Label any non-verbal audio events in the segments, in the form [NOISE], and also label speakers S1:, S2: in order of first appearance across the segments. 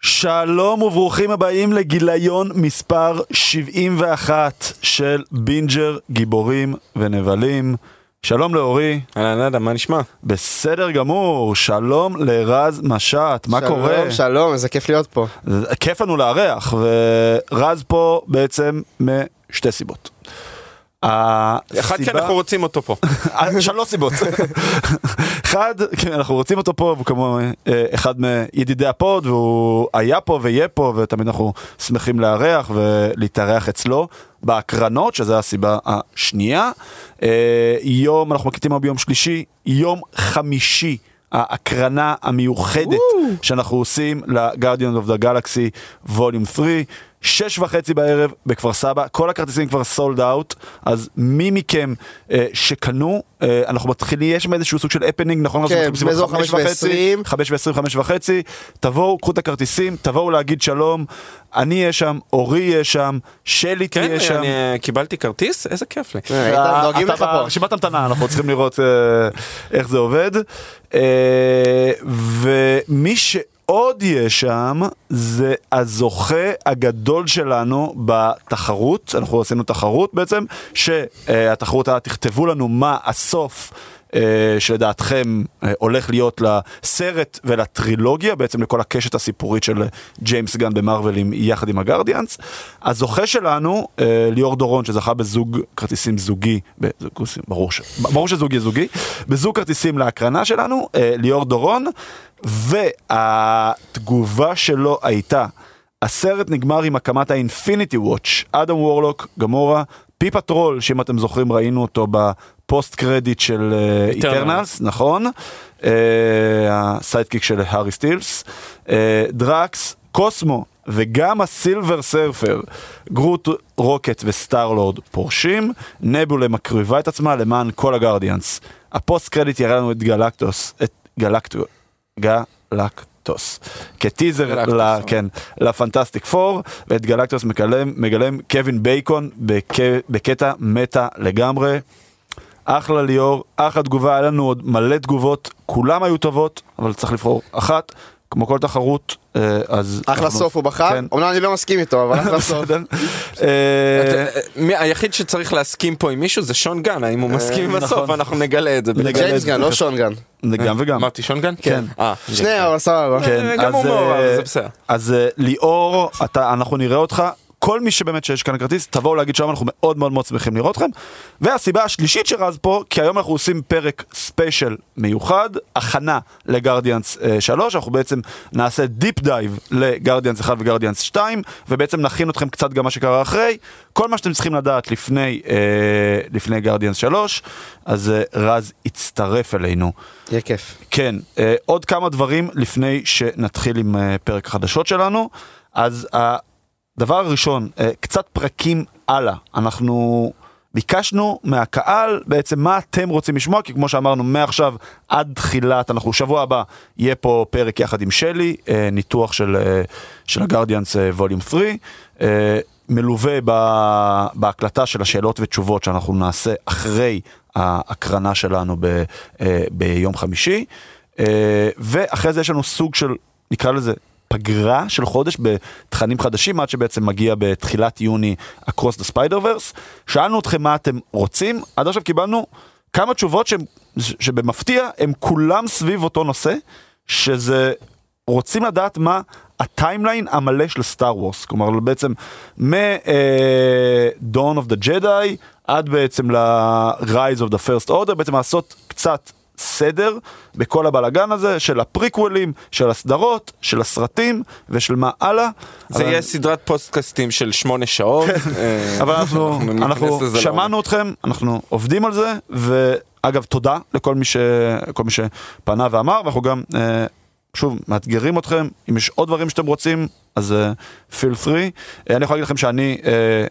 S1: שלום וברוכים הבאים לגיליון מספר 71 של בינג'ר גיבורים ונבלים. שלום לאורי,
S2: אהלן אדם, מה נשמע?
S1: בסדר גמור, שלום לרז משט, מה
S3: שלום,
S1: קורה?
S3: שלום, איזה כיף להיות פה.
S1: זה- כיף לנו לארח, ורז פה בעצם משתי סיבות.
S2: אחד כי אנחנו רוצים אותו [LAUGHS] פה.
S1: אה, שלוש סיבות. [LAUGHS] אחד, כן, אנחנו רוצים אותו פה, והוא כמובן אה, אחד מידידי הפוד, והוא היה פה ויהיה פה, ותמיד אנחנו שמחים לארח ולהתארח אצלו בהקרנות, שזו הסיבה השנייה. אה, יום, אנחנו מקליטים היום ביום שלישי, יום חמישי. ההקרנה המיוחדת שאנחנו עושים ל-Guardian of the Galaxy ווליום 3, שש וחצי בערב בכפר סבא, כל הכרטיסים כבר סולד אאוט, אז מי מכם אה, שקנו, אה, אנחנו מתחילים, יש שם איזשהו סוג של הפנינג, נכון? אנחנו
S3: כן,
S1: מתחילים בסביבות
S3: באזור חמש ועשרים.
S1: חמש ועשרים, חמש וחצי, תבואו, קחו את הכרטיסים, תבואו להגיד שלום, אני אהיה שם, אורי יהיה שם, שלי
S2: כן,
S1: תהיה שם.
S2: אני אה, קיבלתי כרטיס, איזה כיף לי.
S3: אה, איתן,
S1: אתה-
S3: דואגים
S1: אתה
S3: לך פה.
S1: ברשימת המתנה, אנחנו צריכים לראות אה, איך זה עובד. אה, ומי שעוד יהיה שם, זה הזוכה הגדול שלנו בתחרות, אנחנו עשינו תחרות בעצם, שהתחרות היה תכתבו לנו מה הסוף. אה, שלדעתכם אה, הולך להיות לסרט ולטרילוגיה, בעצם לכל הקשת הסיפורית של ג'יימס גן במרוויל עם- יחד עם הגרדיאנס. הזוכה שלנו, אה, ליאור דורון, שזכה בזוג כרטיסים זוגי, בזוג- ברור, ש, ברור שזוגי זוגי, בזוג כרטיסים להקרנה שלנו, אה, ליאור דורון, והתגובה שלו הייתה, הסרט נגמר עם הקמת האינפיניטי וואץ', אדם וורלוק, גמורה, פיפ הטרול, שאם אתם זוכרים ראינו אותו בפוסט קרדיט של איטרנלס, נכון? אה, הסיידקיק של הארי סטילס, אה, דרקס, קוסמו. וגם הסילבר סרפר, גרוט, רוקט וסטארלורד פורשים, נבולה מקריבה את עצמה למען כל הגרדיאנס. הפוסט קרדיט יראה לנו את גלקטוס, את גלקטו, גלקטוס, כטיזר
S2: גלקטוס,
S1: ל-
S2: אוקיי.
S1: כן, לפנטסטיק פור, ואת גלקטוס מגלם, מגלם קווין בייקון בק, בקטע מטה לגמרי. אחלה ליאור, אחלה תגובה, היה לנו עוד מלא תגובות, כולם היו טובות, אבל צריך לבחור אחת, כמו כל תחרות, אה, אז...
S3: אחלה
S1: אנחנו-
S3: סוף הוא בחר,
S1: כן.
S3: אמנם אני לא מסכים איתו, אבל [LAUGHS]
S1: [LAUGHS]
S3: אחלה סוף.
S1: בסדר. אה,
S2: אתה- אה, מי- היחיד שצריך להסכים פה עם מישהו זה שון גן, האם הוא מסכים עם
S1: נכון.
S2: הסוף, אנחנו נגלה את זה.
S1: נגלה.
S3: ג'יימס גן, לא
S1: תכף.
S3: שון גן.
S1: גם וגם.
S2: אמרתי שון גן?
S1: כן.
S2: אה,
S3: שניהם, אבל סבבה.
S1: כן,
S2: גם
S1: אז,
S2: הוא מעורב,
S1: אה,
S2: זה בסדר.
S1: אז אה, ליאור, אתה- אנחנו נראה אותך. כל מי שבאמת שיש כאן כרטיס, תבואו להגיד שלום, אנחנו מאוד מאוד מאוד שמחים לראות אתכם. והסיבה השלישית שרז פה, כי היום אנחנו עושים פרק ספיישל מיוחד, הכנה לגרדיאנס 3, אנחנו בעצם נעשה דיפ דייב לגרדיאנס 1 וגרדיאנס 2, ובעצם נכין אתכם קצת גם מה שקרה אחרי, כל מה שאתם צריכים לדעת לפני, אה, לפני גרדיאנס 3, אז אה, רז הצטרף אלינו.
S3: יהיה כיף.
S1: כן, אה, עוד כמה דברים לפני שנתחיל עם אה, פרק החדשות שלנו. אז אה, הדבר הראשון, אה, קצת פרקים הלאה. אנחנו ביקשנו מהקהל בעצם מה אתם רוצים לשמוע, כי כמו שאמרנו, מעכשיו עד תחילת, אנחנו שבוע הבא יהיה פה פרק יחד עם שלי, אה, ניתוח של, אה, של הגרדיאנס ווליום 3. אה, מלווה ב- בהקלטה של השאלות ותשובות שאנחנו נעשה אחרי ההקרנה שלנו ב, אה, ביום חמישי. אה, ואחרי זה יש לנו סוג של, נקרא לזה, פגרה של חודש בתכנים חדשים, עד שבעצם מגיע בתחילת יוני Across the Spider-Verse. שאלנו אתכם מה אתם רוצים, עד עכשיו קיבלנו כמה תשובות שהם, שבמפתיע הם כולם סביב אותו נושא, שזה רוצים לדעת מה הטיימליין המלא של סטאר וורס, כלומר בעצם מ-Dawn of the Jedi עד בעצם ל-Rise of the First Order, בעצם לעשות קצת סדר בכל הבלגן הזה של הפריקוולים, של הסדרות, של הסרטים ושל מה הלאה.
S2: זה
S1: אבל-
S2: יהיה סדרת פודקאסטים של שמונה [LAUGHS] שעות. אה,
S1: אבל אנחנו, אנחנו
S2: ניכנס לזה לעומק.
S1: שמענו אתכם, אנחנו עובדים על זה, ואגב, תודה לכל מי, ש... כל מי שפנה ואמר, ואנחנו גם, אה, שוב, מאתגרים אתכם, אם יש עוד דברים שאתם רוצים, אז פיל uh, פרי. Uh, אני יכול להגיד לכם שאני uh,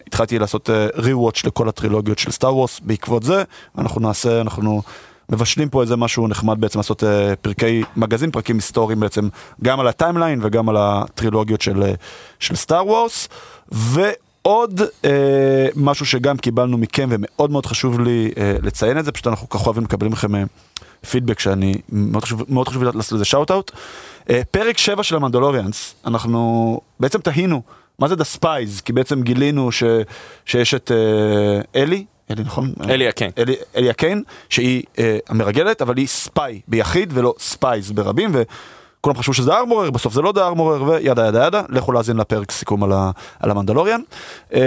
S1: התחלתי לעשות אה, re-watch לכל הטרילוגיות של סטאר וורס בעקבות זה, אנחנו נעשה, אנחנו... מבשלים פה איזה משהו נחמד בעצם לעשות אה, פרקי מגזין, פרקים היסטוריים בעצם, גם על הטיימליין וגם על הטרילוגיות של, אה, של סטאר וורס. ועוד אה, משהו שגם קיבלנו מכם ומאוד מאוד חשוב לי אה, לציין את זה, פשוט אנחנו ככה אוהבים לקבל מכם אה, פידבק שאני, מאוד חשוב, מאוד חשוב לי לעשות לזה שאוט אאוט. אה, פרק 7 של המנדלוריאנס, אנחנו בעצם תהינו, מה זה דה ספייז? כי בעצם גילינו ש, שיש את אה, אלי, אלי נכון?
S2: אלי הקיין.
S1: אלי, אליה קיין, שהיא אה, המרגלת, אבל היא ספיי ביחיד ולא ספייז ברבים, וכולם חשבו שזה ארמורר, בסוף זה לא דה ארמורר, וידה ידה ידה, לכו להאזין לפרק סיכום על, ה, על המנדלוריאן. אה,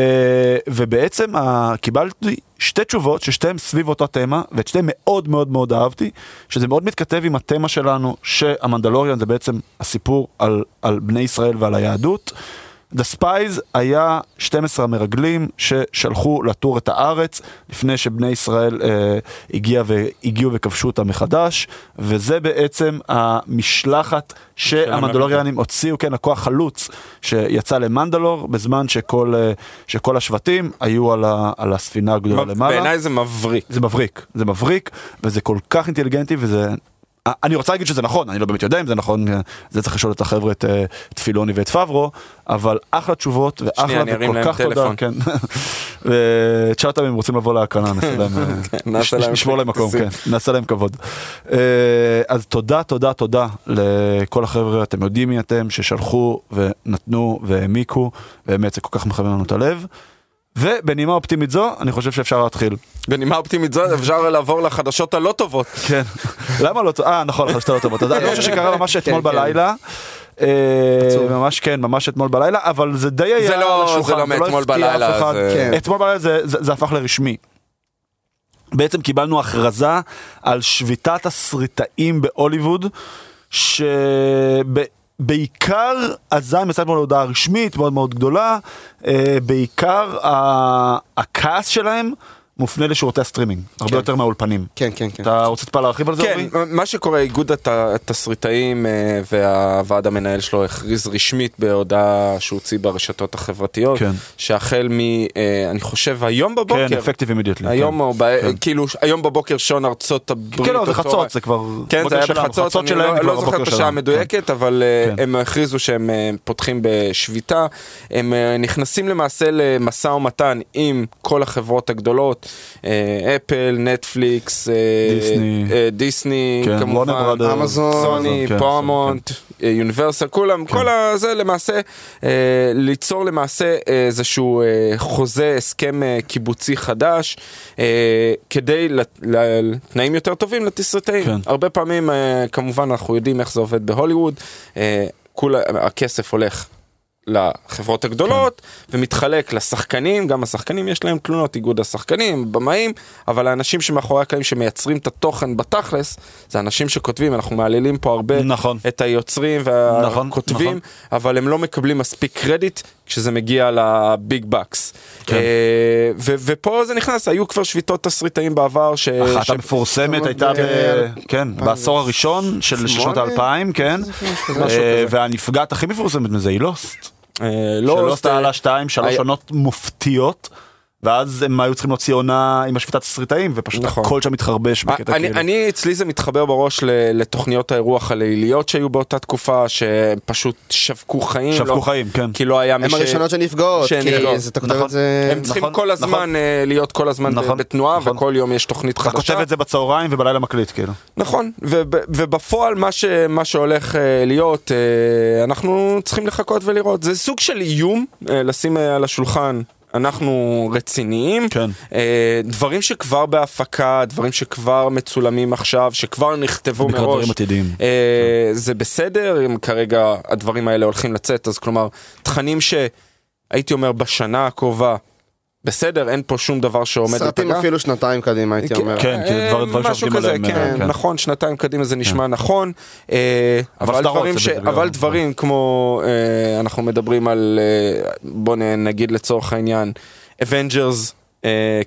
S1: ובעצם ה, קיבלתי שתי תשובות, ששתיהן סביב אותה תמה, ואת שתיהן מאוד מאוד מאוד אהבתי, שזה מאוד מתכתב עם התמה שלנו, שהמנדלוריאן זה בעצם הסיפור על, על בני ישראל ועל היהדות. The Spies היה 12 המרגלים ששלחו לטור את הארץ לפני שבני ישראל אה, הגיע והגיעו וכבשו אותה מחדש, וזה בעצם המשלחת שהמנדלוריאנים הוציאו, כן, הכוח חלוץ שיצא למנדלור, בזמן שכל, אה, שכל השבטים היו על, ה, על הספינה הגדולה לא למעלה.
S2: בעיניי זה מבריק.
S1: זה מבריק, זה מבריק, וזה כל כך אינטליגנטי, וזה... אה, אני רוצה להגיד שזה נכון, אני לא באמת יודע אם זה נכון, אה, זה צריך לשאול את החבר'ה, את, אה, את פילוני ואת פאברו, אבל אחלה תשובות,
S2: שנייה,
S1: ואחלה
S2: אני ארים
S1: וכל
S2: להם
S1: כך תודה,
S2: טלפון.
S1: כן. [LAUGHS] ו- תשאל אותם אם הם רוצים לבוא להקרנה, נעשה
S2: [LAUGHS]
S1: להם, אה,
S2: כן, נעשה
S1: נש-
S2: להם
S1: נשמור להם מקום, כן,
S2: כרטיסים.
S1: נעשה להם כבוד. אה, אז תודה, תודה, תודה לכל החבר'ה, אתם יודעים מי אתם, ששלחו ונתנו והעמיקו, באמת זה כל כך מחמם לנו את הלב. ובנימה אופטימית זו, אני חושב שאפשר להתחיל.
S2: בנימה אופטימית זו אפשר לעבור לחדשות הלא טובות.
S1: כן. למה לא טוב? אה, נכון, חשבת לא טובות. אז אני חושב שקרה ממש אתמול
S3: כן, כן.
S1: בלילה. אה, ממש כן, ממש אתמול בלילה, אבל זה די היה
S2: זה
S1: על
S2: לא-
S1: השולחן,
S2: זה לא מאתמול
S1: הפתיע
S2: בלילה,
S1: אף אחד.
S2: זה-
S3: כן.
S1: אתמול בלילה זה- זה זה הפך לרשמי. בעצם קיבלנו הכרזה על שביתת הסריטאים בהוליווד, שבעיקר, הזעם יצא אתמול להודעה רשמית מאוד מאוד גדולה, אה, בעיקר ה- הכעס שלהם מופנה לשירותי הסטרימינג, הרבה יותר מהאולפנים.
S3: כן, כן, כן.
S1: אתה רוצה טיפה להרחיב על זה?
S2: כן,
S1: אורי?
S2: מה שקורה, איגוד הת- התסריטאים אה, והוועד המנהל שלו הכריז רשמית בהודעה שהוציא ברשתות החברתיות,
S1: כן.
S2: שהחל מ... אה, אני חושב היום בבוקר,
S1: כן, אפקטיב אימידיוטלי.
S2: היום או ב- כאילו ש- היום בבוקר שעון ארצות הברית,
S1: כן, לא, זה
S2: אותו-
S1: חצות, זה כבר...
S2: כן,
S1: בוקר
S2: זה היה
S1: שלנו,
S2: בחצות, אני
S1: שלהם,
S2: לא-
S1: זה כבר
S2: לא זוכר
S1: הבוקר
S2: את השעה
S1: שלנו. כן.
S2: המדויקת, אבל אה,
S1: כן.
S2: הם הכריזו שהם אה, פותחים בשביתה. הם אה, נכנסים למעשה למשא ומתן עם כל החברות הגדולות, אה, אפל, נטפליקס, אה,
S1: דיסני.
S2: אה, דיסני,
S1: כן, וורנר
S2: כמובן,
S1: בראדרס,
S3: אמזון,
S2: סוני,
S1: כן,
S2: פרמונט, אה, יוניברסל, כולם, כל הזה למעשה, אה, ליצור למעשה איזשהו אה, חוזה, הסכם אה, קיבוצי חדש, אה, כדי לת- ל- לתנאים יותר טובים לתסריטאים.
S1: כן.
S2: הרבה פעמים, אה, כמובן, אנחנו יודעים איך זה עובד בהוליווד, אה, כולה, הכסף הולך. לחברות הגדולות
S1: כן.
S2: ומתחלק לשחקנים גם השחקנים יש להם תלונות איגוד השחקנים במאים אבל האנשים שמאחורי הקלעים שמייצרים את התוכן בתכלס זה אנשים שכותבים אנחנו מעללים פה הרבה
S1: נכון.
S2: את היוצרים והכותבים,
S1: נכון, נכון.
S2: אבל הם לא מקבלים מספיק קרדיט כשזה מגיע לביג בקס.
S1: כן.
S2: אה, ו- ופה זה נכנס, היו כבר שביתות תסריטאים בעבר ש... אה, ש- אה,
S1: אחת המפורסמת הייתה, ב-
S3: ב-
S1: כן, בעשור הראשון של שנות האלפיים, כן,
S3: משהו
S1: אה,
S3: כזה.
S1: והנפגעת הכי מפורסמת מזה היא לוסט.
S2: אה, לא
S1: שלוסט
S2: אה,
S1: עלה שתיים, שלוש
S2: היה-
S1: עונות מופתיות. ואז הם היו צריכים להוציא עונה עם השביתת הסריטאים, ופשוט
S2: נכון.
S1: הכל שם התחרבש בקטע
S2: אני,
S1: כאילו.
S2: אני אצלי זה מתחבר בראש ל, לתוכניות האירוח הליליות שהיו באותה תקופה שפשוט שבקו חיים.
S1: שבקו
S2: לא,
S1: חיים, כן.
S2: כי לא היה מי
S3: הם הראשונות שנפגעות,
S2: שנפגעות.
S3: כי זה- אתה כותב
S1: נכון.
S3: את זה...
S2: הם צריכים
S1: נכון,
S2: כל הזמן
S1: נכון.
S2: אה, להיות כל הזמן ב-
S1: נכון,
S2: בתנועה
S1: נכון.
S2: וכל יום יש תוכנית
S1: אתה
S2: חדשה.
S1: כותב את זה בצהריים ובלילה מקליט, כאילו.
S2: נכון, וב, ובפועל מה, ש, מה שהולך אה, להיות, אה, אנחנו צריכים לחכות ולראות. זה סוג של איום, אה, לשים אה, על השולחן. אנחנו רציניים,
S1: כן.
S2: אה, דברים שכבר בהפקה, דברים שכבר מצולמים עכשיו, שכבר נכתבו
S1: בעיקר
S2: מראש,
S1: דברים עתידיים.
S2: אה, זה בסדר, אם כרגע הדברים האלה הולכים לצאת, אז כלומר, תכנים שהייתי אומר בשנה הקרובה, בסדר, אין פה שום דבר שעומד
S3: סרטים
S2: להיפגע.
S3: אפילו שנתיים קדימה, הייתי
S2: כן,
S3: אומר.
S1: כן, כאילו,
S2: אה,
S1: דבר- דברים
S2: משהו
S1: שעובדים
S2: כזה,
S1: עליהם,
S2: כן,
S1: כן.
S2: נכון, שנתיים קדימה זה נשמע נכון, אה,
S1: אבל
S2: אבל
S1: סדרות
S2: דברים
S1: זה
S2: ש-
S1: בדיוק,
S2: אבל
S1: כן.
S2: דברים כמו, אה, אנחנו מדברים על, אה, בוא נ- נגיד לצורך העניין, Avengers.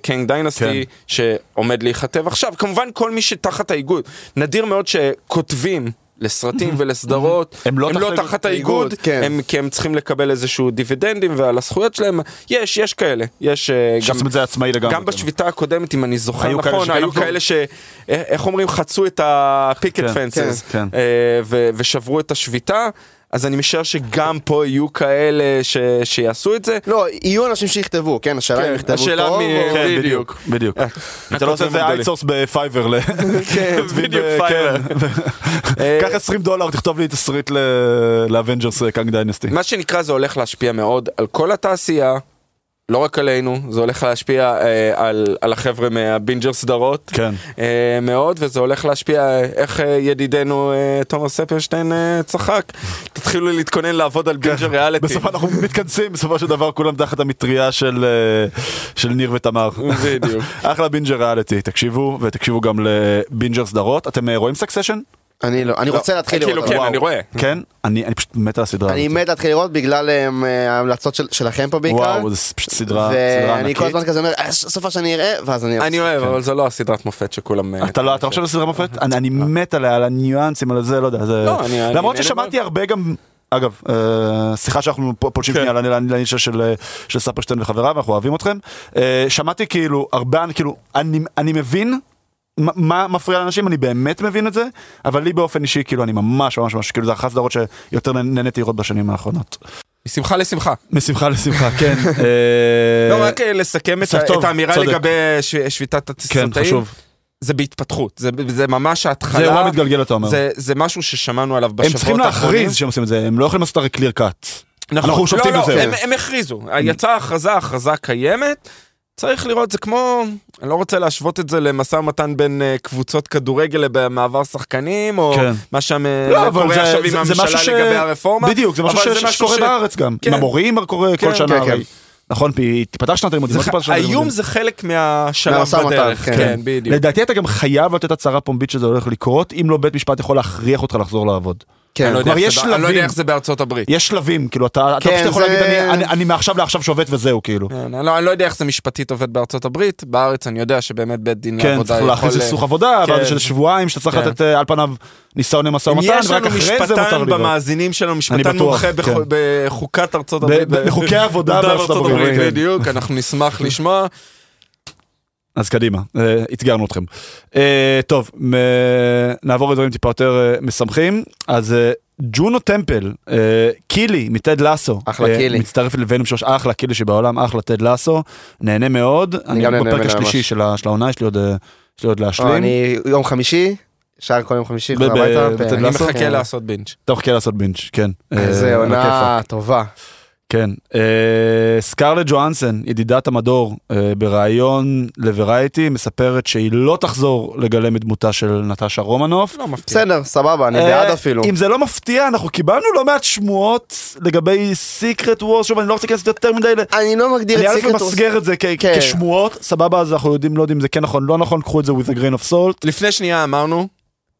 S2: קנג דיינסטי
S1: כן.
S2: שעומד להיכתב עכשיו כמובן כל מי שתחת האיגוד נדיר מאוד שכותבים
S1: [LAUGHS]
S2: לסרטים ולסדרות
S1: הם לא תחת האיגוד.
S2: תחת האיגוד
S3: כן.
S2: הם כי הם צריכים לקבל איזשהו דיבידנדים ועל הזכויות שלהם יש יש כאלה יש אה, גם
S1: שעושים את זה עצמאי לגמרי.
S2: גם בשביתה הקודמת, אם אני זוכר
S1: היו כאלה
S2: נכון, היו
S1: שגנבו.
S2: כאלה ש... איך אומרים? חצו את הפיקט
S1: כן,
S2: פנסס,
S1: כן, כן.
S2: ושברו את השביתה. אז אני משער שגם פה יהיו כאלה ש... שיעשו
S1: [LAUGHS]
S2: את זה.
S3: לא, יהיו אנשים שיכתבו, כן, השאלה
S2: כן,
S3: אם יכתבו
S2: השאלה
S3: טוב,
S2: מי- כן.
S3: או-
S1: כן,
S2: בדיוק.
S1: בדיוק, בדיוק. אתה לא עושה את זה
S2: הכותבים
S1: אייטסורס בפייבר. ל-
S2: [LAUGHS]
S1: [LAUGHS]
S2: כן,
S1: כותבים
S2: בדיוק,
S1: ב-
S2: פייבר.
S1: כן.
S2: אה,
S1: קח 20 דולר, תכתוב לי תסריט ל- לאבנג'רס אה, קאנג דיינסטי.
S2: מה שנקרא זה הולך להשפיע מאוד על כל התעשייה, לא רק עלינו, זה הולך להשפיע אה, על, על החבר'ה מהבינג'ר סדרות.
S1: כן.
S2: אה, מאוד וזה הולך להשפיע אה, איך אה, ידידנו אה, תומר ספרשטיין אה, צחק תתחילו להתכונן לעבוד
S1: כן.
S2: על בינג'ר ריאליטי.
S1: בסוף אנחנו מתכנסים, בסופו של דבר כולם תחת המטריה של אה, של ניר ותמר.
S2: אה, בדיוק.
S1: [LAUGHS] אחלה בינג'ר ריאליטי, תקשיבו, ותקשיבו גם לבינג'ר סדרות. אתם אה, רואים סקסשן?
S3: אני לא, אני רוצה להתחיל
S2: כאילו,
S3: לראות.
S2: כן,
S3: אבל-
S2: אני רואה.
S1: כן? אני אני פשוט מת על הסדרה
S3: אני
S1: הזאת.
S3: מת להתחיל לראות בגלל אמ, ההמלצות של- שלכם פה בעיקר.
S1: וואו, זו פשוט סדרה סדרה
S3: ואני
S1: ענקית.
S3: כל הזמן כזה אומר, "אה, ס- סוף שאני אראה, ואז אני...
S2: אני אוהב אבל זה לא הסדרת מופת שכולם. אה,
S1: אתה לא, אתה חושב על סדרה מופת? אני אני מת עליה, על הניואנסים, על זה, לא יודע. זה-
S2: לא, אני- אני
S1: למרות
S2: נהנה
S1: ששמעתי הרבה גם... אגב, אה, סליחה שאנחנו פה פולשים
S2: כן.
S1: שנייה לני- לני- לנישה של, אה, של ספרשטיין וחבריו, אנחנו אוהבים אתכם. אה, שמעתי כאילו הרבה, אני- כאילו, אני, אני מבין מה- מה מפריע לאנשים, אני באמת מבין את זה, אבל לי באופן אישי, כאילו, אני ממש ממש ממש, כאילו, זה אחת הסדרות שיותר נהנ- נהניתי לראות בשנים האחרונות.
S2: משמחה לשמחה.
S1: משמחה לשמחה, [LAUGHS] כן.
S2: לא רק אה, לסכם את
S1: זה
S2: ה-
S1: טוב,
S2: את האמירה
S1: צודק.
S2: לגבי ש- שביתת
S1: כן,
S2: התסרטאים.
S1: חשוב.
S2: זה בהתפתחות זה- זה ממש
S1: זה אירוע
S2: ההתחלה.
S1: מתגלגל, אתה אומר.
S2: זה- זה משהו ששמענו עליו
S1: הם צריכים
S2: בשבועות האחרונים.
S1: להכריז שהם עושים את זה, הם לא יכולים לעשות הרי קליר קאט. אנחנו שופטים
S2: לא, לא,
S1: בזה.
S2: הם, הם הכריזו, יצאה הכרזה, הכרזה קיימת. צריך לראות, זה כמו, אני לא רוצה להשוות את זה למשא ומתן בין אה, קבוצות כדורגל במעבר שחקנים, או
S1: כן.
S2: מה שם אה,
S1: לא, אבל
S2: קורה
S1: זה-
S2: עכשיו עם
S1: זה- זה
S2: הממשלה
S1: משהו ש-
S2: לגבי הרפורמה.
S1: בדיוק, זה משהו
S2: אבל
S1: ש- שקורה
S2: ש-
S1: בארץ גם.
S2: כן.
S1: עם המורים קורה
S2: כן,
S1: כל שנה.
S3: כן, כן.
S1: הרי. נכון, פי- תיפתח שנת הלימודים.
S2: זה
S1: לא
S2: ח-
S1: תיפתח שנת
S2: האיום
S1: הלימודים.
S2: זה חלק מהשלב
S3: מהמשא ומתן,
S2: בדרך,
S3: כן.
S2: כן, בדיוק.
S1: לדעתי אתה גם חייב לתת הצהרה פומבית שזה הולך לקרות, אם לא בית משפט יכול להכריח אותך לחזור לעבוד.
S3: כן,
S2: אני לא יודע
S1: כלומר,
S2: איך
S1: יש
S2: זה בא- אני לא יודע
S1: שלבים.
S2: איך זה בארצות הברית.
S1: יש שלבים, כאילו, אתה אתה
S3: כן,
S1: פשוט יכול
S3: זה-
S1: להגיד, "אני- אני- אני מעכשיו לעכשיו שובת וזהו, כאילו.
S2: כן, אני לא אני לא יודע איך זה משפטית עובד בארצות הברית, בארץ אני יודע שבאמת בית דין
S1: כן,
S2: לעבודה
S1: צריך
S2: יכול...
S1: להכניס
S2: אה,
S1: לסכסוך עבודה,
S2: כן.
S1: ואז של שבועיים שאתה צריך
S2: כן.
S1: לתת אה, על פניו ניסיון למשא
S2: אם
S1: ומתן,
S2: יש
S1: ורק
S2: לנו
S1: אחרי זה מותר
S2: משפטן
S1: לראות.
S2: במאזינים שלנו, משפטן
S1: בטוח,
S2: מומחה
S1: כן.
S2: בחו- בחוקת ארצות
S1: ב-
S2: הברית.
S1: ב- בחוקי העבודה בארצות הברית, כן. לא
S2: בדיוק, אנחנו נשמח לשמוע.
S1: אז קדימה, אה, אתגרנו אתכם. אה, טוב, מ- נעבור לדברים טיפה יותר אה, משמחים. אז אה, ג'ונו טמפל, אה, קילי מטד לאסו.
S3: אחלה
S1: אה,
S3: קילי.
S1: מצטרף לוונום שלוש, אחלה קילי שבעולם, אחלה טד לאסו. נהנה מאוד. אני
S3: גם
S1: רק
S3: נהנה
S1: בפרק
S3: ממנה
S1: השלישי
S3: ממש.
S1: של ה- של העונה, יש לי עוד, אה, יש לי עוד
S3: או,
S1: להשלים.
S3: אני יום חמישי, שער כל יום חמישי,
S1: ב-
S3: חוזר
S1: ב-
S3: הביתה,
S1: בטד
S3: ו-
S2: אני
S1: לאסו?
S2: מחכה
S3: כן.
S2: לעשות בינג'.
S1: אתה מחכה לעשות בינג', כן. אה,
S3: איזה
S1: על הכיפאק.
S3: עונה טובה.
S1: כן. אה, סקארלט ג'ואנסן, ידידת המדור, אה, בריאיון לוורייטי, מספרת שהיא לא תחזור לגלם את דמותה של נטשה רומנוף.
S2: לא מפתיע.
S3: בסדר, סבבה, אני
S1: אה,
S3: בעד אפילו.
S1: אם זה לא מפתיע, אנחנו קיבלנו לא מעט שמועות לגבי סיקרט וורס, שוב, אני לא רוצה להיכנס יותר מדי ל...
S3: אני לא מגדיר
S1: אני
S3: את
S1: א'
S3: סיקרט וורס.
S1: ממסגר את זה כ-
S3: כן.
S1: כשמועות, סבבה, אז אנחנו יודעים, לא יודעים אם זה כן נכון, לא נכון, קחו את זה with a grain of salt.
S2: לפני שנייה אמרנו,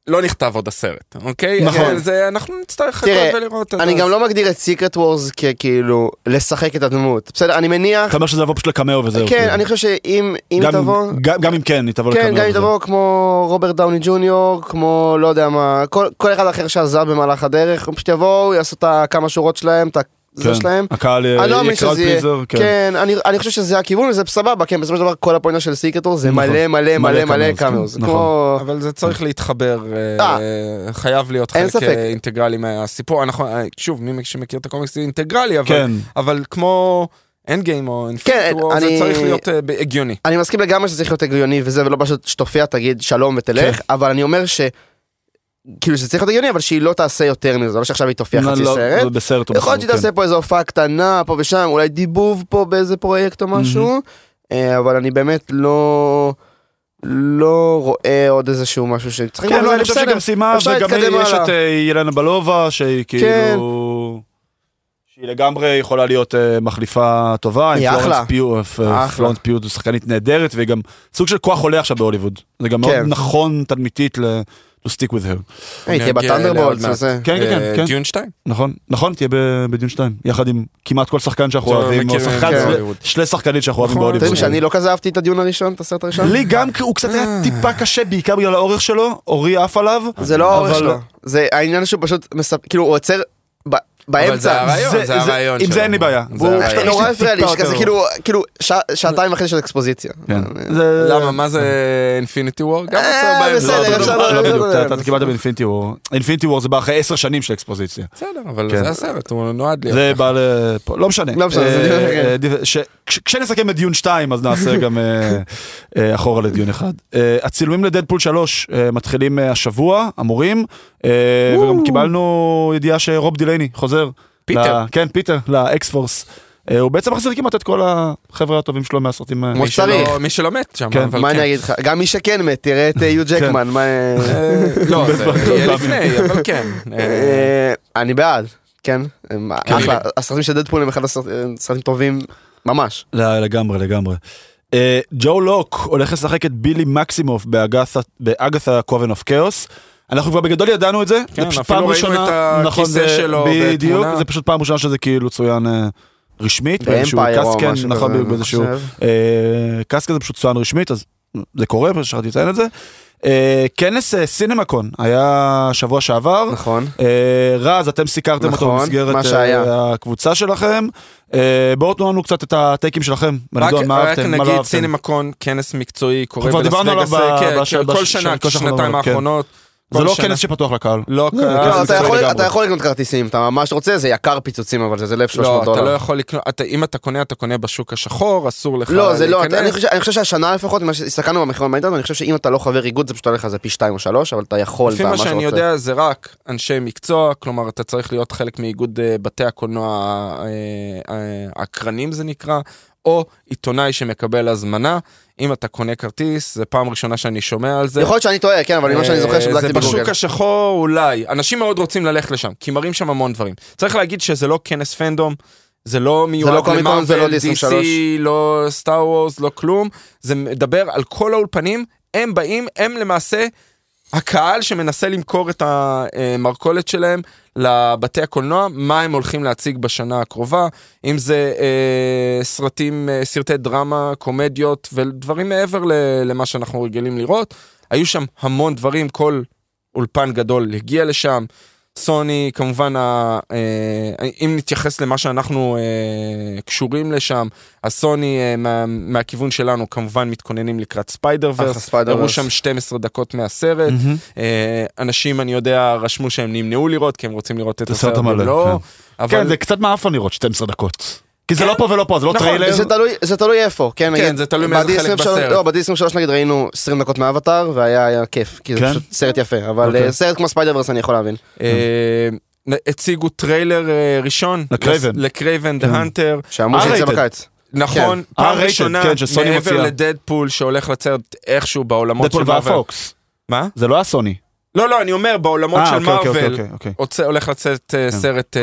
S2: לא נכתב עוד הסרט, אוקיי?
S1: נכון.
S2: אה, זה- אנחנו נצטרך לחכות
S3: תראה,
S2: ולראות.
S3: אני גם לא מגדיר את סיקרט וורס ככאילו לשחק את הדמות. בסדר, אני מניח,
S1: אתה אומר שזה יבוא פשוט לקמאו וזהו.
S3: כן,
S1: כאילו.
S3: אני חושב שאם אם
S1: גם אם-
S3: תבוא...
S1: גם- גם אם כן, היא תבוא לקמאו.
S3: כן, גם אם
S1: וזהו.
S3: תבוא כמו רוברט דאוני ג'וניור, כמו לא יודע מה, כל, כל אחד אחר שעזב במהלך הדרך, הם פשוט יבואו, יעשו את הכמה שורות שלהם, את
S1: כן,
S3: הזה שלהם.
S1: הקהל אה,
S3: אני לא מאמין
S1: יקרא
S3: שזה יהיה,
S1: פליזר, כן.
S3: כן, אני- אני חושב שזה הכיוון וזה סבבה, כן, בסופו של דבר כל הפוינטה של סיקרטור זה
S1: נכון.
S3: מלא מלא
S1: מלא
S3: מלא מלא
S1: cameos, כן,
S3: קאמרס,
S1: נכון.
S3: כמו...
S2: אבל זה צריך להתחבר, אה, חייב להיות
S3: אין
S2: חלק
S3: ספק.
S2: אה, אינטגרלי מהסיפור. אנחנו, אה, שוב, מי שמכיר את הקומיקס זה אינטגרלי, אבל-
S1: כן.
S2: אבל כמו אנד גיים או
S3: כן,
S2: אינפיניט וור, זה
S3: אני-
S2: צריך להיות אה, ב- הגיוני.
S3: אני מסכים לגמרי שזה צריך להיות הגיוני וזה ולא פשוט שתופיע תגיד שלום
S1: כן.
S3: ותלך אבל אני אומר ש כאילו שזה צריך להיות הגיוני אבל שהיא לא תעשה יותר מזה לא שעכשיו היא תופיע
S1: לא,
S3: חצי
S1: לא, כן.
S3: סרט.
S1: זה בסרט או
S3: יכול להיות
S1: בסרט,
S3: שהיא תעשה פה איזו הופעה קטנה פה ושם אולי דיבוב פה באיזה פרויקט או משהו אה, אבל אני באמת לא לא רואה עוד איזשהו משהו שצריך
S1: כן, לא,
S3: אבל
S1: אני חושב
S3: בסדר.
S1: שגם סיימה,
S3: אפשר
S1: וגם
S3: להתקדם
S1: יש
S3: הלאה. כן.
S1: את אה, ילנה בלובה, שהיא כאילו... שהיא לגמרי יכולה להיות אה, מחליפה טובה,
S3: היא
S1: עם פלורנס
S3: אחלה.
S1: פיו, אה, פ-
S3: אחלה.
S1: פלורנס פיו זו שחקנית נהדרת, והיא גם סוג של כוח עולה עכשיו בהוליווד. זה גם מאוד
S3: כן.
S1: נכון תדמיתית ל... to stick with her.
S3: אה, היא תהיה
S2: נגיע אליה
S3: בטנדרבולט
S2: עוד מעט.
S3: וזה.
S1: כן, כן, כן,
S2: אה,
S1: כן,
S2: דיון שתיים.
S1: נכון, נכון, תהיה ב- בדיון שתיים, יחד עם כמעט כל שחקן שאנחנו
S2: זה
S1: אוהבים, או
S2: מכירים,
S1: שחקן,
S3: כן.
S1: שני- שני שחקנית שאנחנו אוהבים
S2: נכון.
S1: בהוליווד.
S3: אתם יודעים שאני לא כזה אהבתי את הדיון הראשון את הסרט הראשון
S1: לי גם, כי הוא קצת היה טיפה קשה, בעיקר בגלל האורך שלו, אורי עף עליו.
S3: זה לא האורך
S1: אבל-
S3: שלו, זה העניין שהוא פשוט מספ... כאילו הוא עוצר, ב-
S2: אבל זה
S3: באמצע.
S2: הרעיון,
S1: זה-
S2: זה,
S1: זה-
S2: הרעיון
S1: עם
S2: שלו.
S1: זה אין לי בעיה.
S2: זה
S1: בוא,
S2: הרעיון.
S1: פשוט
S3: זה
S1: יש לי
S3: נורא הפריע לי,
S1: טיפה
S3: שכזה
S1: יותר-
S3: כאילו, כאילו, שע- שעתיים אחרי של אקספוזיציה.
S1: כן.
S3: אבל,
S1: זה-
S2: למה, מה זה אינפיניטי וור? גם
S3: אה,
S2: יוצא באמצע.
S3: בסדר,
S1: לא,
S2: אותו
S1: אתה-
S3: אפשר
S2: דבר.
S1: לא,
S3: לא-
S1: בדיוק,
S3: לא-
S1: אתה-
S3: לא-
S1: אתה קיבלת באינפינטי וור. אינפינטי וור זה בא אחרי עשר שנים של אקספוזיציה.
S2: בסדר, אבל
S1: כן.
S2: זה הסרט, הוא נועד להיות.
S1: זה בא לפה, לא משנה.
S3: לא משנה, זה
S1: אה,
S3: דיון אחר.
S1: אה, דיו- ש- כש- כשנסכם את דיון 2 אז
S3: [LAUGHS]
S1: נעשה גם אה, אה, אחורה לדיון 1. הצילומים לדדפול 3 אה, מתחילים אה, השבוע, אמורים, אה, וגם קיבלנו ידיעה שרוב דילייני חוזר.
S2: פיטר.
S1: ל- כן, פיטר, לאקס פורס. אה, הוא בעצם מחזיר כמעט את כל החבר'ה הטובים שלו מהסרטים. אה,
S2: מי
S3: כמו שצריך.
S2: שלא- מי שלא מת שם,
S1: כן.
S2: אבל
S3: מה
S2: כן.
S3: אני אגיד לך, גם מי שכן מת, תראה את אה, יו ג'קמן, מה...
S2: אה, לא,
S1: [LAUGHS]
S2: זה יהיה
S1: פעמים.
S2: לפני, אבל כן. אה,
S3: אה, אני בעד, כן? הם
S2: כן.
S3: אחלה, הסרטים של דדפול הם אחד הסרטים סרטים טובים ממש.
S1: לא, לגמרי, לגמרי. אה, ג'ו לוק הולך לשחק את בילי מקסימוף באגתה- באגתה קובן אוף כאוס. אנחנו כבר בגדול ידענו את זה,
S2: כן,
S1: זה פשוט
S2: אפילו
S1: פעם
S2: ראינו
S1: ראשונה, נכון,
S2: את הכיסא
S1: זה-
S2: שלו
S1: בדיוק,
S2: בתמונה.
S1: זה פשוט פעם ראשונה שזה כאילו צוין אה, רשמית, באיזשהו
S3: באמפייר
S1: קאסט,
S3: או
S1: כן,
S3: משהו
S1: נכון,
S3: כזה,
S1: בדיוק,
S3: אני
S1: באיזשהו
S3: חושב.
S1: אה, קאסט כזה פשוט צוין רשמית, אז זה קורה, פשוט שכחתי לציין את זה. אה, כנס אה, סינמקון היה שבוע שעבר,
S3: נכון.
S1: אה, רז, אתם סיקרתם אותו
S3: נכון,
S1: במסגרת
S3: מה
S1: אה,
S3: שהיה.
S1: הקבוצה שלכם. אה, בואו תנו לנו קצת את הטייקים שלכם.
S2: רק
S1: בנדון, מה
S2: רק
S1: אהבתם, מה לא
S2: נגיד
S1: אהבתם.
S2: סינמקון, כנס מקצועי, קורה
S1: כבר
S2: בלס
S1: דיברנו עליו
S2: וגאס,
S1: ב-
S2: כן,
S1: בש-
S2: כן, כל
S1: בש-
S2: שנה,
S1: כל שנה,
S2: שנתיים
S1: כן.
S2: האחרונות.
S1: זה
S2: כל
S1: לא
S2: שנה.
S1: כנס שפתוח לקהל.
S2: לא,
S1: לא,
S2: קרה.
S1: כן,
S3: לא,
S1: זה
S3: אתה
S1: בסדר
S3: יכול-
S1: לגמרי.
S3: אתה יכול לקנות כרטיסים, אתה ממש רוצה, זה יקר פיצוצים אבל זה, זה 1,300
S2: לא, אתה לא
S3: דולר.
S2: יכול לקנות, אתה- אם אתה קונה, אתה קונה בשוק השחור, אסור לך
S3: לא, זה לא,
S2: להיכנס.
S3: אני חושב- אני חושב שהשנה לפחות, מה שהסתכלנו במחירון באינטרנט, אני חושב שאם אתה לא חבר איגוד זה פשוט הולך לזה פי 2 או 3, אבל אתה יכול,
S2: לפי
S3: אתה
S2: מה
S3: ממש
S2: שאני
S3: רוצה.
S2: יודע זה רק אנשי מקצוע, כלומר אתה צריך להיות חלק מאיגוד אה, בתי הקולנוע אה, אה, הקרנים זה נקרא, או עיתונאי שמקבל הזמנה. אם אתה קונה כרטיס, זה פעם ראשונה שאני שומע על זה.
S3: יכול להיות שאני טועה, כן, אבל ממה שאני זוכר
S2: אה,
S3: שבדקתי
S2: זה בשוק
S3: בגוגל.
S2: השחור אולי. אנשים מאוד רוצים ללכת לשם, כי מראים שם המון דברים. צריך להגיד שזה לא כנס פנדום, זה לא מיועד
S3: לא קומיקון, זה לא
S2: למרוויל,
S3: דיסני
S2: DC,
S3: שלוש.
S2: לא סטאר וורס, לא כלום. זה מדבר על כל האולפנים, הם באים, הם למעשה הקהל שמנסה למכור את המרכולת שלהם לבתי הקולנוע, מה הם הולכים להציג בשנה הקרובה, אם זה אה, סרטים, אה, סרטי דרמה, קומדיות ודברים מעבר ל- למה שאנחנו רגילים לראות. היו שם המון דברים, כל אולפן גדול הגיע לשם. סוני כמובן, ה- אה, אם נתייחס למה שאנחנו אה, קשורים לשם, אז סוני אה, מה- מהכיוון שלנו כמובן מתכוננים לקראת ספיידר
S3: אחלה,
S2: ורס,
S3: ספיידר
S2: הראו
S3: ורס.
S2: שם 12 דקות מהסרט,
S1: מהמם.
S2: אה, אנשים אני יודע רשמו שהם נמנעו לראות כי הם רוצים לראות את
S1: את הסרט
S2: הסרט
S1: המלא,
S2: במלואו,
S1: כן.
S2: אבל
S1: כן, זה קצת מעפן לראות 12 דקות. כי זה
S2: כן.
S1: לא פה ולא פה, זה לא
S2: נכון,
S1: טריילר.
S3: זה תלוי- זה תלוי איפה, כן,
S2: כן,
S3: נגיד,
S2: זה תלוי מאיזה
S3: ב-D23
S2: חלק בסרט.
S3: לא, ב-D23 נגיד ראינו 20 דקות מאבטאר, והיה היה כיף, כי זה
S1: כן?
S3: פשוט סרט יפה, אבל
S1: אוקיי.
S3: אה, סרט כמו ספיידר ורס אני יכול להבין.
S2: אה, נ- הציגו טריילר אה, ראשון
S1: לקרייבן. כן.
S2: לקרייבן דה הנטר,
S3: שאמרו שיצא
S1: R-rated.
S3: בקיץ.
S2: נכון,
S1: כן.
S2: פעם
S1: R-rated,
S2: ראשונה
S1: כן, שסוני
S2: מעבר
S1: מוציאה.
S2: לדדפול שהולך לצאת איכשהו בעולמות של
S1: דדפול
S2: מארוול.
S1: והפוקס.
S2: מה?
S1: זה לא היה סוני.
S2: לא לא אני אומר בעולמות של
S1: אוקיי, אוקיי,
S2: מארוול.
S1: אוקיי, אוקיי.
S2: הוצא- הולך לצאת אה, סרט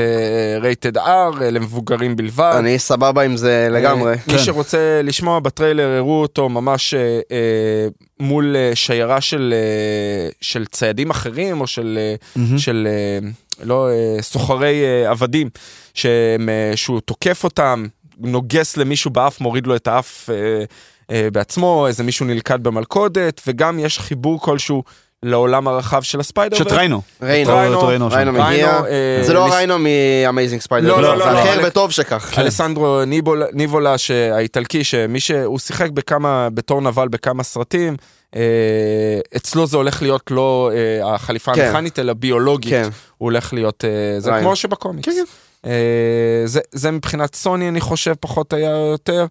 S2: רייטד R אה, למבוגרים בלבד.
S3: אני סבבה עם זה לגמרי.
S2: אה, מי
S1: כן.
S2: שרוצה לשמוע בטריילר הראו אותו ממש אה, אה, מול אה, שיירה של אה, של ציידים אחרים או של אה,
S1: מהמם.
S2: של אה, לא אה, סוחרי אה, עבדים שהם, אה, שהוא תוקף אותם נוגס למישהו באף מוריד לו את האף אה, אה, בעצמו איזה מישהו נלכד במלכודת וגם יש חיבור כלשהו לעולם הרחב של הספיידר.
S1: שטריינו.
S3: ראינו,
S2: טריינו,
S1: טריינו
S3: ראינו
S1: שם.
S3: מגיע.
S2: ראינו, אה,
S3: זה לא
S2: מס-
S3: ראינו מאמייזינג ספיידר.
S2: לא,
S1: לא,
S3: זה
S1: לא, לא.
S3: אחר
S2: אבל-
S3: וטוב שכך.
S2: כן. אלסנדרו ניבול, ניבולה שהאיטלקי שמי שהוא שיחק בכמה בתור נבל בכמה סרטים אה, אצלו זה הולך להיות לא אה, החליפה
S3: כן.
S2: המכנית אלא ביולוגית
S3: כן.
S2: הוא הולך להיות אה, זה
S3: רעיון.
S2: כמו שבקומיקס.
S3: כן,
S2: אה, זה, זה מבחינת סוני אני חושב פחות היה יותר.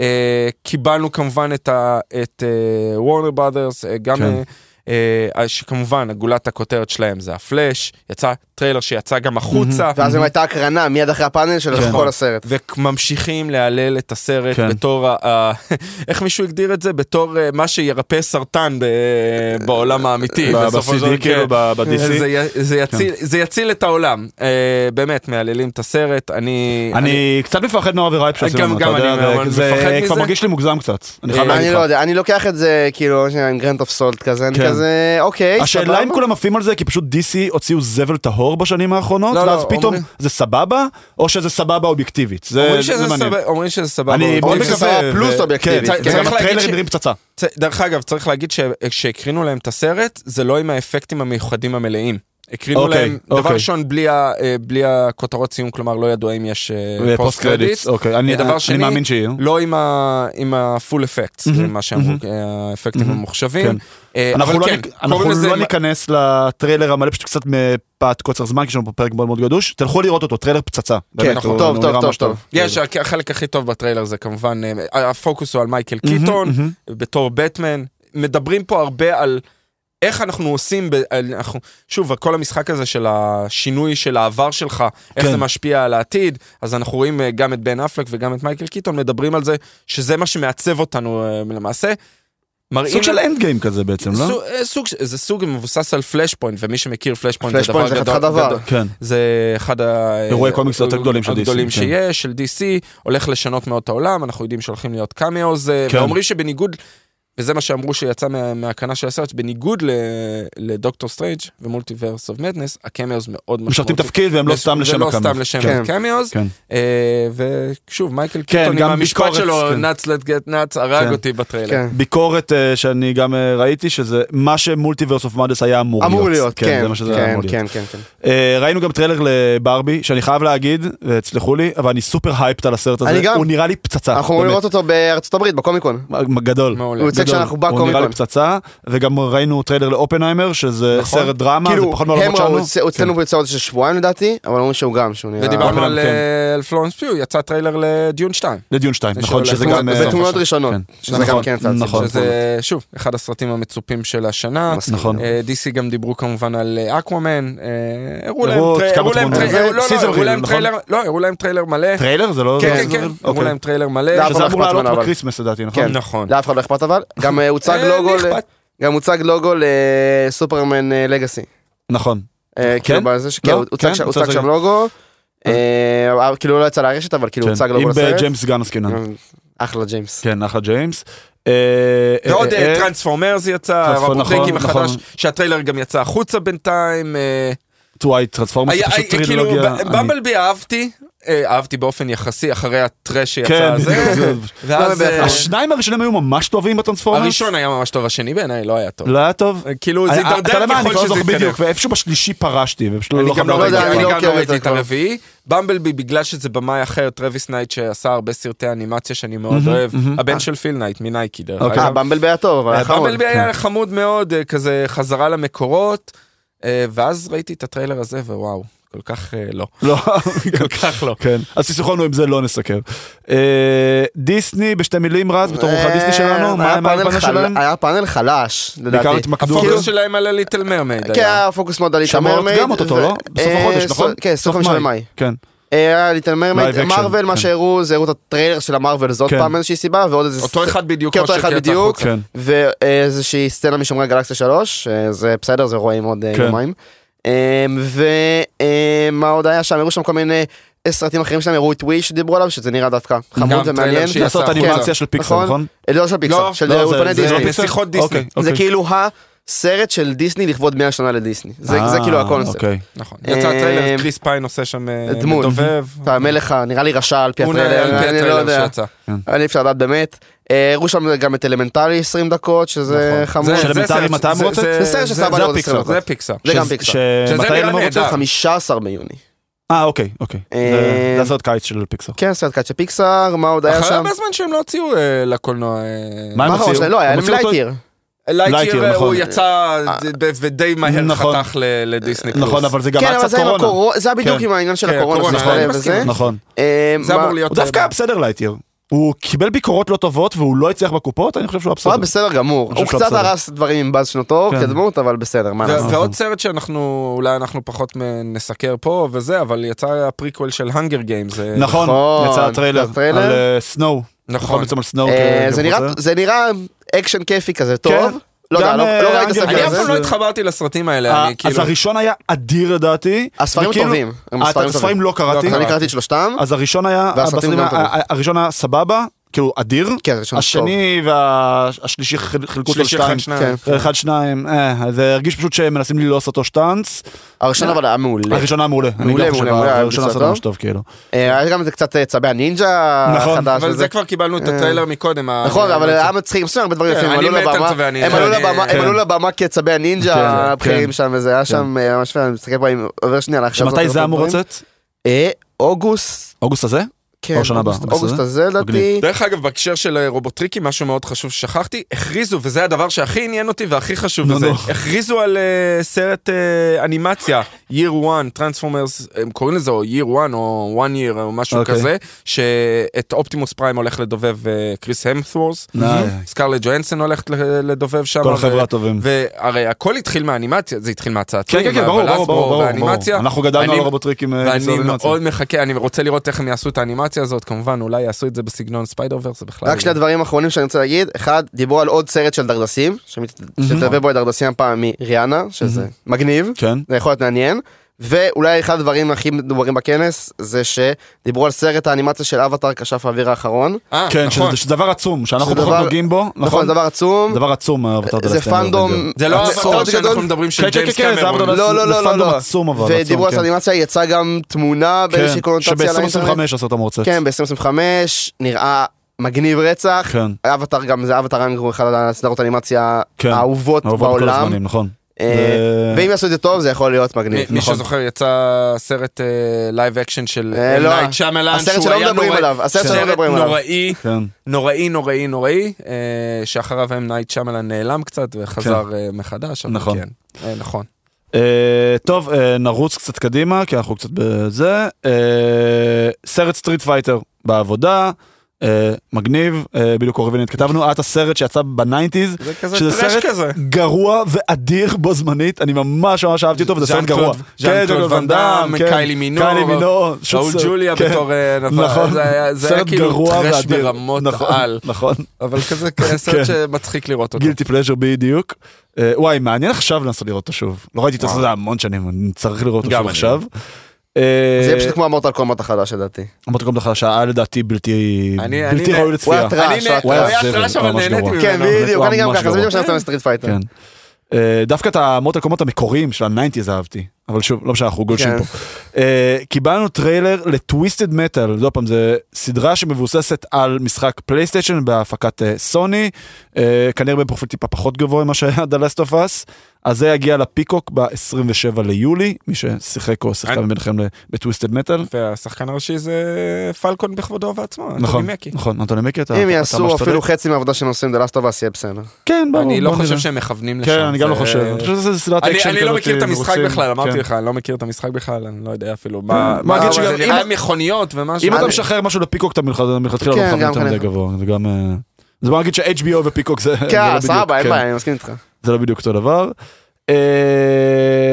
S2: אה, קיבלנו כמובן את, ה- את וורנר בראדרס, גם
S1: כן.
S2: אה, אה, אה, שכמובן הגולת הכותרת שלהם זה הפלאש, יצא טריילר שיצא גם החוצה.
S3: ואז גם הייתה הקרנה מיד אחרי הפאנל של
S1: כן.
S3: כל הסרט.
S2: וממשיכים להלל את הסרט
S1: כן.
S2: כן. בתור, ה- ה- [LAUGHS] איך מישהו הגדיר את זה? בתור אה, מה שירפא סרטן ב- בעולם האמיתי.
S1: ב-
S2: בסופו של דבר,
S1: ב-CD, כאילו,
S2: כן.
S1: ב- כן. ב-DC.
S2: זה, י- זה, יציל, זה יציל את העולם. אה, באמת, מהללים את הסרט. אני...
S1: אני קצת מפחד מהאווירייפ שעושים
S2: גם-
S1: לנו, אתה
S2: גם
S1: יודע,
S2: אני
S1: זה-
S2: מאוד מפחד
S1: זה כבר
S2: מזה.
S1: מרגיש לי מוגזם קצת. אני חייב
S2: אה,
S1: להגיד
S3: אני
S1: לך.
S3: לא יודע, אני לוקח את זה כאילו שנייה, עם גרנט אוף סולט כזה, אני
S1: כן.
S3: כזה,
S2: אה,
S3: אוקיי,
S1: השאלה אם כולם עפים על זה כי פשוט DC הוציאו זבל טהור בשנים האחרונות
S2: לא, לא,
S1: ואז פתאום
S2: אומרים-
S1: זה סבבה או שזה סבבה אובייקטיבית זה זה
S2: אומרים שזה
S1: מעניין.
S2: סבבה, אומרים שזה סבבה.
S1: אני
S2: אומרים
S1: מאוד
S2: שזה-
S3: שזה
S1: מקווה
S3: סבבה פלוס
S1: ו-
S3: אובייקטיבית. אה,
S1: כן,
S2: צריך
S1: גם
S2: להגיד
S1: הטריילר
S2: ש-
S1: נראים פצצה
S2: צ- דרך אגב, צריך להגיד שכשהקרינו להם את הסרט, זה לא עם האפקטים המיוחדים המלאים. הקרינו
S1: אוקיי,
S2: להם, דבר
S1: אוקיי.
S2: ראשון, בלי ה- אה, בלי הכותרות סיום, כלומר, לא ידוע אם יש אה,
S1: פוסט קרדיט, אוקיי, אני-
S2: דבר
S1: אני
S2: שני,
S1: מאמין שיהיו.
S2: לא עם ה- עם ה-full effects,
S1: מהמם,
S2: עם מה שאמרו,
S1: מהמם.
S2: אה, האפקטים
S1: מהמם, כן.
S2: הממוחשבים. אה,
S1: אנחנו
S2: אבל
S1: לא
S2: כן,
S1: ניק-
S2: קוראים
S1: אנחנו
S2: לזה-
S1: לא ניכנס לטריילר המלא, פשוט קצת מפאת קוצר זמן, כי יש לנו פה פרק מאוד מאוד גדוש. תלכו לראות אותו, טריילר פצצה. באמת,
S3: נכון.
S1: הוא-
S3: טוב,
S1: הוא
S3: טוב,
S1: נראה
S3: טוב,
S1: ממש
S3: טוב.
S2: יש, הכ-
S1: כן.
S2: החלק הכי טוב בטריילר זה כמובן, אה, הפוקוס הוא על מייקל
S1: מהמם,
S2: קיטון,
S1: מהמם.
S2: בתור בטמן. מדברים פה הרבה על איך אנחנו עושים, ב... על- אנחנו... שוב, כל המשחק הזה של השינוי של העבר שלך, איך
S1: כן.
S2: זה משפיע על העתיד, אז אנחנו רואים אה, גם את בן אפלק וגם את מייקל קיטון מדברים על זה, שזה מה שמעצב אותנו אה, למעשה. מראים
S1: סוג של
S2: לנו-
S1: אנד גיים כזה בעצם, לא?
S2: סוג- אה, סוג ש- זה סוג מבוסס על פלאש פוינט, ומי שמכיר פלאש פוינט זה דבר
S3: פלאשפוינט
S2: גדול.
S3: זה חתיכת דבר.
S2: גדול.
S1: כן.
S2: זה אחד ה-
S1: אירועי קומיקס יותר גדולים של DC,
S2: הגדולים
S1: כן.
S2: שיש, של DC, הולך לשנות מאוד את העולם, אנחנו יודעים שהולכים להיות קאמיוז,
S1: כן.
S2: כן. ואומרים שבניגוד, וזה מה שאמרו שיצא מה, מהקנה של הסרט, בניגוד ל- לדוקטור סטרייג' ומולטיברס אוף מדנס, הקאמיוז מאוד
S1: משרתים
S2: משמעותיים.
S1: תפקיד והם לא סתם לשם
S2: ולא סתם
S1: הקאמר.
S2: לשם
S1: כן.
S2: הקאמיוז,
S1: כן.
S2: אה, ושוב מייקל
S1: כן,
S2: קיטון
S1: גם
S2: עם המשפט
S1: ביקורת,
S2: שלו,
S1: כן.
S2: nuts let get nuts, הרג
S1: כן.
S2: אותי בטריילר.
S3: כן.
S1: ביקורת אה, שאני גם אה, ראיתי שזה מה שמולטיברס אוף מאדס היה אמור להיות.
S3: אמור להיות, כן,
S1: זה מה שזה היה
S3: כן,
S1: אמור להיות.
S3: כן, כן, כן.
S1: אה, ראינו גם טריילר לברבי שאני חייב להגיד, אה, תסלחו לי, אבל אני סופר הייפט על הסרט הזה.
S3: אני גם.
S1: הוא נראה לי פצצה.
S3: אנחנו אמורים
S1: אה, באמת.
S3: לראות אותו בארצות הברית, בקומיקון.
S1: גדול.
S2: מעולה.
S3: הוא יוצא
S1: גדול.
S3: כשאנחנו בקומיקון.
S1: הוא נראה לי פצצה, וגם ראינו טריילר לאופנהיימר, שזה
S2: נכון.
S1: סרט דרמה, זה
S3: כאילו,
S1: פחות
S3: הם
S1: מהעולמות
S3: ראו,
S1: שלנו. כן.
S3: אצל- אצלנו ביצע עוד של שבועיים לדעתי, אבל אומרים שהוא גם, שהוא נראה...
S2: ודיברנו
S1: אה,
S2: על
S1: כן.
S2: אה, על פלורנס פיו, יצא טריילר לדיון 2.
S1: כן. לדיון 2,
S2: זה
S1: נכון, שזה
S2: שעולה. זה
S1: גם... אה,
S2: בסוף.
S3: בתמונות ראשונות,
S1: כן.
S3: שזה גם
S1: נכון,
S3: כן צעד
S1: נכון.
S2: שזה שוב אחד הסרטים המצופים של השנה.
S1: נכון.
S2: אה, DC גם דיברו כמובן על אה, אקוואמן, אה, הראו להם
S1: הראו
S2: טרי-
S1: כמה
S2: הראו להם
S1: תמונות.
S2: טרי- אה, לא,
S1: סיזם
S2: לא, הראו
S1: ריל,
S2: להם
S1: נכון?
S2: טריילר- לא, הראו להם טריילר מלא.
S1: טריילר? זה לא...
S2: כן,
S1: זה-
S2: כן, כן,
S1: אוקיי.
S2: הראו להם טריילר מלא.
S3: זה
S1: שזה
S3: אף
S1: אמור
S3: אחד לא
S1: לעלות
S3: אבל.
S1: בקריסמס לדעתי, נכון?
S3: כן.
S2: נכון.
S3: לאף אחד לא אכפת אבל, גם אה, הוצג
S2: אה,
S3: לוגו,
S2: לי
S3: ל-
S2: אכפת.
S3: גם הוצג לוגו לסופרמן אה, לגאסי.
S1: נכון.
S3: אה,
S1: כן?
S3: כאילו בזה ש-
S1: לא?
S3: כן, הוצג
S1: כן,
S3: ש-
S1: הוצג
S3: הוצג שם
S1: שם.
S3: לוגו, אה, כאילו לא יצא לרשת אבל כאילו
S1: כן.
S3: הוצג לוגו
S1: אם
S3: לסרט.
S1: בג'יימס גן עסקינן.
S3: אחלה ג'יימס.
S1: כן, אחלה ג'יימס. אה,
S2: ועוד
S1: אה, אה,
S2: טרנספורמרס יצא,
S1: טרנספורמר,
S2: רבוטריקים
S1: נכון,
S2: החדש,
S1: נכון.
S2: שהטריילר גם יצא החוצה בינתיים. אה,
S1: טווייט, טרנספורמוס, זה
S2: היה-
S1: פשוט
S2: היה- כאילו,
S1: טרילוגיה.
S2: ב-
S1: אני-
S2: במבלבי אהבתי, אה, אהבתי באופן יחסי אחרי הטרש שיצא
S1: כן,
S2: הזה.
S1: בדיוק, זה- לא
S2: ואז אה,
S1: השניים הראשונים היו ממש טובים בטרנספורמרס.
S2: הראשון היה ממש טוב, השני בעיניי לא היה טוב.
S1: לא היה טוב.
S2: אה, כאילו זה
S1: אני- אתה יודע
S2: הידרדר
S1: מה, אני
S2: ככל
S1: כבר לא
S2: שזה
S1: זוכר
S2: יתקדם.
S1: בדיוק, ואיפשהו בשלישי פרשתי. ופשוט
S2: אני גם לא
S1: חזרתי.
S2: ראיתי,
S3: יודע,
S2: אני
S3: אני לא
S2: גם
S3: עוקב
S2: לא ראיתי את
S3: יותר כבר.
S2: הרביעי. במבלבי, בגלל שזה במאי אחר, טרוויס נייט שעשה הרבה סרטי אנימציה שאני מאוד אוהב, הבן של פיל נייט מנייקי דרך
S1: אוקיי.
S3: אה,
S2: אגב.
S3: במבל היה טוב, אבל היה חמוד.
S2: במבלבי היה חמוד מאוד, אה, כזה חזרה למקורות, אה, ואז ראיתי את הטריילר הזה ווואו, כל כך אה, לא.
S1: לא,
S2: כל כך לא.
S1: כן. אז תסלחו לנו אם זה לא נסכם. אה, דיסני, בשתי מילים רז, בתור אורחת דיסני שלנו,
S3: אה, היה
S1: מה
S3: אה,
S1: מה
S3: פאנל
S1: הפאנל
S3: חל-
S1: שלהם?
S3: היה פאנל חלש, לדעתי.
S1: בעיקר התמקדו.
S2: הפוקוס שלהם על הליטל מרמייד
S3: כן,
S2: היה.
S3: היה פוקוס מאוד על ליטל
S1: שמעות
S3: מרמייד.
S1: גם אותו,
S3: ו-
S1: לא? בסוף
S3: אה,
S1: החודש,
S3: ס-
S1: נכון?
S3: כן, סוף חמישה במאי.
S1: כן.
S3: אה, היה ליטל מרמייד,
S1: Live action,
S3: מרוויל, מה
S1: כן.
S3: שהראו, זה הראו את הטריילר של המרוויל, זאת
S1: כן.
S3: פעם איזושהי סיבה, ועוד איזה...
S2: אותו
S3: ס-
S2: אחד בדיוק.
S3: כן,
S2: כמו
S3: אותו אחד
S2: שיצא
S3: בדיוק,
S2: החוצה.
S1: כן.
S3: ואיזושהי סצנה משומרי הגלקסיה 3, אה, זה בסדר, זה רואים עוד אה,
S1: כן.
S3: יומיים. אה, ומה עוד היה שם, הראו שם כל מיני אה, סרטים אחרים שלהם, הראו את ווי שדיברו עליו, שזה נראה דווקא חמוד
S2: גם
S3: ומעניין.
S2: טריילר
S1: זה
S2: שיצא.
S1: הסרט
S2: כן,
S1: אנימציה של פיקסר,
S3: נכון?
S1: נכון?
S3: אה, לא של
S2: לא,
S3: פיקסר, של
S1: לא,
S3: אולפני
S1: זה- זה לא
S3: דיסני.
S1: פיקסר?
S2: בשיחות דיסני.
S1: אוקיי,
S3: זה
S1: אוקיי.
S3: כאילו הסרט של דיסני לכבוד 100 שנה לדיסני. זה זה
S1: אה,
S3: כאילו הקונספט.
S1: אוקיי.
S2: נכון. יצא
S3: אה,
S2: טריילר, קריס פיין עושה שם אה,
S3: דמות.
S2: מדובב.
S3: אתה המלך הנראה לי רשע על פי
S2: הוא נראה על פי
S3: הטריילר, כן, אני לא
S2: הטריילר
S3: יודע,
S2: שיצא.
S3: אני אי אפשר לדעת באמת. אה, הראו שם גם את אלמנטלי 20 דקות, שזה
S2: נכון.
S3: חמוד.
S1: של
S2: זה
S1: המנטרים
S2: סרט-
S1: אתה
S2: זה-
S1: מוצאת?
S3: זה אה, סרט ששם
S1: זה
S3: עליו עוד
S1: הפיקסר,
S3: 20 דקות.
S2: זה פיקסר.
S3: זה גם
S1: ש-
S3: פיקסר.
S1: ש-
S2: שזה
S1: מתי
S2: נראה
S1: הם אמרו?
S2: נהדר.
S3: 15 ביוני.
S1: אה, אוקיי, אוקיי. זה-
S3: אה,
S1: זה הסרט קיץ של פיקסר.
S3: כן, סרט קאט של פיקסר, מה עוד היה
S2: אחרי
S3: שם?
S2: הרבה זמן שהם לא הוציאו אה, לקולנוע. אה,
S1: מה הם
S3: מה האחרון
S1: הוציאו?
S3: שלהם? לא, היה
S1: הם
S3: להם
S1: הוציאו אותו-
S3: לייטיר.
S1: לייטר,
S2: לייטר, אה, הוא
S1: נכון.
S2: יצא ד- ב- ודי מהר
S1: נכון.
S2: חתך ל- לדיסני פלוס.
S1: נכון, אבל זה גם
S3: כן,
S1: היה
S3: אבל
S1: קצת
S3: זה עם
S1: קורונה.
S3: הקורונה, זה היה בדיוק
S1: כן.
S3: עם העניין של
S2: כן,
S3: הקורונה,
S2: הקורונה,
S3: זה משתלב
S2: אני מסכים.
S3: וזה.
S1: נכון.
S3: אה,
S2: זה
S3: מה-
S2: אמור להיות...
S1: הוא דווקא היה בסדר לייטיר. הוא קיבל ביקורות לא טובות והוא לא הצליח בקופות, אני חושב שהוא היה
S3: הוא
S1: בסדר.
S3: היה בסדר גמור.
S1: חושב
S3: הוא
S1: שהוא
S3: קצת
S1: בסדר.
S3: הרס דברים עם באז שנותו
S1: כן.
S3: כדמות, אבל בסדר, מה
S2: ו-
S3: לעשות.
S2: ועוד סרט שאנחנו, אולי אנחנו פחות מ- נסקר פה וזה, אבל יצא הפריקוול של אה, הנגר גיימס.
S1: נכון,
S3: נכון,
S1: יצא הטריילר.
S3: יצא הטריילר.
S1: על אה, סנואו. נכון,
S2: נכון.
S1: בעצם על סנואו. כאילו,
S3: אה,
S1: כ-
S3: זה נראה-
S1: כחוזר.
S3: זה נראה אקשן כיפי כזה,
S1: כן.
S3: טוב. לא יודע,
S1: גם,
S3: לא
S1: אה,
S3: לא ראיתי את
S1: אנגל
S3: הסרט
S2: אני אף
S1: זה-
S2: פעם
S3: הזה.
S2: לא התחברתי לסרטים האלה, אני
S1: אה, אז
S2: כאילו...
S1: הראשון היה אדיר לדעתי.
S3: הספרים
S1: וכאילו-
S3: טובים. הם
S1: אה, את
S3: הספרים
S1: הספרים לא קראתי.
S2: לא
S3: אני קראתי את שלושתם.
S1: אז הראשון היה,
S3: והסרטים
S1: בסרטים
S3: גם
S1: ה-
S3: טובים.
S1: ה- הראשון היה סבבה, כאילו אדיר,
S3: כן, זה ראשון טוב.
S1: השני והשלישי חילקו אותו
S2: שלישי
S1: לשתיים,
S2: אחד שניים.
S3: כן.
S1: אחד שניים, אה, זה הרגיש פשוט שהם מנסים לי לא לעשות אותו שטאנץ,
S3: הראשון אבל היה מעולה.
S1: הראשון היה מעולה, אני
S3: מעולה,
S1: גם חושב,
S3: מעולה, מעולה,
S1: הראשון
S3: ביצוע
S1: עשה
S3: טוב.
S1: ממש טוב כאילו,
S3: אה, היה גם איזה קצת אה, צבי הנינג'ה
S1: נכון,
S3: החדש.
S2: אבל
S3: הזה.
S2: זה כבר קיבלנו את הטריילר מקודם. ה-
S3: נכון, אבל
S2: זה-
S3: היה מצחיק, בסדר, הרבה דברים
S2: כן,
S3: יפים, הם
S2: אני
S3: עלו
S2: מת על
S3: לבמה,
S2: צבי הנינג'ה,
S3: הם עלו
S2: אני-
S3: לבמה,
S1: כן.
S3: הם עלו לבמה כצבי הנינג'ה
S1: כן,
S3: הבכירים
S1: כן.
S3: שם, וזה היה שם אה, ממש יפה, אני מסתכל פה, אני עובר שנייה להכשרה.
S1: שמתי זה אמור לצאת?
S3: אה, אוגוסט,
S1: אוגוסט הזה?
S3: כן,
S1: או שנה הבאה,
S3: אוגוסט-
S1: אוגוסט
S3: אוגוסט הזה לדעתי.
S1: מגניב.
S2: דרך אגב, בהקשר של אה, רובוטריקים, משהו מאוד חשוב ששכחתי, הכריזו, וזה הדבר שהכי עניין אותי והכי חשוב
S1: נו,
S2: לזה,
S1: נו.
S2: הכריזו על אה, סרט אה, אנימציה, Year One, Transformers, הם קוראים לזה או Year One או One Year או משהו
S1: אוקיי.
S2: כזה, שאת אופטימוס פריים הולך לדובב אה, קריס המת'וורס,
S1: נאי.
S2: סקרלט ג'ואנסון הולכת ל- לדובב שם.
S1: כל
S2: ו-
S1: החבר'ה הטובים.
S2: והרי הכל התחיל מהאנימציה, זה התחיל מהצעצועים,
S1: כן, כן, כן, ברור,
S2: אבל אז
S1: ברור,
S2: בו
S1: ברור, ברור.
S2: האנימציה.
S1: אנחנו גדלנו
S2: אני-
S1: על רובוטריקים אה,
S2: ואני לא-
S1: מסביב לאנימציה.
S2: מאוד מחכה, אני רוצה לראות איך הם יעשו את האנימציה הזאת, כמובן אולי יעשו את זה בסגנון ספיידר ורס, זה בכלל... לא
S3: רק שני דברים אחרונים שאני רוצה להגיד, אחד, דיברו על עוד סרט של דרדסים, שמת- שתלווה בו את דרדסים הפעם מריאנה, שזה מגניב,
S1: כן.
S2: אה,
S3: זה יכול להיות מעניין, ואולי אחד הדברים הכי מדוברים בכנס, זה שדיברו על סרט האנימציה של אבטאר כשף האוויר האחרון,
S2: אה,
S1: כן,
S2: נכון.
S1: שזה- שזה דבר עצום, שאנחנו
S3: שזה
S1: פחות
S3: דבר-
S1: נוגעים בו,
S3: נכון,
S1: נכון?
S3: זה דבר עצום,
S1: דבר עצום, האבטר דה
S3: זה
S1: לסט אנד
S3: פנדום,
S1: אבנג'ר.
S2: זה לא
S3: מאוד
S2: האבטר שאנחנו
S3: גדול.
S2: מדברים
S1: כן,
S2: של
S1: כן,
S2: ג'יימס
S1: כן, זה
S2: קמרון.
S1: אבטר
S3: לא, לא,
S1: זה
S3: לא,
S1: פנדום
S3: לא.
S1: עצום אבל, עצום,
S3: ודיברו על
S1: כן.
S3: אנימציה, יצא גם תמונה
S2: כן.
S3: באיזושהי קונוטציה על האינטרנט,
S1: שב-2025 הסרט אמור לצאת.
S3: כן, ב-2025, נראה מגניב רצח,
S1: כן.
S3: אבטאר גם זה אבטאר רנג הוא אחד הסדרות האנימציה
S1: כן.
S3: האהובות
S1: אהובות בכל
S3: בעולם.
S1: הזמנים, נכון.
S3: אה,
S1: ו-
S3: ואם יעשו את זה טוב זה יכול להיות מגניב.
S2: מי- מי
S1: נכון.
S2: שזוכר יצא סרט לייב אקשן של
S3: אה,
S2: אה,
S3: לא,
S2: נייט שמלן,
S3: הסרט
S2: שהוא
S3: שלא
S2: היה
S3: מדברים
S2: נוראי-
S3: עליו, הסרט שלא
S2: סרט
S3: מדברים עליו.
S2: נוראי,
S1: כן.
S2: נוראי, נוראי, נוראי, אה, שאחריו הם נייט שמלן נעלם קצת וחזר אה, מחדש, אבל
S1: כן. נכון.
S2: כן, אה, נכון.
S1: אה, טוב, אה, נרוץ קצת קדימה, כי אנחנו קצת בזה. אה, סרט סטריט פייטר בעבודה. אה, מגניב, אה, בדיוק אורבין התכתבנו, את הסרט שיצא בניינטיז,
S2: זה כזה
S1: שזה
S2: טרש
S1: סרט
S2: כזה.
S1: גרוע ואדיר בו זמנית, אני ממש ממש אהבתי אותו, וזה סרט
S2: ז'אן קלוד-
S1: גרוע.
S2: ז'אן
S1: כן, ואן
S2: קלוד ואן דאם,
S1: כן.
S2: קיילי מינור,
S1: קיילי מינור,
S2: ראול
S1: פשוט סרט-
S2: ג'וליה
S1: כן.
S2: בתור אה, נבל,
S1: נכון,
S2: זה היה- זה היה
S1: סרט
S2: כאילו
S1: גרוע
S2: טרש
S1: ואדיר.
S2: ברמות
S1: נכון,
S2: על,
S1: נכון,
S2: אבל כזה כזה
S1: כן.
S2: סרט שמצחיק לראות אותו.
S1: גילטי פלז'ר בדיוק. אה, וואי, מעניין עכשיו לנסות לראות אותו שוב. לא ראיתי את
S2: וואו.
S1: הסרט הזה המון שנים, אני צריך לראות אותו
S2: גם
S1: שוב
S2: אני.
S1: עכשיו. אה,
S3: זה
S1: זה
S3: יהיה פשוט כמו המורטל קומבט החדש לדעתי.
S2: כן,
S1: אמרתי קודם לך שהיה לדעתי בלתי
S2: אני- אני
S1: בלתי
S2: נ-
S1: ראוי לצפייה.
S3: הוא היה טרש,
S2: אני נה-
S1: הוא היה
S2: הוא היה
S1: זבל,
S2: טרש, אבל
S1: ממש
S2: נהניתי
S1: גרוע.
S2: ממנו.
S3: כן
S2: אבל-
S3: בדיוק, אני גם
S1: ממש
S3: ככה, זה בדיוק
S1: גרוע.
S3: שאני עושה מסטריט פייטר.
S1: כן. אה, דווקא את המות הקומות המקוריים של הניינטיז אהבתי, אבל שוב, לא משנה, אנחנו גולשים
S3: כן.
S1: פה. אה, קיבלנו טריילר לטוויסטד מטאל, עוד פעם, זו סדרה שמבוססת על משחק פלייסטיישן בהפקת אה, סוני, אה, כנראה בפרופיל טיפה פחות גבוה ממה שהיה The Last of Us, אז זה יגיע לפיקוק ב-27 ליולי, מי ששיחק או שיחקה
S2: אני-
S1: מביניכם בטוויסטד מטאל.
S2: והשחקן הראשי זה פלקון בכבודו ובעצמו,
S1: נכון,
S2: אנטוני מקי.
S1: נכון, אנטוני מקי, אתה אתה
S3: אם
S1: ממש
S3: יעשו
S1: צודק.
S3: אפילו חצי מהעבודה שהם עושים, The Last of Us יהיה בסדר.
S1: כן, ברור.
S2: אני לא
S1: בוא
S2: חושב
S1: נראה.
S2: שהם מכוונים לשם.
S1: כן, אני גם לא
S2: זה-
S1: חושב. אני חושב שזה סדרת
S2: אני,
S1: אקשן
S2: אני לא
S1: כזאת,
S2: מכיר את המשחק
S1: רוצים-
S2: בכלל, אמרתי
S1: כן.
S2: לך, אני לא מכיר את המשחק בכלל, אני לא יודע אפילו מה...
S1: מה,
S2: מה
S1: אבל
S2: זה
S1: אם-
S2: נראה מכוניות ומשהו.
S1: אם אתה
S2: אני-
S1: משחרר משהו לפיקוק אתה מלכ- מלכתחילה לא
S3: כן,
S1: מכוון
S3: גם
S1: יותר מדי
S3: כנראה.
S1: גבוה זה גם אה, זה בוא נגיד ש-HBO ופיקוק זה זה לא
S3: כן,
S1: בדיוק-
S3: סבבה, אין
S1: כן,
S3: בעיה, אני מסכים איתך.
S1: זה לא בדיוק אותו דבר.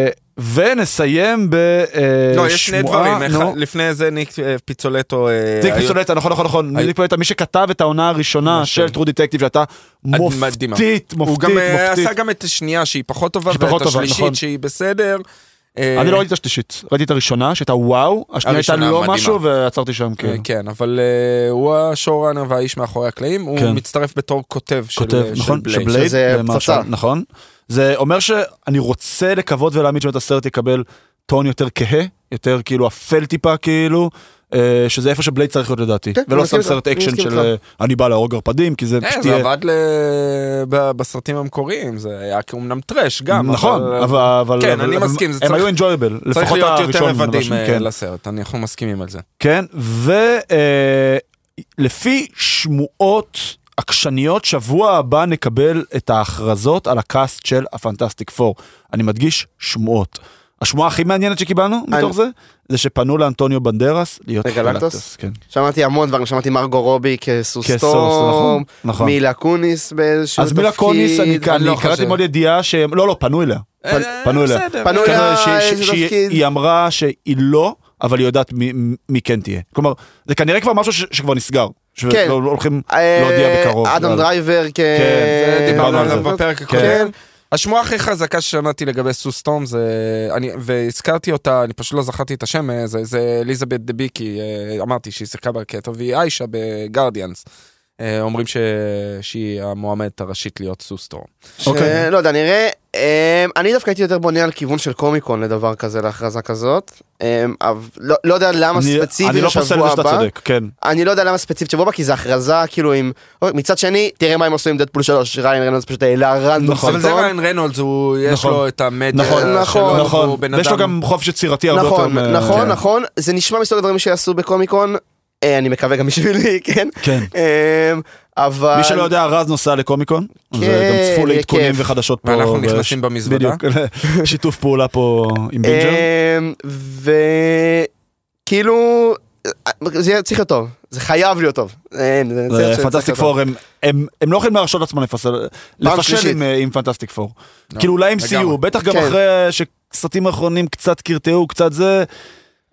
S1: אה, ונסיים ב... אה,
S2: לא, יש שני
S1: שמועה,
S2: דברים, אחד-
S1: נו.
S2: לפני זה ניק אה, פיצולטו... אה,
S1: ניק
S2: היו-
S1: פסולטה, נכון, נכון, נכון,
S2: היו-
S1: ניק פסולטה, מי שכתב את העונה הראשונה
S2: נכון.
S1: של טרו דטקטיב שהייתה מופתית,
S2: מדהימה.
S1: מופתית,
S2: הוא גם אה,
S1: מופתית.
S2: עשה גם את השנייה שהיא פחות טובה,
S1: שהיא פחות
S2: ואת
S1: טובה, נכון.
S2: השלישית שהיא בסדר. אה,
S1: אני לא ראיתי את השלישית, ראיתי את הראשונה שהייתה וואו, השנייה הייתה
S2: הראשונה
S1: לא
S2: מדהימה.
S1: משהו ועצרתי שם
S2: אה,
S1: כאילו.
S2: כן, אבל אה, הוא השואוראנר והאיש מאחורי הקלעים, הוא
S1: כן.
S2: מצטרף בתור כותב של אה,
S1: כותב,
S2: של
S1: נכון,
S2: בלייד.
S1: שבלייד,
S3: אה, שזה
S1: למשל,
S3: פצצה.
S1: נכון. זה אומר שאני רוצה לקוות ולהאמין שבאמת הסרט יקבל טון יותר כהה, יותר כאילו אפל טיפה כאילו, אה, שזה איפה שבלייד צריך להיות לדעתי.
S3: כן, אני
S1: ולא
S3: מסכים
S1: סתם
S3: איתך,
S1: סרט
S3: אני
S1: אקשן
S3: מסכים
S1: של
S3: איתך.
S1: אה, אני בא להרוג ערפדים, כי זה
S2: אה,
S1: פשוט
S2: זה
S1: יהיה...
S2: עבד ל- ב- בסרטים המקוריים, זה היה כאומנם טרש גם.
S1: נכון, אבל... אבל-
S2: כן,
S1: אבל-
S2: אני
S1: אבל
S2: מסכים, זה
S1: הם
S2: צריך-
S1: היו אנג'ויבל,
S2: צריך
S1: לפחות
S2: להיות יותר
S1: הראשון.
S2: רבדים
S1: ממש,
S2: אה,
S1: כן.
S2: לסרט, אנחנו מסכימים על זה.
S1: כן, ולפי שמועות עקשניות, שבוע הבא נקבל את ההכרזות על הקאסט של הפנטסטיק פור. אני מדגיש, שמועות. השמועה הכי מעניינת שקיבלנו מתוך זה, זה שפנו לאנטוניו בנדרס להיות
S3: לגלקטוס?
S1: כן.
S3: שמעתי המון דברים, שמעתי מרגו רובי כסוסטום,
S1: כסוס, נכון, נכון.
S3: מילה קוניס באיזשהו
S1: אז
S3: תפקיד.
S1: מילה קוניס, אני
S2: אני לא
S1: אני קראתי
S2: חושב.
S1: מאוד ידיעה שהם, לא, לא, פנו אליה. פ-
S2: אה,
S1: פנו אליה.
S2: בסדר.
S3: פנו
S1: כן,
S3: אליה
S1: שהיא-
S3: אה, איזה
S1: שהיא-
S3: תפקיד.
S1: היא אמרה שהיא לא, אבל היא יודעת מי- מי כן תהיה. כלומר, זה כנראה כבר משהו ש- שכבר נסגר.
S3: כן.
S1: שלא הולכים
S3: אה,
S1: להודיע לא בקרוב.
S3: אדם דרייבר כ...
S1: כן,
S2: זה דיברנו
S1: דיברנו על
S2: עליו
S1: זה.
S2: בפרק
S3: כן.
S2: הקודם. השמועה הכי חזקה ששמעתי לגבי סוס תום זה, אני, והזכרתי אותה, אני פשוט לא זכרתי את השם, אה, זה, זה אליזבת דביקי, אה, אמרתי שהיא שיחקה בקטע, והיא איישה בגרדיאנס. אה, אומרים ש... שהיא המועמדת הראשית להיות סוסטור.
S1: אוקיי.
S3: אוקיי. לא יודע, נראה. אמ, אני דווקא הייתי יותר בונה על כיוון של קומיקון לדבר כזה, להכרזה כזאת. אמ, אבל לא- לא יודע למה
S1: אני-
S3: ספציפית
S1: אני לא פוסל
S3: לשבוע
S1: שאתה
S3: הבא.
S1: צודק, כן.
S3: אני לא יודע למה ספציפית שבוע הבא, כי זה הכרזה כאילו עם... אוקיי, מצד שני, תראה מה הם עשו עם דדפול 3, ריין רנולדס פשוט העלה רנדום
S1: נכון.
S2: אבל זה
S3: סרטון.
S2: ריין רנולדס, הוא- יש
S1: נכון.
S2: לו את המדיה
S1: נכון,
S2: שלו,
S3: נכון,
S2: הוא
S1: נכון,
S2: בן
S1: ויש לו
S2: אדם-
S1: גם חופש יצירתי הרבה יותר.
S3: נכון,
S1: מ-
S3: נכון,
S1: כן.
S3: נכון, זה נשמע מסוג הדברים שיעשו בקומיקון, אה, אני מקווה גם בשבילי, [LAUGHS] כן?
S1: כן.
S3: אמ, אבל...
S1: מי שלא יודע, רז נוסע לקומיקון, אז אה,
S3: כן,
S1: גם צפו
S3: יהיה
S1: לעדכונים
S3: כיף.
S1: וחדשות פה.
S2: ואנחנו
S1: בש-
S2: נכנסים במזוודה.
S1: בדיוק, [LAUGHS] שיתוף פעולה פה עם בינג'ר.
S3: אמ, וכאילו, זה יהיה- צריך להיות טוב, זה חייב להיות טוב. אין, זה צריך להיות- צריך
S1: פנטסטיק
S3: להיות
S1: פור, הם- הם הם לא יכולים להרשות לעצמם לפסל- לפשל
S3: שלישית.
S1: עם, אה, עם פנטסטיק פור.
S2: לא,
S1: כאילו אולי הם
S2: לגמרי.
S1: סייעו, בטח גם
S3: כן.
S1: אחרי אה, שסרטים האחרונים קצת קרטעו, קצת זה.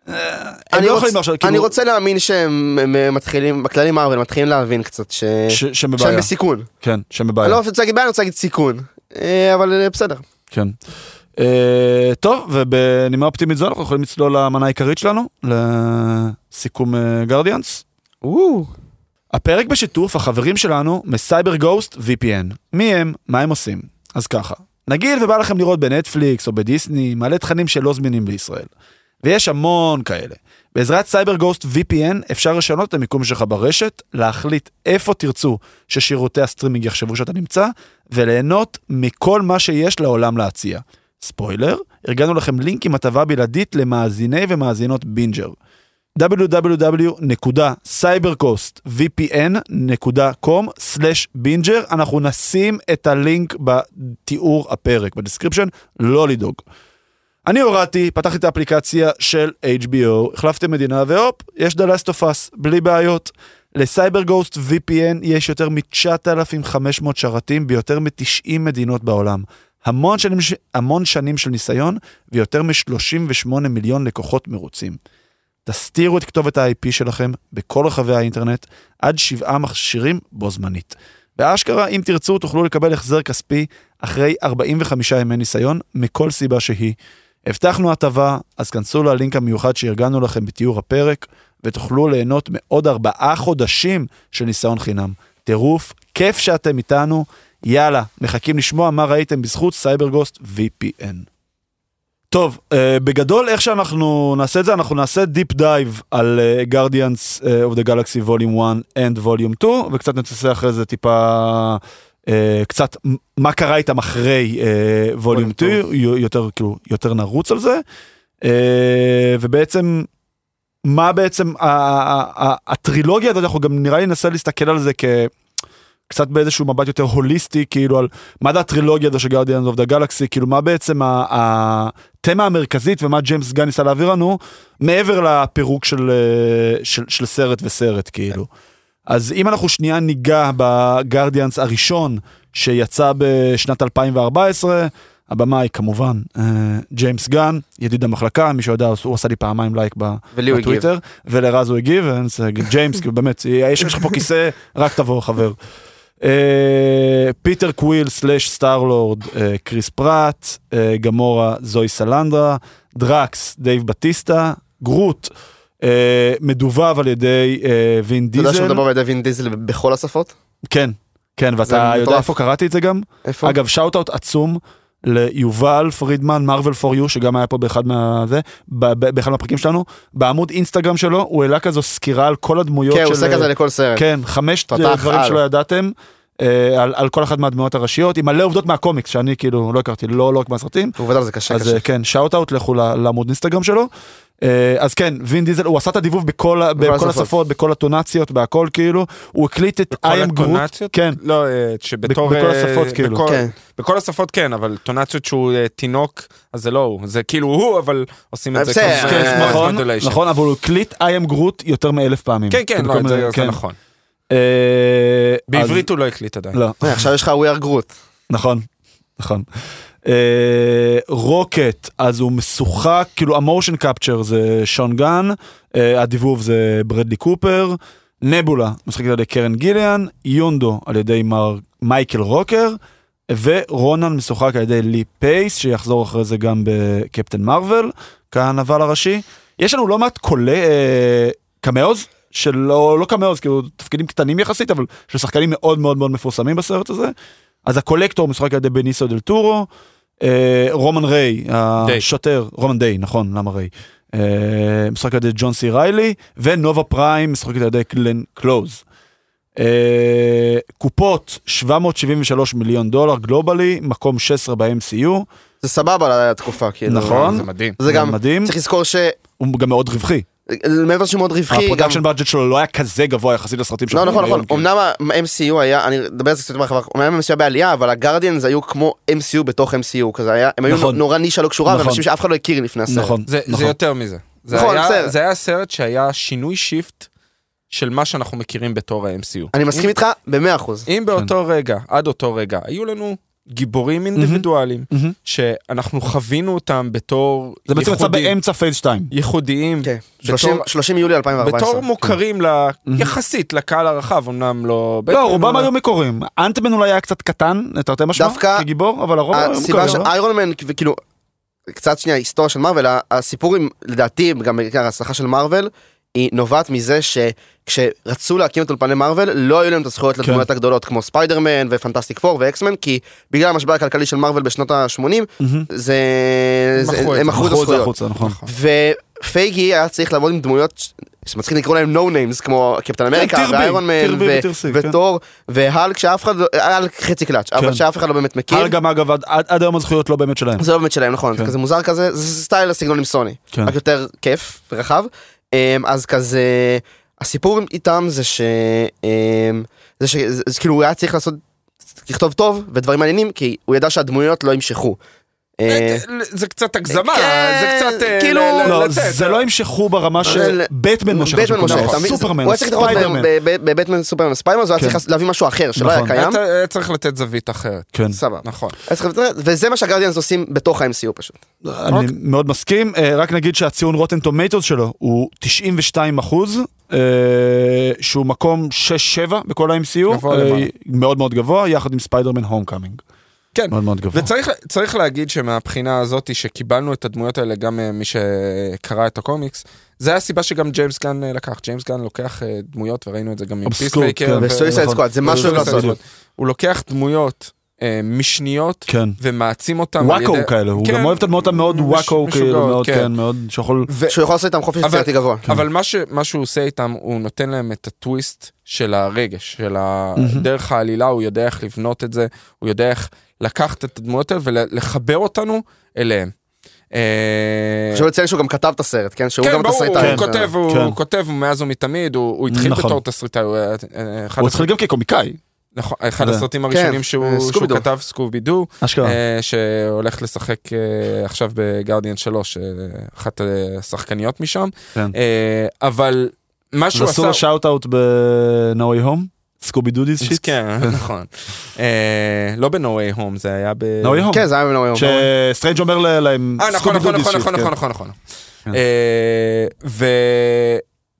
S1: אה, הם
S3: אני
S1: לא
S3: רוצ-
S1: יכולים להרשות,
S3: אני
S1: כאילו,
S3: רוצה להאמין שהם הם, הם מתחילים, בכללים מארוול מתחילים להבין קצת ש...
S1: ש- שהם
S3: שהם
S1: בבעיה.
S3: בסיכון.
S1: כן, שהם
S3: אני
S1: בבעיה.
S3: לא רוצה להגיד בעיה, אני רוצה להגיד סיכון. אה, אבל אה, בסדר.
S1: כן. אה, טוב, ובנימה אופטימית זו אנחנו יכולים לצלול למנה העיקרית שלנו, לסיכום אה, גרדיאנס. הפרק בשיתוף החברים שלנו מסייבר גוסט VPN. מי הם? מה הם עושים? אז ככה, נגיד ובא לכם לראות בנטפליקס או בדיסני מלא תכנים שלא זמינים בישראל. ויש המון כאלה. בעזרת סייבר גוסט VPN אפשר לשנות את המיקום שלך ברשת, להחליט איפה תרצו ששירותי הסטרימינג יחשבו שאתה נמצא, וליהנות מכל מה שיש לעולם להציע. ספוילר, ארגנו לכם לינק עם הטבה בלעדית למאזיני ומאזינות בינג'ר. www.cybercostvpn.com/binger אנחנו נשים את הלינק בתיאור הפרק בדסקריפשן לא לדאוג. אני הורדתי, פתחתי את האפליקציה של HBO, החלפתי מדינה והופ, יש The Last of Us, בלי בעיות. לסייבר גוסט VPN יש יותר מ-9,500 שרתים ביותר מ-90 מדינות בעולם. המון שנים, ש- המון שנים של ניסיון ויותר מ-38 מיליון לקוחות מרוצים. תסתירו את כתובת ה-IP שלכם בכל רחבי האינטרנט עד שבעה מכשירים בו זמנית. באשכרה, אם תרצו, תוכלו לקבל החזר כספי אחרי 45 ימי ניסיון, מכל סיבה שהיא. הבטחנו הטבה, אז כנסו ללינק המיוחד שארגנו לכם בתיאור הפרק, ותוכלו ליהנות מעוד ארבעה חודשים של ניסיון חינם. טירוף, כיף שאתם איתנו, יאללה, מחכים לשמוע מה ראיתם בזכות סייברגוסט VPN. טוב, אה, בגדול איך שאנחנו נעשה את זה, אנחנו נעשה דיפ דייב על אה, Guardians אה, of the Galaxy Volume 1 and Volume 2, וקצת נתנסה אחרי זה טיפה, אה, קצת מ- מה קרה איתם אחרי אה, Volume 2, יו- יותר, כאילו, יותר נרוץ על זה, אה, ובעצם, מה בעצם ה- ה- ה- הטרילוגיה הזאת, אנחנו גם נראה לי ננסה להסתכל על זה כ... קצת באיזשהו מבט יותר הוליסטי, כאילו על מה זה הטרילוגיה הזו של Guardians of the Galaxy, כאילו מה בעצם ה- ה- התמה המרכזית ומה ג'יימס גן ניסה להעביר לנו, מעבר לפירוק של, אה, של, של סרט וסרט, כאילו. אז אם אנחנו שנייה ניגע בגרדיאנס הראשון שיצא בשנת 2014, הבמאי כמובן אה, ג'יימס גן, ידיד המחלקה, מי שיודע, הוא עשה לי פעמיים לייק ב-
S3: ולי הוא הגיב.
S1: בטוויטר, ולרז הוא הגיב, ואני רוצה להגיד, ג'יימס, כאילו באמת, יש לך פה כיסא, רק תבוא חבר. אה, פיטר קוויל סלאש סטארלורד, אה, קריס פרט, אה, גמורה זוי סלנדרה, דרקס דייב בטיסטה, גרוט, אה, מדובב על ידי אה, וין
S3: אתה יודע שהוא
S1: דיזל.
S3: מדבר על ידי וין דיזל בכל השפות?
S1: כן, כן,
S3: זה
S1: ואתה יודע
S3: מטורף.
S1: איפה קראתי את זה גם?
S3: איפה?
S1: אגב, שאוט-אוט עצום ליובל פרידמן, מרוויל פור יו, שגם היה פה באחד מה... זה, ב- ב- באחד מהפרקים שלנו, בעמוד אינסטגרם שלו, הוא העלה כזו סקירה על כל הדמויות
S3: כן, הוא
S1: של...
S3: עושה כזה לכל סרט.
S1: כן, חמש
S3: פתח
S1: דברים
S3: על.
S1: שלא ידעתם. אה, על, על כל אחת מהדמויות הראשיות, עם מלא עובדות מהקומיקס שאני כאילו לא הכרתי, לא, לא רק מהסרטים.
S3: הוא עובד על זה קשה
S1: אז
S3: קשה.
S1: אה, כן, שאוט אאוט לכו ל- לעמוד אינסטגרם שלו. אה, אז כן, וין דיזל, הוא עשה את הדיבוב בכל, ה- בכל
S3: השפות.
S1: השפות, בכל הטונציות, בהכל כאילו. הוא הקליט את I
S2: כל
S1: am Groot.
S2: הטונציות?
S1: כן,
S2: לא, אה, שבתור...
S1: בכל
S2: אה,
S1: השפות, כאילו.
S2: בכל-
S3: כן.
S2: בכל השפות כן, אבל טונציות שהוא אה, תינוק, אז זה לא הוא. זה כאילו הוא, אבל עושים את זה
S3: בסדר,
S2: כמו-
S3: כן,
S2: כמו
S1: נכון,
S2: modulation.
S1: נכון, אבל הוא הקליט I am Groot יותר מאלף פעמים.
S2: כן, כן, לא,
S1: בכל
S2: את זה-
S1: מיני-
S2: זה
S1: כן.
S2: נכון.
S1: אה, אז-
S2: בעברית הוא לא הקליט עדיין.
S1: לא.
S3: אה, עכשיו יש לך We are Groot.
S1: נכון, נכון. אה, רוקט, אז הוא משוחק, כאילו המושן קפצ'ר זה שון גן, אה, הדיבוב זה ברדלי קופר, נבולה משחקת על ידי קרן גיליאן, יונדו על ידי מר, מייקל רוקר, ורונן משוחק על ידי לי פייס, שיחזור אחרי זה גם בקפטן מרוויל, כנבל הראשי. יש לנו לא מעט קולה, אה, קמאוז שלא לא קמאוז כאילו תפקידים קטנים יחסית אבל של שחקנים מאוד מאוד מאוד מפורסמים בסרט הזה. אז הקולקטור משחק על ידי בניסו דל טורו, אה, רומן ריי השוטר רומן דיי נכון למה ריי. אה, משחק על ידי ג'ון סי ריילי ונובה פריים משחקת על ידי קלן קלוז. אה, קופות 773 מיליון דולר גלובלי מקום 16 ב-MCU
S3: זה סבבה לתקופה, כאילו.
S1: נכון.
S2: זה מדהים.
S3: זה גם,
S1: מדהים.
S3: צריך לזכור ש...
S1: הוא גם מאוד רווחי.
S3: מעבר שהוא מאוד רווחי, גם...
S1: הפרודקשן בדג'ט שלו לא היה כזה גבוה יחסית לסרטים
S3: לא, נכון,
S1: היום,
S3: נכון.
S1: כאילו.
S3: אמנם ה-MCU היה, אני אדבר על זה קצת בהרחבה, אמנם ה-MCU היה בעלייה, אבל הגרדיאנס היו כמו MCU בתוך MCU, כזה היה, הם היו
S1: נכון.
S3: נורא נישה לא קשורה,
S1: נכון.
S3: ואנשים שאף אחד לא הכיר לפני הסרט.
S1: נכון,
S2: זה,
S1: נכון.
S2: זה יותר מזה. זה,
S3: נכון,
S2: היה,
S3: בסדר.
S2: זה היה סרט שהיה שינוי שיפט של מה שאנחנו מכירים בתור ה-MCU.
S3: אני מסכים איתך במאה אחוז.
S1: כן.
S2: אם באותו רגע, עד אותו רגע, היו לנו גיבורים אינדיבידואלים,
S1: מהמם.
S2: שאנחנו חווינו אותם בתור
S1: זה בעצם יצא
S2: ייחודים-
S1: באמצע פייס 2.
S2: ייחודיים,
S3: כן.
S2: בתור-
S3: 30 30 יולי 2014.
S1: כן.
S2: בתור מוכרים ל- יחסית לקהל הרחב, אמנם לא...
S1: לא,
S2: בטח,
S1: רובם
S2: אבל-
S1: היו מקוריים. אנטמן אולי היה קצת קטן, תרתי משמע,
S3: דווקא
S1: כגיבור, אבל הרוב היו
S3: אה, הסיבה
S1: מקוריים.
S3: של
S1: לא?
S3: איירון מן, וכאילו, קצת שנייה היסטוריה של מארוול, ה- הסיפור עם, לדעתי, גם בעיקר ההצלחה של מארוול, היא נובעת מזה שכשרצו להקים את אולפני מארוול, לא היו להם את הזכויות
S1: כן.
S3: לדמויות הגדולות כמו ספיידרמן ופנטסטיק פור ואקסמן, כי בגלל המשבר הכלכלי של מארוול בשנות ה-80,
S1: מהמם.
S3: זה...
S2: מכרו
S3: זה-
S2: את זה,
S3: הם מכרו
S1: מכרו
S3: את
S1: את זה
S3: הזכויות.
S1: החוצה, נכון.
S3: ופייגי היה צריך לעבוד עם דמויות ש- שמצחיק לקרוא להם נו ניימס כמו קפטן אמריקה
S1: כן, טירבי,
S3: ואיירון מן
S1: טירבי
S3: ו-
S1: וטירסי, כן.
S3: ותור והלק שאף אחד לא, הלק חצי קלאץ' אבל
S1: כן.
S3: שאף אחד לא באמת מכיר.
S1: אבל גם אגב, עד- עד עד היום הזכויות לא באמת שלהם.
S3: זה לא באמת שלהם נכון
S1: כן.
S3: זה כזה מוזר כזה זה סטייל הסגנון עם סוני
S1: כן.
S3: רק יותר כיף ורחב אמ, אז כזה הסיפור איתם זה ש... אמ, זה ש... זה זה כאילו הוא היה צריך לעשות לכתוב טוב ודברים מעניינים כי הוא ידע שהדמויות לא ימשכו. אה,
S2: זה קצת הגזמה,
S3: כן,
S2: זה קצת... אה,
S3: כאילו-
S2: ל- ל-
S1: לא,
S2: לצאת.
S1: זה לא המשכו ברמה של
S3: אבל-
S1: בטמן מושך,
S3: בטמן מושך,
S1: נכון.
S3: אתה מבין?
S1: סופרמן,
S3: הוא היה צריך להתחרות בהם
S1: ספיידרמן.
S3: ב- ב- בבטמן, סופרמן, ספיידרמן, אז הוא היה
S1: כן.
S3: צריך להביא משהו אחר שלא היה
S1: נכון.
S3: קיים.
S2: היה- היה צריך לתת זווית אחרת.
S1: כן.
S3: סבבה.
S2: נכון.
S3: היה צריך לתת- וזה מה שהגרדיאנס עושים בתוך ה-MCU פשוט. אוקיי.
S1: אני מאוד מסכים, אה, רק נגיד שהציון רוטן טומטוס שלו הוא 92 אחוז, אה, שהוא מקום 6-7 בכל ה-MCU,
S2: גבוה
S1: אה,
S2: למעלה.
S1: מאוד מאוד גבוה, יחד עם ספיידרמן הום קאמינג.
S2: כן.
S1: מאוד מאוד גבוה.
S2: וצריך צריך להגיד שמהבחינה הזאת שקיבלנו את הדמויות האלה גם אה, מי שקרא את הקומיקס, זה הסיבה שגם ג'יימס גן אה, לקח. ג'יימס גן לוקח אה, דמויות וראינו את זה גם עם
S1: Obscure,
S2: פיסמייקר.
S1: כן.
S3: וסויסייד
S1: נכון.
S3: סקואט, זה משהו
S1: Suicide
S3: לעשות.
S1: Squad.
S2: הוא לוקח דמויות אה, משניות
S1: כן.
S2: ומעצים אותן. על
S1: וואקו
S2: ידי-
S1: כאלה, הוא
S2: כן,
S1: גם אוהב את הדמות המאוד
S2: מש-
S1: וואקו, כאילו,
S2: משוגעות,
S1: מאוד,
S2: כן.
S1: כן, מאוד, שיכול...
S2: ו-
S3: שהוא יכול לעשות איתם חופש
S2: אבל-
S3: יצירתי
S1: כן.
S3: גבוה.
S2: אבל מה, ש, מה שהוא עושה איתם, הוא נותן להם את הטוויסט של הרגש, של ה... דרך העלילה, הוא יודע איך לבנות את זה, הוא יודע איך לקחת את הדמויות האלה ולחבר אותנו אליהם. אה,
S3: עכשיו לציין שהוא גם כתב את הסרט, כן? שהוא
S2: כן,
S3: גם
S2: ברור,
S3: תסריטאי.
S2: הוא כותב,
S1: כן.
S2: הוא כותב מאז ומתמיד, הוא הוא התחיל
S1: נכון.
S2: בתור תסריטאי, הוא היה, אה, אחד
S1: הוא
S2: הסרט-
S1: התחיל גם כקומיקאי,
S2: נכון, אחד
S1: זה.
S2: הסרטים
S3: כן,
S2: הראשונים
S3: אה,
S2: שהוא שהוא
S3: סקובי-דו.
S2: כתב, סקובי דו,
S1: אשכרה.
S2: אה, שהולך לשחק אה, עכשיו בגרדיאן 3, אה, אחת השחקניות משם.
S1: כן.
S2: אה, אבל מה שהוא
S1: אז עשו
S2: עשה...
S1: לו שאוט אאוט בנאוי הום, סקובי דודיס
S2: אז
S1: שיט. [LAUGHS]
S2: כן, נכון. אה, לא ב-No way home, זה היה ב...
S1: נאוי הום.
S3: כן, זה היה ממנו היום.
S1: שסטרנג' אומר ל- להם
S2: אה, נכון,
S1: סקובי
S2: נכון,
S1: דודיס
S2: נכון,
S1: שיט.
S2: נכון,
S1: כן.
S2: נכון, נכון, נכון.
S1: כן.
S2: אה,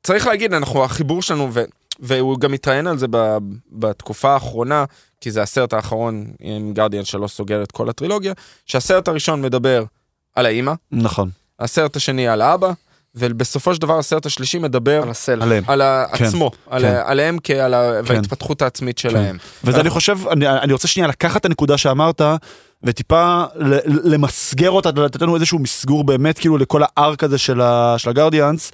S2: וצריך להגיד, אנחנו, החיבור שלנו, ו- והוא גם התראיין על זה ב- בתקופה האחרונה, כי זה הסרט האחרון עם גרדיאן שלא סוגר את כל הטרילוגיה, שהסרט הראשון מדבר על האימא,
S1: נכון,
S2: הסרט השני על האבא, ובסופו של דבר הסרט השלישי מדבר
S3: על הסלף.
S1: עליהם.
S2: על עצמו, על
S1: כן.
S2: עליהם כעל ה- וההתפתחות העצמית שלהם.
S1: וזה אני חושב, אני, אני רוצה שנייה לקחת את הנקודה שאמרת, וטיפה ל- למסגר אותה, לתת לנו איזשהו מסגור באמת כאילו לכל הארק הזה של, ה, של הגרדיאנס.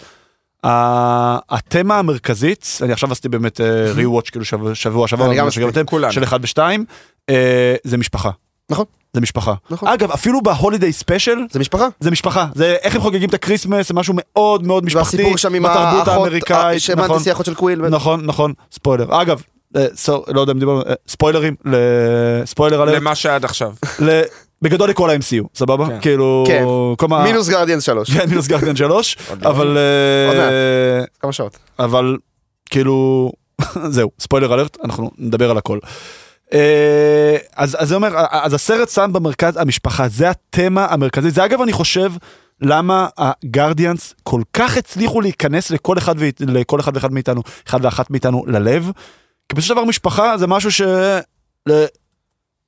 S1: ה- התמה המרכזית, אני עכשיו עשיתי באמת ריוואץ' כאילו שבוע שבוע, שבוע
S3: אני גם
S1: אני חושב
S3: עשיתי,
S1: אתם,
S2: כולנו.
S1: של אחד ושתיים, אה, זה משפחה.
S3: נכון.
S1: זה משפחה.
S3: נכון.
S1: אגב, אפילו בהולידיי ספיישל,
S3: זה משפחה.
S1: זה משפחה, זה איך הם חוגגים את הקריסמס, זה משהו מאוד מאוד משפחתי,
S3: והסיפור שם עם
S1: בתרבות
S3: האחות,
S1: האמריקאית, נכון.
S3: שמנדסי אחות של קוויל.
S1: נכון נכון ספוילר אגב אה, סור- לא יודע אם דיברנו אה, ספוילרים ל- ספוילר עליהם
S2: למה שעד עכשיו.
S1: בגדול לכל ה-MCU
S2: כן.
S1: סבבה כאילו
S3: כן.
S1: כל מה
S3: מינוס גרדיאנס 3.
S1: כן, מינוס גרדן שלוש
S2: עוד לא.
S1: אבל
S3: עוד מעט.
S1: אה,
S3: כמה שעות.
S1: אבל כאילו [LAUGHS] זהו ספוילר אלרט אנחנו נדבר על הכל. אה, אז אז זה אומר אז הסרט שם במרכז המשפחה זה התמה המרכזית זה אגב אני חושב למה הגרדיאנס כל כך הצליחו להיכנס לכל אחד ואת- לכל אחד ואחד מאיתנו אחד ואחת מאיתנו ללב. כי בסופו של דבר משפחה זה משהו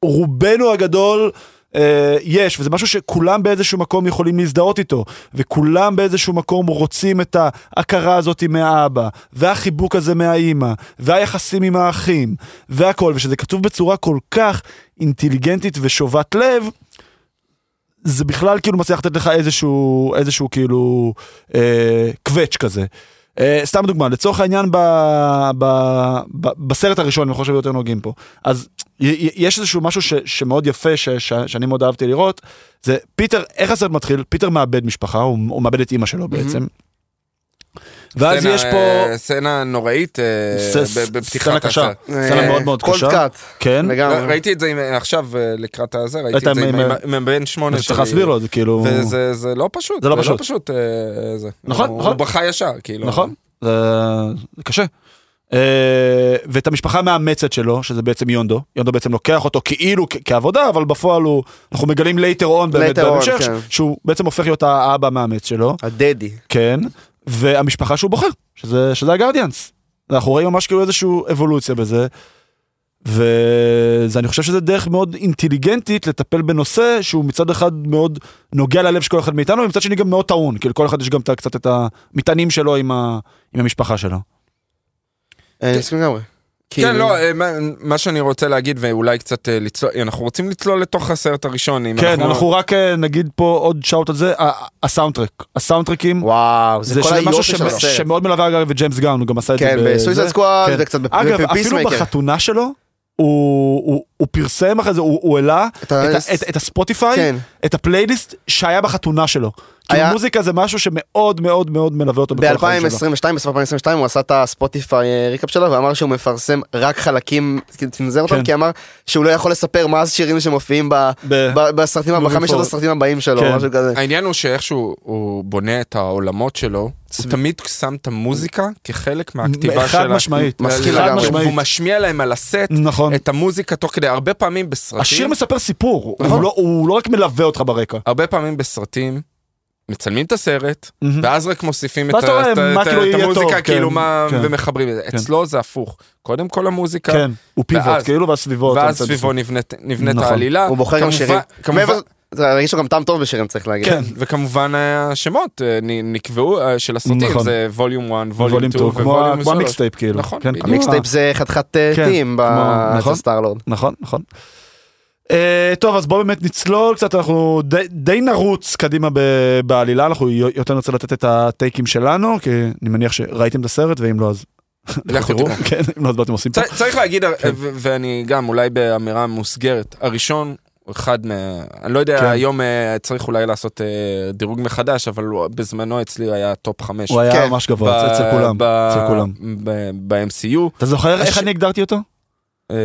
S1: שרובנו הגדול אה, יש, וזה משהו שכולם באיזשהו מקום יכולים להזדהות איתו, וכולם באיזשהו מקום רוצים את ההכרה הזאת מהאבא, והחיבוק הזה מהאימא, והיחסים עם האחים, והכל, ושזה כתוב בצורה כל כך אינטליגנטית ושובת לב, זה בכלל כאילו מצליח לתת לך איזשהו, איזשהו כאילו אה, קווץ' כזה. אה, סתם דוגמה, לצורך העניין ב, ב, ב, בסרט הראשון, אני חושב יותר נוגעים פה, אז י- י- יש איזשהו משהו ש, שמאוד יפה, ש, ש, שאני מאוד אהבתי לראות, זה פיטר, איך הסרט מתחיל? פיטר מאבד משפחה, הוא, הוא מאבד את אימא שלו בעצם. ואז
S2: סצנה,
S1: יש פה...
S2: אה, סצנה נוראית אה,
S1: ס-
S2: ב- בפתיחת
S1: סצנה קשה.
S2: הסרט.
S1: סצנה מאוד מאוד
S3: קולד
S1: קשה.
S3: קאט.
S1: כן,
S3: אה, לגמרי.
S2: ראיתי את זה עם- עכשיו אה, לקראת הזה, ראיתי
S1: ראית
S2: את זה עם-
S1: עם-
S2: עם- עם בן שמונה
S1: אני צריך להסביר לו, זה כאילו...
S2: וזה זה לא פשוט,
S1: זה לא
S2: זה לא
S1: פשוט.
S2: פשוט אה, זה.
S1: נכון,
S2: הוא-
S1: נכון.
S2: הוא בכה ישר, כאילו.
S1: נכון, זה זה קשה. אה, ואת המשפחה המאמצת שלו, שזה בעצם יונדו, יונדו בעצם לוקח אותו כאילו כ- כעבודה, אבל בפועל הוא, אנחנו מגלים later on באמת
S3: Later on,
S1: בהמשך,
S3: כן.
S1: ש- שהוא בעצם הופך להיות האבא המאמץ שלו,
S3: הדדי.
S1: כן, והמשפחה שהוא בוחר, שזה, שזה הגרדיאנס. אנחנו רואים ממש כאילו איזושהי אבולוציה בזה, ואני חושב שזה דרך מאוד אינטליגנטית לטפל בנושא שהוא מצד אחד מאוד נוגע ללב של כל אחד מאיתנו, ומצד שני גם מאוד טעון, כאילו כל אחד יש גם את ה- קצת את המטענים שלו עם, ה, עם המשפחה שלו. אה,
S3: אני מסכים לגמרי. כאילו,
S1: כאילו-
S2: כן, לא, אה, מה- מה שאני רוצה להגיד, ואולי קצת אה, לצלול, אנחנו רוצים לצלול לתוך הסרט הראשון. אם
S1: כן, אנחנו רק אה, נגיד פה עוד שאוט על זה, ה- ה- הסאונדטרק, הסאונדטרקים.
S3: וואו, זה
S1: זה
S3: כל
S1: שזה משהו
S3: היופי
S1: שמ-
S3: של הסרט.
S1: שמאוד מלווה אגב את ג'יימס גאון, הוא גם עשה את זה.
S3: כן,
S1: בזה.
S3: בסויסד סקוואד,
S1: כן.
S3: זה קצת
S1: אגב, אפילו
S3: בפיסמייקר.
S1: בחתונה שלו, הוא, הוא, הוא פרסם אחרי זה, הוא, הוא העלה את,
S3: ה-
S1: ה- את, את הספוטיפיי,
S3: כן.
S1: את הפלייליסט שהיה בחתונה שלו.
S3: היה-
S1: היה... כי מוזיקה זה משהו שמאוד מאוד מאוד מלווה אותו בכל החיים שלו.
S3: ב-2022, בסוף 2022 הוא עשה את הספוטיפיי אה, ריקאפ שלו ואמר שהוא מפרסם רק חלקים, כאילו צנזר אותם,
S1: כן.
S3: כי אמר שהוא לא יכול לספר מה השירים שמופיעים ב-
S1: ב-
S3: ב- בסרטים,
S1: moving
S3: בחמשת
S1: forward.
S3: הסרטים הבאים שלו,
S1: כן.
S3: משהו כזה.
S2: העניין הוא שאיכשהו הוא בונה את העולמות שלו, הוא תמיד שם את המוזיקה כחלק מהכתיבה
S1: חד
S2: שלה.
S1: משמעית.
S3: מסכים
S2: חד
S3: לגמרי.
S2: משמעית. הוא משמיע להם על הסט
S1: נכון.
S2: את המוזיקה תוך כדי, הרבה פעמים בסרטים.
S1: השיר מספר סיפור,
S2: נכון.
S1: הוא, לא, הוא לא רק מלווה אותך ברקע.
S2: הרבה פעמים בסרטים מצלמים את הסרט
S1: מהמם.
S2: ואז רק מוסיפים את,
S1: ואז אתה רואה
S2: את,
S1: מה
S2: את,
S1: כאילו
S2: את
S1: יהיה טוב,
S2: המוזיקה
S1: כן,
S2: כאילו מה
S1: כן.
S2: ומחברים את זה
S1: כן.
S2: אצלו זה הפוך קודם כל המוזיקה
S1: כן, הוא פיבוט,
S2: ואז-
S1: כאילו, והסביבות.
S2: ואז סביבו נבנית, נבנית
S1: נכון.
S2: העלילה
S3: הוא בוחר גם
S2: כמובן-
S3: שירים.
S2: כמובן,
S3: מעבר- זה הרגיש לו גם טעם טוב בשירים צריך להגיד.
S1: כן.
S2: וכמובן השמות אה, נ- נקבעו אה, של הסרטים
S1: נכון.
S2: זה ווליום 1 ווליום
S1: וולים
S2: 2
S1: טו, כמו ה-
S2: וווליום
S1: כמו
S2: 3.
S1: המיקסטייפ כאילו.
S2: נכון,
S1: כן,
S2: בדיוק.
S1: כמו ה-
S3: מיקסטייפ זה חתיכת אה,
S1: כן,
S3: טים ב-
S1: כמו-
S3: אצל
S1: נכון.
S3: סטארלורד.
S1: נכון, נכון. Uh, טוב, אז בואו באמת נצלול קצת, אנחנו די, די נרוץ קדימה ב, בעלילה, אנחנו י- יותר נרצה לתת את הטייקים שלנו, כי אני מניח שראיתם את הסרט, ואם לא אז...
S2: [LAUGHS] לכו תראו.
S1: כן, אם לא אז מה אתם עושים פה?
S2: צ- צריך להגיד, ו-
S1: כן.
S2: ואני גם אולי באמירה מוסגרת, הראשון הוא אחד מה... אני לא
S1: כן.
S2: יודע, היום אה, צריך אולי לעשות אה, דירוג מחדש, אבל הוא- בזמנו אצלי היה טופ חמש.
S1: הוא היה
S3: כן,
S1: ממש גבוה, אצל כולם, אצל כולם.
S2: ב-MCU.
S1: אתה זוכר
S2: הש- אה,
S1: איך אני הגדרתי אותו?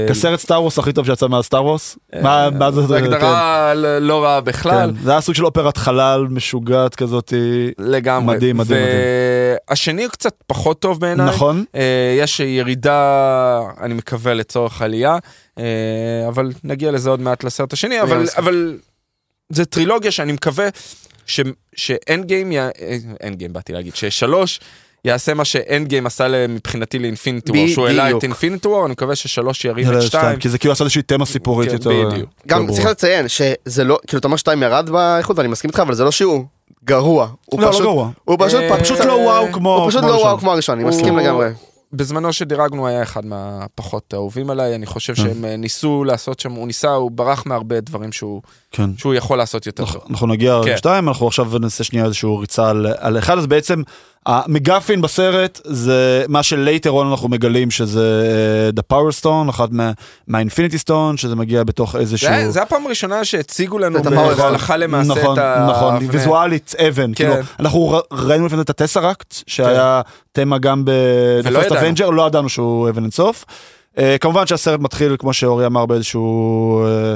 S1: כסרט סטאר וורס הכי טוב שיצא מאז סטאר וורס? מה מה זה?
S2: זו הגדרה ל- לא רעה
S1: כן,
S2: בכלל.
S1: כן. זה היה סוג של אופרת חלל משוגעת כזאת,
S2: לגמרי.
S1: מדהים, מדהים,
S2: והשני הוא קצת פחות טוב בעיניי.
S1: נכון?
S2: אה, יש ירידה, אני מקווה, לצורך עלייה, אה, אבל נגיע לזה עוד מעט לסרט השני, אבל,
S3: מסכים.
S2: אבל זה טרילוגיה שאני מקווה ש- שאנד גיים, יא- אה, אנד גיים באתי להגיד, ששלוש יעשה מה שאנד גיים עשה ל- מבחינתי לאינפיניטי וור, שהוא העלה
S3: בדיוק.
S2: את אינפיניטי וור, אני מקווה ששלוש ירים
S1: זה
S2: את
S1: לא
S2: שתיים.
S1: שתיים, כי זה כאילו עשה איזושהי תמה סיפורית
S2: כן,
S1: יותר.
S2: בדיוק.
S1: יותר
S3: גם
S1: ברורה.
S3: צריך לציין שזה לא, כאילו אתה אומר שתיים ירד באיכות ואני מסכים איתך, אבל זה לא שהוא גרוע. הוא
S1: לא, לא
S3: פשוט-
S1: גרוע.
S3: הוא פשוט
S2: אה,
S1: הוא פשוט לא וואו כמו...
S3: הוא פשוט
S1: כמו
S3: לא
S1: הראשון.
S3: וואו כמו הראשון, אני
S2: הוא-
S3: מסכים לגמרי.
S2: בזמנו שדירגנו היה אחד מהפחות אהובים עליי, אני חושב שהם אה, ניסו לעשות שם, הוא ניסה, הוא ברח מהרבה דברים שהוא,
S1: כן.
S2: שהוא יכול לעשות יותר טוב.
S1: אנחנו- אנחנו נגיע
S2: כן.
S1: לשתיים, אנחנו עכשיו נעשה שנייה איזשהו ריצה על- על אחד, אז בעצם המגפין בסרט זה מה שלייטר און אנחנו מגלים שזה אה, The Power Stone, אחת מה- מהאינפיניטי סטון, שזה מגיע בתוך איזשהו...
S2: זה, זה הפעם הראשונה שהציגו לנו
S3: את הפאוור סטון.
S2: הלכה למעשה
S1: נכון,
S2: את ה...
S1: נכון,
S2: האבני.
S1: ויזואלית אבן,
S2: כן.
S1: כאילו, אנחנו ר- ראינו לפני זה את הטסרקט, שהיה תמה גם ב...
S2: ולא
S1: The First
S2: ידענו.
S1: Avenger, לא ידענו שהוא אבן אינסוף. אה, כמובן שהסרט מתחיל, כמו שאורי אמר, באיזשהו אה,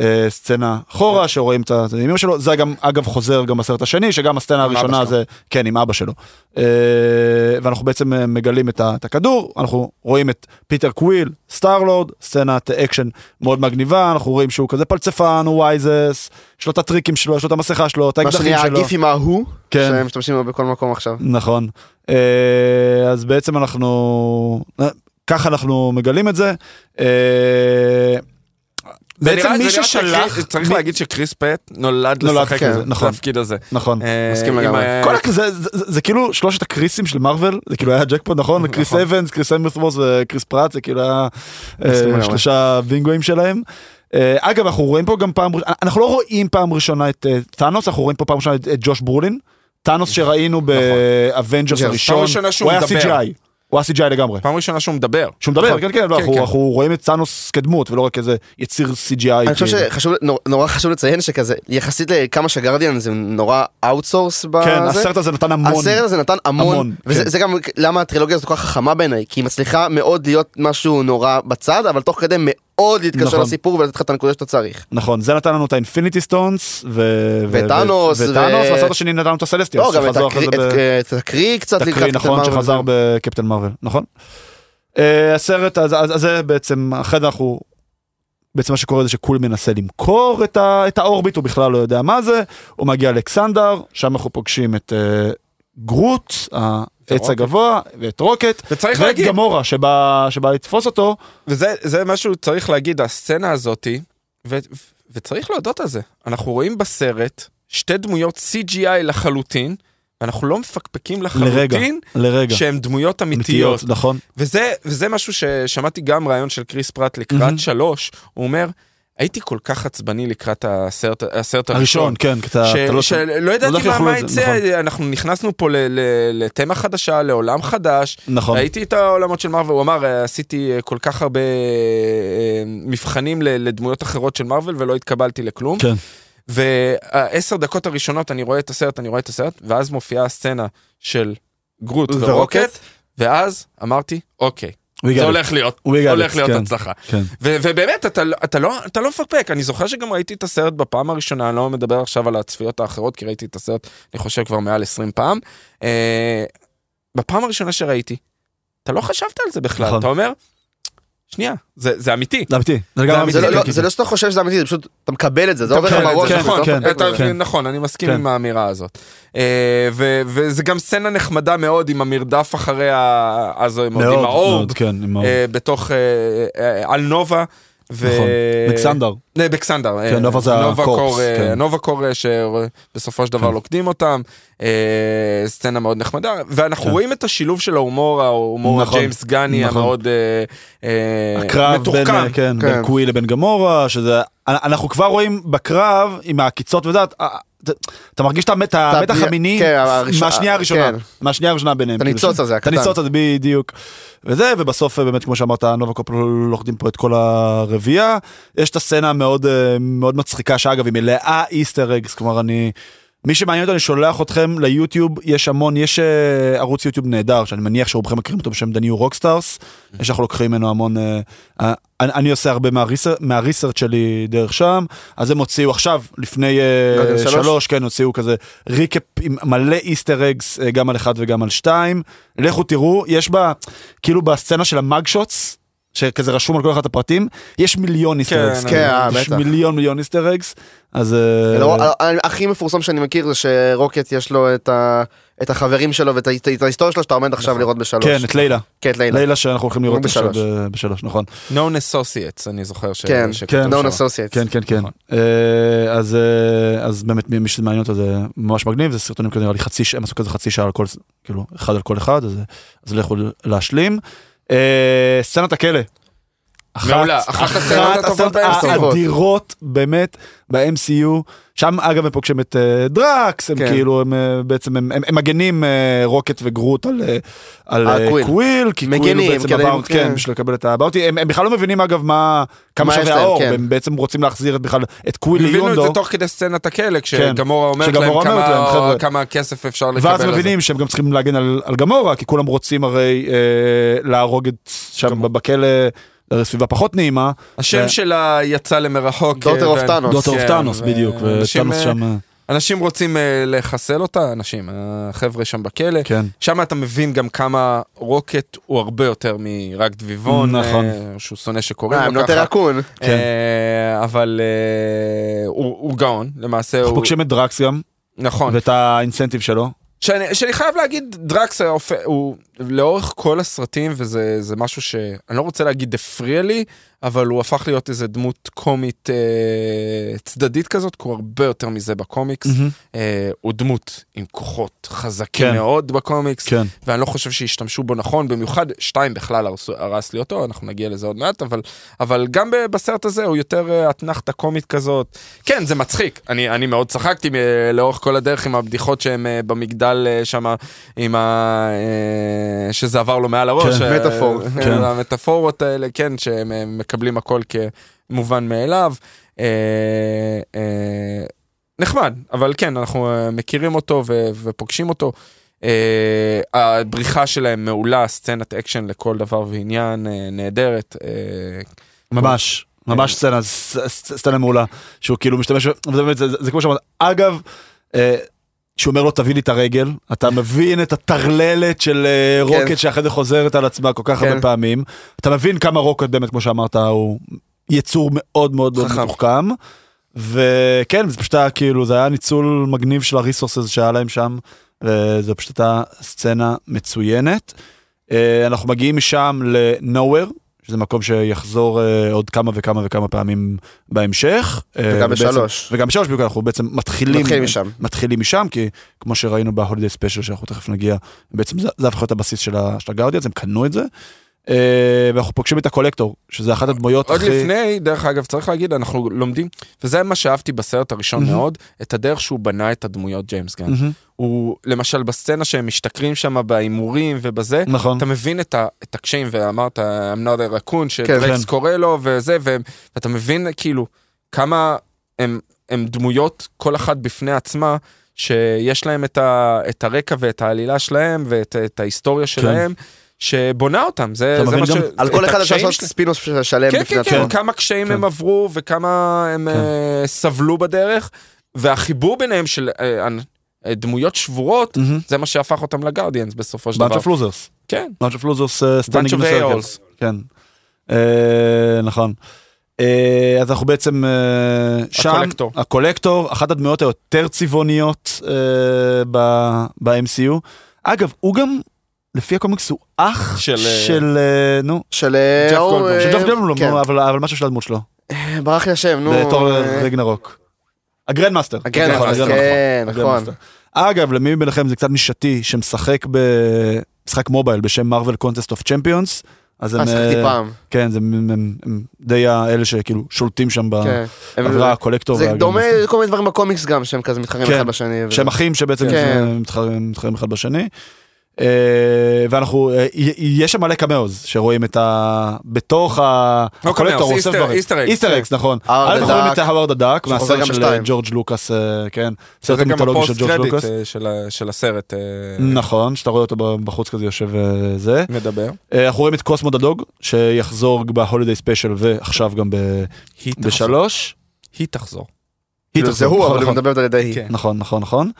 S1: אה, סצנה אחורה, שרואים את הנימים שלו, זה גם, אגב, חוזר גם בסרט השני, שגם הסצנה
S2: אבא
S1: הראשונה
S2: שלו.
S1: זה, כן, עם אבא שלו. אה, ואנחנו בעצם אה, מגלים את ה- את הכדור, אנחנו רואים את פיטר קוויל, סטארלורד, סצנת אקשן מאוד מגניבה, אנחנו רואים שהוא כזה פלצפן, הוא וייזס, יש לו את הטריקים שלו, יש לו את המסכה שלו, את
S3: מה
S1: האקדחים
S3: שנהיה
S1: שלו.
S3: הגיף עם ההוא,
S1: כן.
S3: שהם משתמשים בו בכל מקום עכשיו.
S1: נכון. אה, אז בעצם אנחנו, אה, ככה אנחנו מגלים את זה. אה,
S2: זה
S1: בעצם
S2: נראה-
S1: מי
S2: זה נראה
S1: ששלח-
S2: שקריס- צריך
S1: מי-
S2: להגיד שקריס פט נולד
S1: נולד,
S2: לשחק
S1: כן,
S2: את זה,
S1: נכון.
S2: לתפקיד הזה.
S1: נכון.
S2: אה,
S3: מסכים
S2: אם
S3: לגמרי.
S2: היה-
S1: כל הכ... זה, זה, זה, זה כאילו שלושת הקריסים של מארוול, זה כאילו היה ג'קפוט נכון? קריס
S2: נכון.
S1: אבנס, קריס אמרסמוס וקריס פרט, זה כאילו היה
S3: מסכים
S1: אה,
S3: לגמרי.
S1: שלושה בינגואים שלהם. אה, אגב, אנחנו רואים פה גם פעם, ראש- אנחנו לא רואים פעם ראשונה את אה, טאנוס, אנחנו רואים פה פעם ראשונה את את ג'וש ברולין. טאנוס שראינו באבנג'רס
S3: פעם
S1: הראשון,
S2: ראשונה שהוא
S1: הוא היה
S2: מדבר.
S1: CGI, הוא היה CGI לגמרי.
S2: פעם ראשונה שהוא מדבר.
S1: שהוא מדבר,
S2: נכון.
S1: כן כן, לא, אנחנו-
S2: כן.
S1: אנחנו רואים את טאנוס כדמות ולא רק איזה יציר CGI.
S3: אני חושב
S1: כאילו.
S3: שחשוב, נור- נורא חשוב לציין שכזה, יחסית לכמה שגרדיאן זה נורא אאוטסורס בזה.
S1: כן, הסרט הזה נתן המון.
S3: אה, הסרט הזה נתן המון,
S1: המון,
S3: וזה
S1: כן.
S3: זה גם למה הטרילוגיה הזאת כל כך חכמה בעיניי, כי היא מצליחה מאוד להיות משהו נורא בצד, אבל תוך כדי מאוד להתקשר
S1: נכון.
S3: לסיפור ולתת לך את הנקודה שאתה צריך.
S1: נכון, זה נתן לנו את האינפיניטי סטונס, ו...
S3: וטאנוס,
S1: ו...
S3: ו-
S1: וטאנוס, והסרט השני נתן לנו את הסלסטיאס,
S3: לא, גם את
S1: שחזר כן, אחרי
S3: הקריא-
S1: זה ב-
S3: את- את הקריא קצת
S1: תקריא,
S3: לקראת
S1: נכון,
S3: קפטן
S1: שחזר
S3: מרוויל.
S1: בקפטן מרוויל, נכון? אה, הסרט, אז אז- אז זה בעצם, אחרי זה אנחנו... בעצם מה שקורה זה שקול מנסה למכור את, ה, את האורביט, הוא בכלל לא יודע מה זה, הוא מגיע לאלכסנדר, שם אנחנו פוגשים את אה, גרוט, העץ
S2: ורוקט.
S1: הגבוה, ואת רוקט,
S2: וצריך
S1: ואת
S2: להגיד,
S1: גמורה שבא, שבא לתפוס אותו,
S2: וזה זה משהו צריך להגיד, הסצנה הזאתי, ו- ו- וצריך להודות על זה. אנחנו רואים בסרט שתי דמויות CGI לחלוטין, ואנחנו לא מפקפקים
S1: לרגע,
S2: לחלוטין
S1: לרגע.
S2: שהן דמויות אמיתיות.
S1: אמיתיות, נכון.
S2: וזה, וזה משהו ששמעתי גם ראיון של קריס פרט לקראת
S1: מהמם.
S2: שלוש, הוא אומר, הייתי כל כך עצבני לקראת הסרט, הסרט
S1: הראשון,
S2: הראשון.
S1: כן, כי אתה אתה
S2: שלא
S1: לא...
S2: ש... לא
S1: לא
S2: ידעתי
S1: יודע
S2: מה,
S1: איך
S2: מה
S1: יכלו את זה,
S2: יצא, אנחנו נכנסנו פה ל- ל- לתמה חדשה, לעולם חדש,
S1: נכון.
S2: ראיתי את העולמות של מארוול, הוא אמר, "אה, עשיתי אה, כל כך הרבה אה, מבחנים ל- לדמויות אחרות של מארוול ולא התקבלתי לכלום.
S1: כן.
S2: והעשר דקות הראשונות אני רואה את הסרט, אני רואה את הסרט, ואז מופיעה הסצנה של גרוט ורוקט, ואז אמרתי, אוקיי,
S1: We
S2: זה
S1: got it.
S2: הולך להיות,
S1: We got it,
S2: הולך להיות
S1: כן.
S2: הצלחה.
S1: כן.
S2: ו- ובאמת, אתה, לא- אתה, לא, אתה לא מפקפק, אני זוכר שגם ראיתי את הסרט בפעם הראשונה, אני לא מדבר עכשיו על הצפיות האחרות, כי ראיתי את הסרט, אני חושב, כבר מעל 20 פעם. אה, בפעם הראשונה שראיתי, אתה לא חשבת על זה בכלל,
S1: נכון.
S2: אתה אומר, שנייה, זה, זה אמיתי.
S1: זה אמיתי. זה
S2: זה
S1: גם אמיתי.
S3: זה לא-
S1: כן,
S3: לא-
S1: כן,
S3: זה לא שאתה חושב שזה אמיתי, זה פשוט, אתה מקבל את זה, זה
S2: אתה
S3: עובר לך
S2: מקבל את
S3: בראש.
S2: זה,
S3: אתה
S2: נכון,
S3: לא מפקפק
S2: אתה-
S3: בזה.
S1: כן.
S2: נכון, אני מסכים
S1: כן.
S2: עם האמירה הזאת. אה, ו- וזה גם סצנה נחמדה מאוד עם המרדף אחרי ה... אז הם
S1: מאוד,
S2: עוד עם האורב,
S1: מאוד, כן, עם האורב.
S2: אה, בתוך, אה, אה, על נובה. ו-
S1: נכון. אלכסנדר.
S2: לא, בקסנדר, אה,
S1: נובה זה הקורפס,
S2: קור, אה,
S1: כן.
S2: נובה קור אה, שבסופו של דבר
S1: כן.
S2: לוקדים אותם, אה, סצנה מאוד נחמדה, ואנחנו
S1: כן.
S2: רואים את השילוב של ההומור, ההומור
S1: נכון,
S2: הג'יימס גני
S1: נכון.
S2: המאוד אה, אה,
S1: הקרב בין,
S2: מתוחכם.
S1: אה, כן,
S3: כן.
S1: בין קווי לבין גמורה, שזה... אנ- אנחנו כבר רואים בקרב עם העקיצות וזה, אתה- אתה- אתה מרגיש את המת- את המתח
S3: הבני-
S1: המיני
S3: כן, הראשון-
S1: מהשנייה הראשונה,
S3: כן.
S1: מהשנייה הראשונה ביניהם.
S3: את הניצוץ
S1: כאילו,
S3: הזה,
S1: את
S3: הקטן.
S1: הניצוץ הזה, בדיוק. וזה, ובסוף אה, באמת, כמו שאמרת, נובה קופל לוכדים פה את כל הרביעייה. יש את הסצנה המאוד אה, מאוד מצחיקה, שאגב, היא מלאה איסטר אגס, כלומר, אני... מי שמעניין אותו, אני שולח אתכם ליוטיוב, יש המון, יש אה, ערוץ יוטיוב נהדר, שאני מניח שרובכם מכירים אותו בשם דניו רוקסטארס, שאנחנו לוקחים ממנו המון, אה, אה, אני, אני עושה הרבה מהריסר- מהריסרצ' שלי דרך שם, אז הם הוציאו עכשיו, לפני אה,
S3: גודל שלוש?
S1: שלוש, כן, הוציאו כזה ריקאפ עם מלא איסטר אגס, אה, גם על אחד וגם על שתיים, לכו תראו, יש בה, כאילו בסצנה של המאג שוטס, שכזה רשום על כל אחד הפרטים, יש מיליון איסטר אגס,
S2: כן,
S3: כן, אה,
S1: יש
S3: בטח.
S1: מיליון מיליון איסטר אגס, אז... אה,
S3: לא, ה- הכי מפורסם שאני מכיר זה שרוקט יש לו את ה- את החברים שלו ואת ה- את ההיסטוריה שלו שאתה עומד עכשיו לראות בשלוש.
S1: כן, את לילה.
S3: כן, את לילה.
S1: לילה שאנחנו הולכים לראות עכשיו
S3: בשלוש.
S1: ב- בשלוש, נכון.
S2: known associates, אני זוכר ש...
S3: כן,
S2: שכתוב
S1: כן,
S3: נון
S2: שם.
S3: אסוסייט.
S1: כן, כן, כן.
S2: נכון.
S1: אה, אז אה, אז באמת מי מי שזה מעניין אותו זה ממש מגניב, זה סרטונים כזה נראה לי חצי שעה, הם עשו כזה חצי שעה על כל, ס- כאילו, אחד על כל אחד, אז אז לכו להשלים. אה, סצנת הכלא.
S2: מעולה, אחת הסצנות הטובות ב-MCU.
S1: האדירות באמת ב-MCU, שם אגב הם פוגשים את אה, דרקס, הם
S3: כן.
S1: כאילו הם אה, בעצם הם הם- הם מגנים אה, רוקט וגרוט על, אה, על
S3: אה,
S1: אה,
S3: קוויל.
S1: קוויל, כי קוויל הוא
S3: מגנים,
S1: בעצם
S3: כדי-
S1: עבר, כן,
S3: כן.
S1: בשביל לקבל את הבאוטי, הם הם בכלל לא מבינים אגב מה, כמה
S3: מה יש
S1: שווה
S3: להם,
S1: האור,
S3: כן.
S1: הם בעצם רוצים להחזיר את בכלל את קוויל
S2: הבינו את זה
S1: ליונדו,
S2: תוך כדי סצנת הכלא, כשגמורה אומרת
S1: שגמורה
S2: להם
S1: כן. אומרת להם,
S2: כמה-
S1: חבר'ה.
S2: כמה כסף אפשר לקבל.
S1: ואז
S2: על זה.
S1: מבינים שהם גם צריכים להגן על, על גמורה, כי כולם רוצים הרי אה, להרוג את שם בכלא, הרי סביבה פחות נעימה,
S2: השם
S1: ו-
S2: שלה יצא למרחוק.
S3: Daughter
S2: אה,
S3: of
S2: ו-
S3: Thanos.
S1: דוטר אוף
S2: כן,
S1: טאנוס
S2: ו-
S1: בדיוק,
S2: אנשים,
S1: וטאנוס
S2: אה,
S1: שם, אה,
S2: אנשים רוצים אה, לחסל אותה, אנשים, אה, החבר'ה שם בכלא.
S1: כן.
S2: שם אתה מבין גם כמה רוקט הוא הרבה יותר מרק דביבון,
S1: נכון.
S2: אה, שהוא שונא שקוראים
S3: הם לא
S2: לו
S3: נוטר
S2: ככה,
S3: רקון.
S1: כן.
S2: אה, אבל אה, הוא הוא גאון, למעשה
S1: אנחנו
S2: הוא,
S1: פוגשים את דרקס גם,
S2: נכון,
S1: ואת האינסנטיב שלו,
S2: שאני, שאני חייב להגיד, דרקס היה הופ... הוא לאורך כל הסרטים, וזה זה משהו שאני לא רוצה להגיד הפריע לי, אבל הוא הפך להיות איזה דמות קומית אה, צדדית כזאת, כי הוא הרבה יותר מזה בקומיקס.
S1: מהמם.
S2: אה, הוא דמות עם כוחות חזקים
S1: כן.
S2: מאוד בקומיקס,
S1: כן.
S2: ואני לא חושב שהשתמשו בו נכון, במיוחד שתיים בכלל הרס, הרס לי אותו, אנחנו נגיע לזה עוד מעט, אבל, אבל גם ב- בסרט הזה הוא יותר אה, אתנחתה קומית כזאת. כן, זה מצחיק, אני, אני מאוד צחקתי אה, לאורך כל הדרך עם הבדיחות שהם אה, במגדל אה, שם, עם ה... אה, שזה עבר לו מעל הראש.
S1: כן.
S2: אה,
S3: מטאפור.
S2: אה,
S1: כן.
S2: המטאפורות האלה, כן, שהם אה, מקבלים הכל כמובן מאליו. אה, אה, נחמד, אבל כן, אנחנו אה, מכירים אותו ו- ופוגשים אותו. אה, הבריחה שלהם מעולה, סצנת אקשן לכל דבר ועניין, אה, נהדרת. אה,
S1: ממש, ממש סצנה, ס- ס- סצנה מעולה, שהוא כאילו משתמש, ב- וזה באמת, זה- זה זה כמו שאמרת, אגב, אה, שהוא אומר לו תביא לי את הרגל, אתה מבין את הטרללת של אה,
S3: כן.
S1: רוקט שאחרי זה חוזרת על עצמה כל כך
S3: כן.
S1: הרבה פעמים, אתה מבין כמה רוקט באמת, כמו שאמרת, הוא יצור מאוד מאוד מאוד
S2: חכם.
S1: מתוחכם, וכן, זה פשוט היה כאילו, זה היה ניצול מגניב של הריסורסס שהיה להם שם, וזו פשוט הייתה סצנה מצוינת. אה, אנחנו מגיעים משם ל-Nowhere, שזה מקום שיחזור אה, עוד כמה וכמה וכמה פעמים בהמשך. אה,
S3: וגם
S1: ובעצם-
S3: בשלוש.
S1: וגם בשלוש, בדיוק אנחנו בעצם מתחילים,
S3: נתחיל משם.
S1: מתחילים משם, כי כמו שראינו בהולידי ספיישל שאנחנו תכף נגיע, בעצם זה, זה הפך להיות הבסיס של, ה- של הגארדיאנס, הם קנו את זה. אה, ואנחנו פוגשים את הקולקטור, שזה אחת הדמויות
S2: עוד
S1: הכי...
S2: לפני, דרך אגב, צריך להגיד, אנחנו לומדים, וזה מה שאהבתי בסרט הראשון
S1: מהמם.
S2: מאוד, את הדרך שהוא בנה את הדמויות ג'יימס גן.
S1: מהמם,
S2: הוא, למשל, בסצנה שהם משתכרים שם בהימורים ובזה,
S1: נכון.
S2: אתה מבין את, ה, את הקשיים, ואמרת, I'm not a raccoon, שדרקס
S1: כן.
S2: קורא לו וזה, והם- ואתה מבין כאילו כמה הם, הם דמויות, כל אחת בפני עצמה, שיש להם את, ה, את הרקע ואת העלילה שלהם ואת את ההיסטוריה שלהם, שבונה אותם. זה,
S1: כן. אתה
S2: זה
S1: מבין
S2: מה ש...
S1: גם-
S3: על
S2: את
S3: כל אחד אפשר
S2: הקשיים
S3: לעשות
S2: שלהם.
S3: ספינוס שלם
S2: כן,
S3: בפני
S2: כן, כן,
S3: עצמו.
S2: כמה קשיים
S1: כן.
S2: הם עברו וכמה הם
S1: כן.
S2: אה, סבלו בדרך, והחיבור ביניהם של אה, אנ- אה, דמויות שבורות,
S1: מהמם.
S2: זה מה שהפך אותם לגרדיאנס בסופו של
S1: Bunch
S2: דבר.
S1: of losers.
S2: כן.
S1: Bunch of losers סטנדינג
S2: Bunch of
S1: בסרקל.
S2: A-holes.
S1: כן. אה, נכון. אה, אז אנחנו בעצם אה, שם,
S2: הקולקטור.
S1: הקולקטור, אחת הדמויות היותר צבעוניות אה, ב- ב-MCU. אגב, הוא גם, לפי הקומיקס הוא אח
S2: של, אה,
S1: של, אה, נו,
S3: של אה,
S2: ג'ף
S3: אור,
S2: גולדבלום,
S1: של
S3: אה,
S1: ג'ף גלבלום,
S3: כן.
S1: אבל אבל משהו של הדמות שלו,
S3: ברח לי השם, נו.
S1: בתור
S3: אה,
S1: רגנרוק. הגרנדמאסטר. נכון,
S3: הגרנדמאסטר,
S1: הגרנדמאסטר,
S3: כן,
S1: הגרנדמאסטר.
S3: נכון.
S1: אגב, למי מביניכם זה קצת נישתי שמשחק במשחק מובייל בשם מרוויל קונטסט אוף צ'מפיונס. אז הם,
S3: אה, שחקתי
S1: אה,
S3: פעם.
S1: כן, זה, הם, הם, הם די האלה שכאילו שולטים שם
S3: כן.
S1: בעברה הקולקטור.
S3: זה
S1: והגרנד
S3: דומה
S1: מאסטר.
S3: לכל מיני דברים בקומיקס גם, שהם כזה מתחרים
S1: כן.
S3: אחד בשני. וזה.
S1: שהם אחים שבעצם
S3: כן.
S1: הם מתחרים מתחרים אחד בשני. אה, ואנחנו, אה, י- יש שם מלא קמאוז שרואים את ה... בתוך ה...
S2: לא
S1: הקולקטור
S2: קמאוז,
S1: עושה
S2: איסטר-
S1: דברים.
S2: איסטר אקס,
S1: איסטר אקס, נכון.
S3: האווארד
S1: א' אנחנו רואים את
S3: הדאק,
S1: ההאוורד הדאק,
S3: שחוזר
S1: מהסרט
S3: גם
S1: של אה,
S3: בשתיים.
S1: ג'ורג' לוקאס, אה, כן. סרט
S2: זה גם
S1: המיתולוגי של
S2: הפוסט
S1: ג'ורג'
S2: קרדיט
S1: לוקאס.
S2: אה, של ה- של הסרט אה,
S1: נכון, שאתה רואה אותו בחוץ כזה יושב אה, זה.
S2: מדבר.
S1: אה, אנחנו רואים את קוסמו דדוג, שיחזור בהולידיי ספיישל ועכשיו גם ב-
S2: היא תחזור.
S1: בשלוש.
S2: היא תחזור.
S1: היא
S3: כאילו זה
S1: תחזור, נכון, [LAUGHS]
S3: הוא, אבל הוא
S1: נכון.
S3: מדבר על ידי היא.
S2: כן.
S1: נכון, נכון, נכון.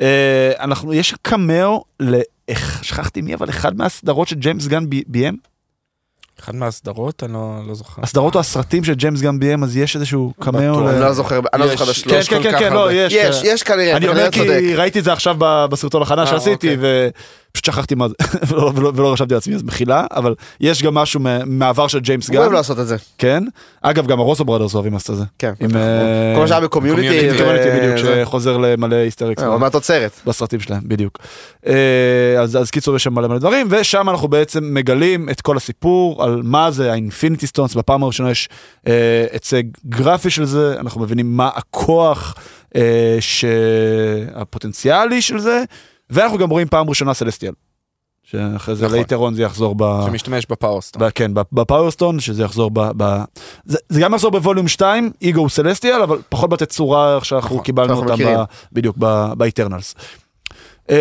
S1: אה, אנחנו, יש קמאו ל... איך, שכחתי מי, אבל אחד מהסדרות שג'יימס גן ב- ביים,
S3: אה.
S2: אחת מהסדרות, אני לא- לא זוכר.
S1: הסדרות או הסרטים שג'יימס גן ביים, אז יש איזשהו קמאו
S2: בטוח.
S1: ל...
S3: אני לא זוכר, אני לא
S2: יש-
S3: זוכר
S2: לא,
S1: כן,
S3: בשלוש.
S2: יש
S1: כן,
S2: כל
S1: כן,
S2: כך
S1: כן, לא,
S2: הרבה.
S1: יש.
S3: יש,
S1: כן.
S3: יש כנראה,
S1: אני
S3: אתה
S1: אומר
S3: כנראה צודק. אוקיי.
S1: כי ראיתי את זה עכשיו ב- בסרטון הכנה
S2: אה,
S1: שעשיתי, ופשוט שכחתי מה זה, [LAUGHS] ולא- ולא ולא רשמתי לעצמי, אז מחילה, אבל יש גם משהו מה- מהעבר של ג'יימס
S3: הוא אוהב
S1: גן,
S3: לעשות את זה.
S1: כן. אגב, גם הרוסו בראדרס אוהבים לעשות את זה.
S3: כן.
S1: עם... אה,
S3: כמו שהיה בקומיוניטי. אה,
S2: בקומיוניטי,
S3: ו-
S1: קיבלתי בדיוק,
S3: זה-
S1: שחוזר למלא היסטריקס.
S3: אה, עוד מעט עוצרת.
S1: בסרטים שלהם, בדיוק. אה, אז, אז קיצור, יש שם מלא מלא דברים, ושם אנחנו בעצם מגלים את כל הסיפור על מה זה האינפיניטי סטונס, בפעם הראשונה יש אה, היצג גרפי של זה, אנחנו מבינים מה הכוח אה, ש... הפוטנציאלי של זה, ואנחנו גם רואים פעם ראשונה סלסטיאל. שאחרי זה
S2: נכון.
S1: לייטרון זה יחזור ב...
S2: שמשתמש בפאורסטון.
S1: ב- כן, ב- בפאוורסטון, שזה יחזור ב... ב... זה, זה גם יחזור בווליום 2, איגו סלסטיאל, אבל פחות בתצורה איך שאנחנו
S2: נכון,
S1: קיבלנו
S3: שאנחנו
S1: אותם
S3: מכירים.
S1: ב, בדיוק באיטרנלס. אה,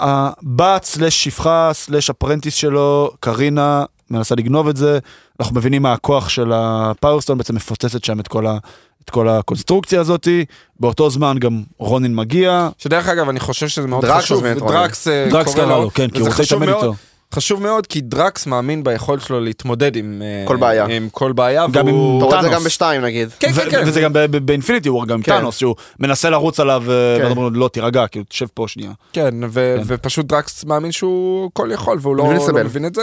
S1: הבת סלש שפחה סלש הפרנטיס שלו, קרינה, מנסה לגנוב את זה. אנחנו מבינים מה הכוח של הפאוורסטון, בעצם מפוצצת שם את כל, ה, את כל הקונסטרוקציה הזאתי. באותו זמן גם רונין מגיע.
S2: שדרך אגב, אני חושב שזה מאוד
S3: דרקס
S2: חשוב.
S3: מזמין את רונן.
S2: דרקס אה,
S1: דרקס
S2: קורא
S1: קרא לו, כן, כי הוא
S2: וזה
S1: רוצה
S2: חשוב
S1: להתאמן
S2: מאוד-
S1: איתו.
S2: חשוב מאוד, כי דרקס מאמין ביכולת שלו להתמודד עם אה,
S3: כל בעיה.
S2: עם כל בעיה.
S1: גם
S2: והוא-
S1: עם-
S3: אתה רואה את זה
S1: טאנוס.
S3: גם בשתיים נגיד.
S2: כן,
S1: ו-
S2: כן, כן.
S1: וזה גם ב- ב- באינפיניטי וור, גם עם
S3: כן.
S1: טאנוס, שהוא מנסה לרוץ עליו, אה,
S3: כן.
S1: ואתה אומר לו, לא, תירגע, כאילו, תשב פה שנייה.
S2: כן, ו-
S1: כן.
S2: ופשוט דרקס מאמין שהוא כל יכול והוא לא
S3: מבין
S2: לא
S3: לסבל.
S2: מבין את זה.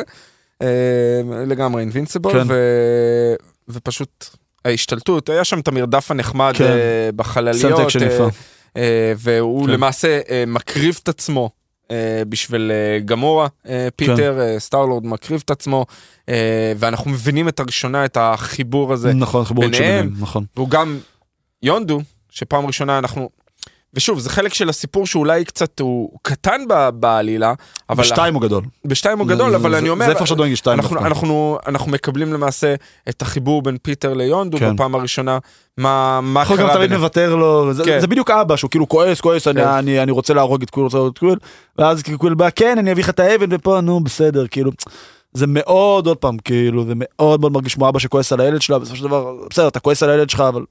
S2: אה, לגמרי אינבינסיבול,
S1: כן.
S2: ו... ופשוט ההשתלטות, היה שם את המרדף הנחמד
S1: כן.
S2: אה, בחלליות,
S1: סלטק שנפלא.
S2: אה, אה, והוא
S1: כן.
S2: למעשה אה, מקריב את עצמו. אה, בשביל אה, גמורה, אה,
S1: כן.
S2: פיטר, אה, סטארלורד מקריב את עצמו, אה, ואנחנו מבינים את הראשונה, את החיבור הזה,
S1: נכון, חיבור
S2: ביניהם.
S1: רגשי ביניהם, נכון.
S2: והוא גם יונדו, שפעם ראשונה אנחנו... ושוב, זה חלק של הסיפור שאולי קצת הוא קטן ב- בעלילה, אבל...
S1: בשתיים הוא גדול.
S2: בשתיים הוא גדול,
S1: זה-
S2: אבל
S1: זה-
S2: אני אומר...
S1: זה איפה שדואגים שתיים
S2: אנחנו,
S1: דווקא.
S2: אנחנו, אנחנו מקבלים למעשה את החיבור בין פיטר ליונדו
S1: כן.
S2: בפעם הראשונה, מה, מה
S1: אנחנו נכון, גם
S2: קרה
S1: תמיד
S2: ביניהם.
S1: מוותר לו, זה-
S2: כן.
S1: זה בדיוק אבא שהוא כאילו כועס, כועס, אני-
S2: כן.
S1: אני אני רוצה להרוג את כולם, רוצה להרוג את כולם, ואז כאילו כולם בא, כן, אני אביא לך את האבן ופה, נו, בסדר, כאילו. זה מאוד, עוד פעם, כאילו, זה מאוד מאוד מרגיש כמו אבא שכועס על הילד שלה, בסופו של דבר, בסדר, אתה כועס על הילד שלך, אבל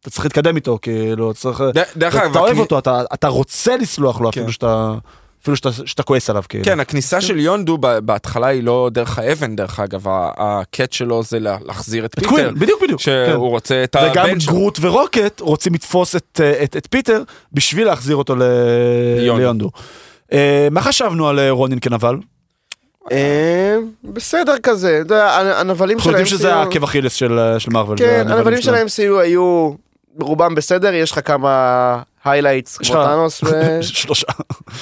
S1: אתה צריך להתקדם איתו, כאילו, אתה צריך...
S2: ד- דרך אגב,
S1: אתה אוהב
S2: הכני-
S1: אותו, אתה- אתה רוצה לסלוח לו אפילו
S2: כן.
S1: שאתה... אפילו שאתה, שאתה כועס עליו כאילו.
S2: כן, הכניסה של יונדו ב- בהתחלה היא לא דרך האבן, דרך אגב, ה- הקאץ' שלו זה לה- להחזיר את
S1: את
S2: פיטר,
S1: קווין, בדיוק בדיוק. כן.
S2: שהוא רוצה את
S1: וגם
S2: הבן שלו.
S1: גרוט ורוקט רוצים לתפוס את, אה, את, את פיטר בשביל להחזיר אותו ל...
S2: ליונדו.
S1: ליונדו. אה, מה חשבנו על אה, רונין כנבל?
S3: אה, בסדר כזה, אתה יודע, הנ- הנבלים
S1: אנחנו
S3: של
S1: יודעים שזה
S3: ה-MCU...
S1: העקב אכילס של, של מארוול. זה
S3: כן, הנבלים של
S1: שלהם.
S3: ה-MCU היו רובם בסדר, יש לך כמה highlights
S1: [LAUGHS] יש
S3: כמו
S1: לך-
S3: טאנוס ו...
S1: שלושה.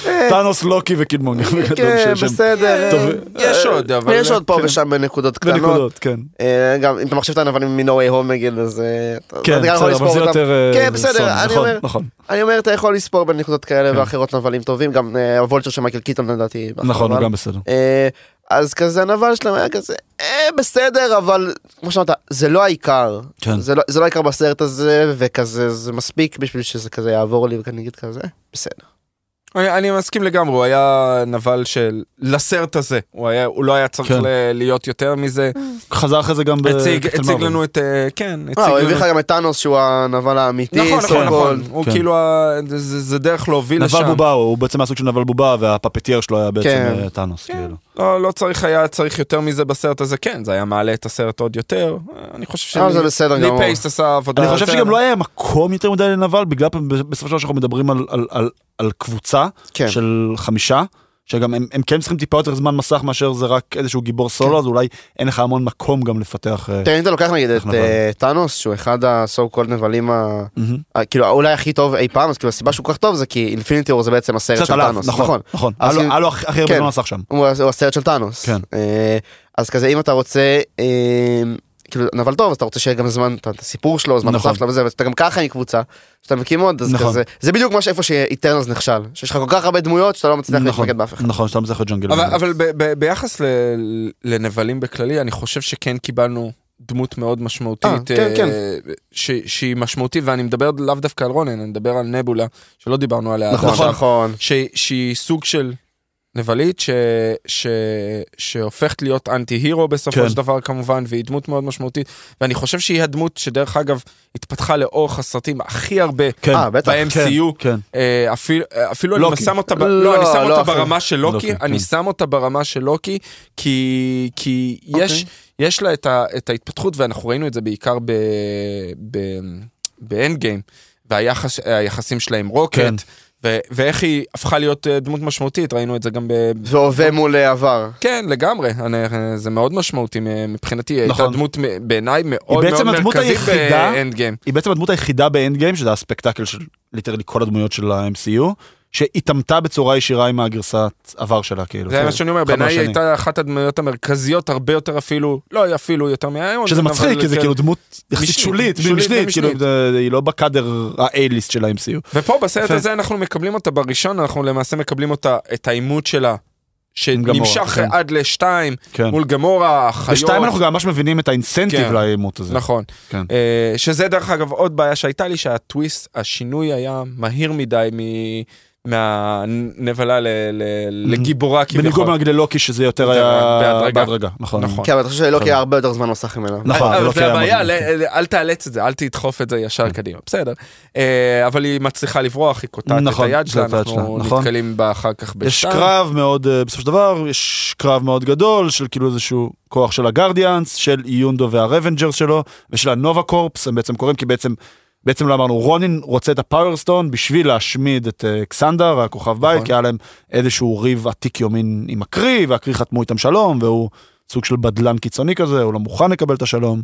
S3: אה,
S1: טאנוס, לוקי וקידמונגר.
S3: כן, בסדר.
S1: טוב,
S2: אה, יש עוד, לא, אבל...
S3: יש עוד פה
S1: כן.
S3: ושם בנקודות קטנות.
S1: בנקודות, כן.
S3: אה, גם אם אתה מחשיב את הנבלים מ-No way home נגיד, אז... אה, אתה-
S1: כן,
S3: אתה גם יכול
S1: בסדר, אבל
S3: לספור
S1: זה
S3: אותם.
S1: יותר... אה,
S3: כן,
S1: זה
S3: בסדר,
S1: סוד,
S3: אני
S1: נכון,
S3: אומר-
S1: נכון,
S3: אני אומר, אתה יכול לספור בנקודות
S1: כן.
S3: כאלה ואחרות נבלים טובים, גם אה, הוולצ'ר של מייקל קיטון לדעתי.
S1: נכון,
S3: אבל-
S1: הוא גם בסדר.
S3: אה, אז כזה הנבל שלהם היה כזה, אה, בסדר, אבל כמו שאמרת, זה לא העיקר.
S1: כן.
S3: זה לא, זה לא העיקר בסרט הזה, וכזה, זה מספיק בשביל שזה כזה יעבור לי, וכאני אגיד כזה, "אה, בסדר.
S2: אני, אני מסכים לגמרי, הוא היה נבל של... לסרט הזה, הוא, היה, הוא לא היה צריך
S1: כן.
S2: ל- להיות יותר מזה.
S1: חזר אחרי זה גם ב...
S2: הציג,
S1: בקפטן
S2: הציג
S1: מארוול.
S2: לנו את... אה, כן, הציג
S3: אה, הוא הביא
S2: לנו...
S3: לך גם את טאנוס שהוא הנבל האמיתי,
S2: נכון, נכון,
S3: so
S2: נכון,
S3: called.
S2: הוא
S1: כן.
S2: כאילו, ה- זה- זה זה דרך להוביל לשם.
S1: נבל בובה, הוא בעצם מהסוג של נבל בובה, והפפטייר שלו היה בעצם
S3: כן.
S1: אה, טאנוס, כאילו.
S2: לא, לא צריך היה, צריך יותר מזה בסרט הזה, כן, זה היה מעלה את הסרט עוד יותר. אני חושב
S3: אה, זה
S2: שלי-
S3: בסדר
S2: לי
S3: גמור.
S2: פייסט עשה עבודה.
S1: אני חושב
S2: יותר.
S1: שגם לא היה מקום יותר מדי לנבל, בגלל בסופו של דבר שאנחנו מדברים על- על- על- על קבוצה
S3: כן.
S1: של חמישה, שגם הם הם כן צריכים טיפה יותר זמן מסך מאשר זה רק איזשהו גיבור סולו, אז אולי אין לך המון מקום גם לפתח... אה,
S3: כן. תן, אם אתה לוקח נגיד את
S1: נבל.
S3: אה, טאנוס, שהוא אחד הסו קולד נבלים, ה-
S1: מהמם.
S3: ה- כאילו אולי הכי טוב אי פעם, אז כאילו הסיבה שהוא כל כך טוב זה כי אינפיניטי וור זה בעצם הסרט
S1: קצת
S3: של
S1: עליו,
S3: טאנוס.
S1: נכון, נכון.
S3: אז
S1: היה לו-
S3: אם-
S1: היה לו הכי הכי הרבה
S3: כן.
S1: זמן מסך שם.
S3: הוא הוא הסרט של טאנוס.
S1: כן.
S3: אה, אז כזה אם אתה רוצה אה, כאילו נבל טוב אז אתה רוצה שיהיה גם זמן את הסיפור שלו זמן
S1: נכון.
S3: נוסף שלו וזה ואתה גם ככה עם קבוצה שאתה מקים עוד אז
S1: נכון.
S3: כזה זה בדיוק מה שאיפה שאיטרנלס נכשל שיש לך כל כך הרבה דמויות שאתה לא מצליח
S1: נכון,
S3: להתמקד באף אחד.
S1: נכון, שאתה מצליח להיות ג'ונגל.
S2: אבל, אבל ב, ב, ביחס ל, לנבלים בכללי, אני חושב שכן קיבלנו דמות מאוד
S3: אה,
S2: משמעותית,
S3: כן,
S2: אה,
S3: כן.
S2: ש, שהיא משמעותית, ואני מדבר לאו דווקא על רונן, אני מדבר על נבולה, שלא דיברנו עליה. עד עכשיו.
S3: נכון.
S2: ש, שהיא סוג של נבלית ש, ש, שהופכת להיות אנטי הירו בסופו
S1: כן.
S2: כן. של דבר כמובן והיא דמות מאוד משמעותית ואני חושב שהיא הדמות שדרך אגב התפתחה לאורך הסרטים הכי הרבה
S1: כן,
S3: אה, בטח.
S1: כן,
S2: ב-MCU.
S1: כן.
S2: אה, אפילו, אה, אפילו
S1: לוקי.
S2: אני שם אותה, ב...
S3: לא,
S2: לא, אני שם
S3: לא
S2: אותה
S3: אחי.
S2: ברמה של לוקי,
S1: לוקי,
S2: אני
S1: כן.
S2: שם אותה ברמה של לוקי, כי, כי
S3: אוקיי.
S2: יש, יש לה את, ה, את ההתפתחות, ואנחנו ראינו את זה בעיקר ב... ב... באנד גיים, והיחסים שלה עם רוקט,
S1: כן.
S2: ו... ואיך היא הפכה להיות אה, דמות משמעותית, ראינו את זה גם ב...
S3: והווה
S1: נכון.
S3: מול אה, עבר.
S2: כן, לגמרי, אני, אה, זה מאוד משמעותי אה, מבחינתי, היא
S1: נכון.
S2: הייתה דמות מ- בעיניי מאוד
S1: בעצם
S2: מאוד
S1: הדמות
S2: מרכזית
S1: היחידה-
S2: באנד גיים.
S1: היא בעצם הדמות היחידה באנד גיים, שזה הספקטקל של ליטרלי כל הדמויות של ה-MCU, שהתעמתה בצורה ישירה עם הגרסת עבר שלה, כאילו.
S2: זה מה שאני אומר,
S1: חד
S2: בעיניי היא
S1: מהשני.
S2: הייתה אחת הדמויות המרכזיות הרבה יותר אפילו, לא היא אפילו יותר מהיום.
S1: שזה
S2: אבל-
S1: מצחיק, כי זה
S2: כן.
S1: כאילו דמות יחסית
S2: משנית,
S1: שולית,
S2: שולית
S1: משנית, כאילו
S2: ומשנית.
S1: זה- היא לא בקאדר ה-A-ליסט של ה-MCU.
S2: ופה בסרט
S1: יפה.
S2: הזה אנחנו מקבלים אותה בראשון, אנחנו למעשה מקבלים אותה, את העימות שלה,
S1: גמורה,
S2: שנמשך
S1: כן.
S2: עד לשתיים,
S1: כן.
S2: מול גמורה, החיות.
S1: בשתיים אנחנו גם ממש מבינים את האינסנטיב
S2: כן.
S1: לעימות הזה.
S2: נכון.
S1: כן.
S2: אה, שזה דרך אגב עוד בעיה שהייתה לי, שהטוויסט, השינוי היה מהיר מדי מ... מהנבלה ל... ל... לגיבורה
S1: בניגוד
S2: כביכול.
S1: מאנגלי לוקי שזה יותר
S2: יותר
S1: היה
S2: בהדרגה.
S1: בהדרגה. נכון.
S2: נכון.
S3: כן אבל אתה חושב שלא
S1: נכון.
S3: יהיה הרבה יותר זמן מסך ממנה.
S1: נכון,
S2: אבל
S1: לא
S2: זה
S1: קיים
S2: הבעיה,
S1: עוד. כן.
S2: ל- ל- אל תאלץ את זה, אל תדחוף את זה ישר קדימה, בסדר. אה, אבל היא מצליחה לברוח, היא קוטעת
S1: נכון,
S2: את היד שלה,
S1: קוטעת את היד
S2: אנחנו
S1: שלה, נכון.
S2: נתקלים בה אחר כך
S1: יש
S2: בשתיים.
S1: קרב מאוד, אה, בסופו של דבר, יש קרב מאוד גדול של כאילו איזשהו כוח של הגרדיאנס, של יונדו והרוונג'רס שלו, ושל הנובה קורפס, הם בעצם קוראים, כי בעצם, בעצם לא אמרנו, רונין רוצה את הפאוורסטון בשביל להשמיד את אה, קסנדר, הכוכב בית,
S2: נכון.
S1: כי היה להם איזשהו ריב עתיק יומין עם הקרי, והקרי חתמו איתם שלום, והוא סוג של בדלן קיצוני כזה, הוא לא מוכן לקבל את השלום.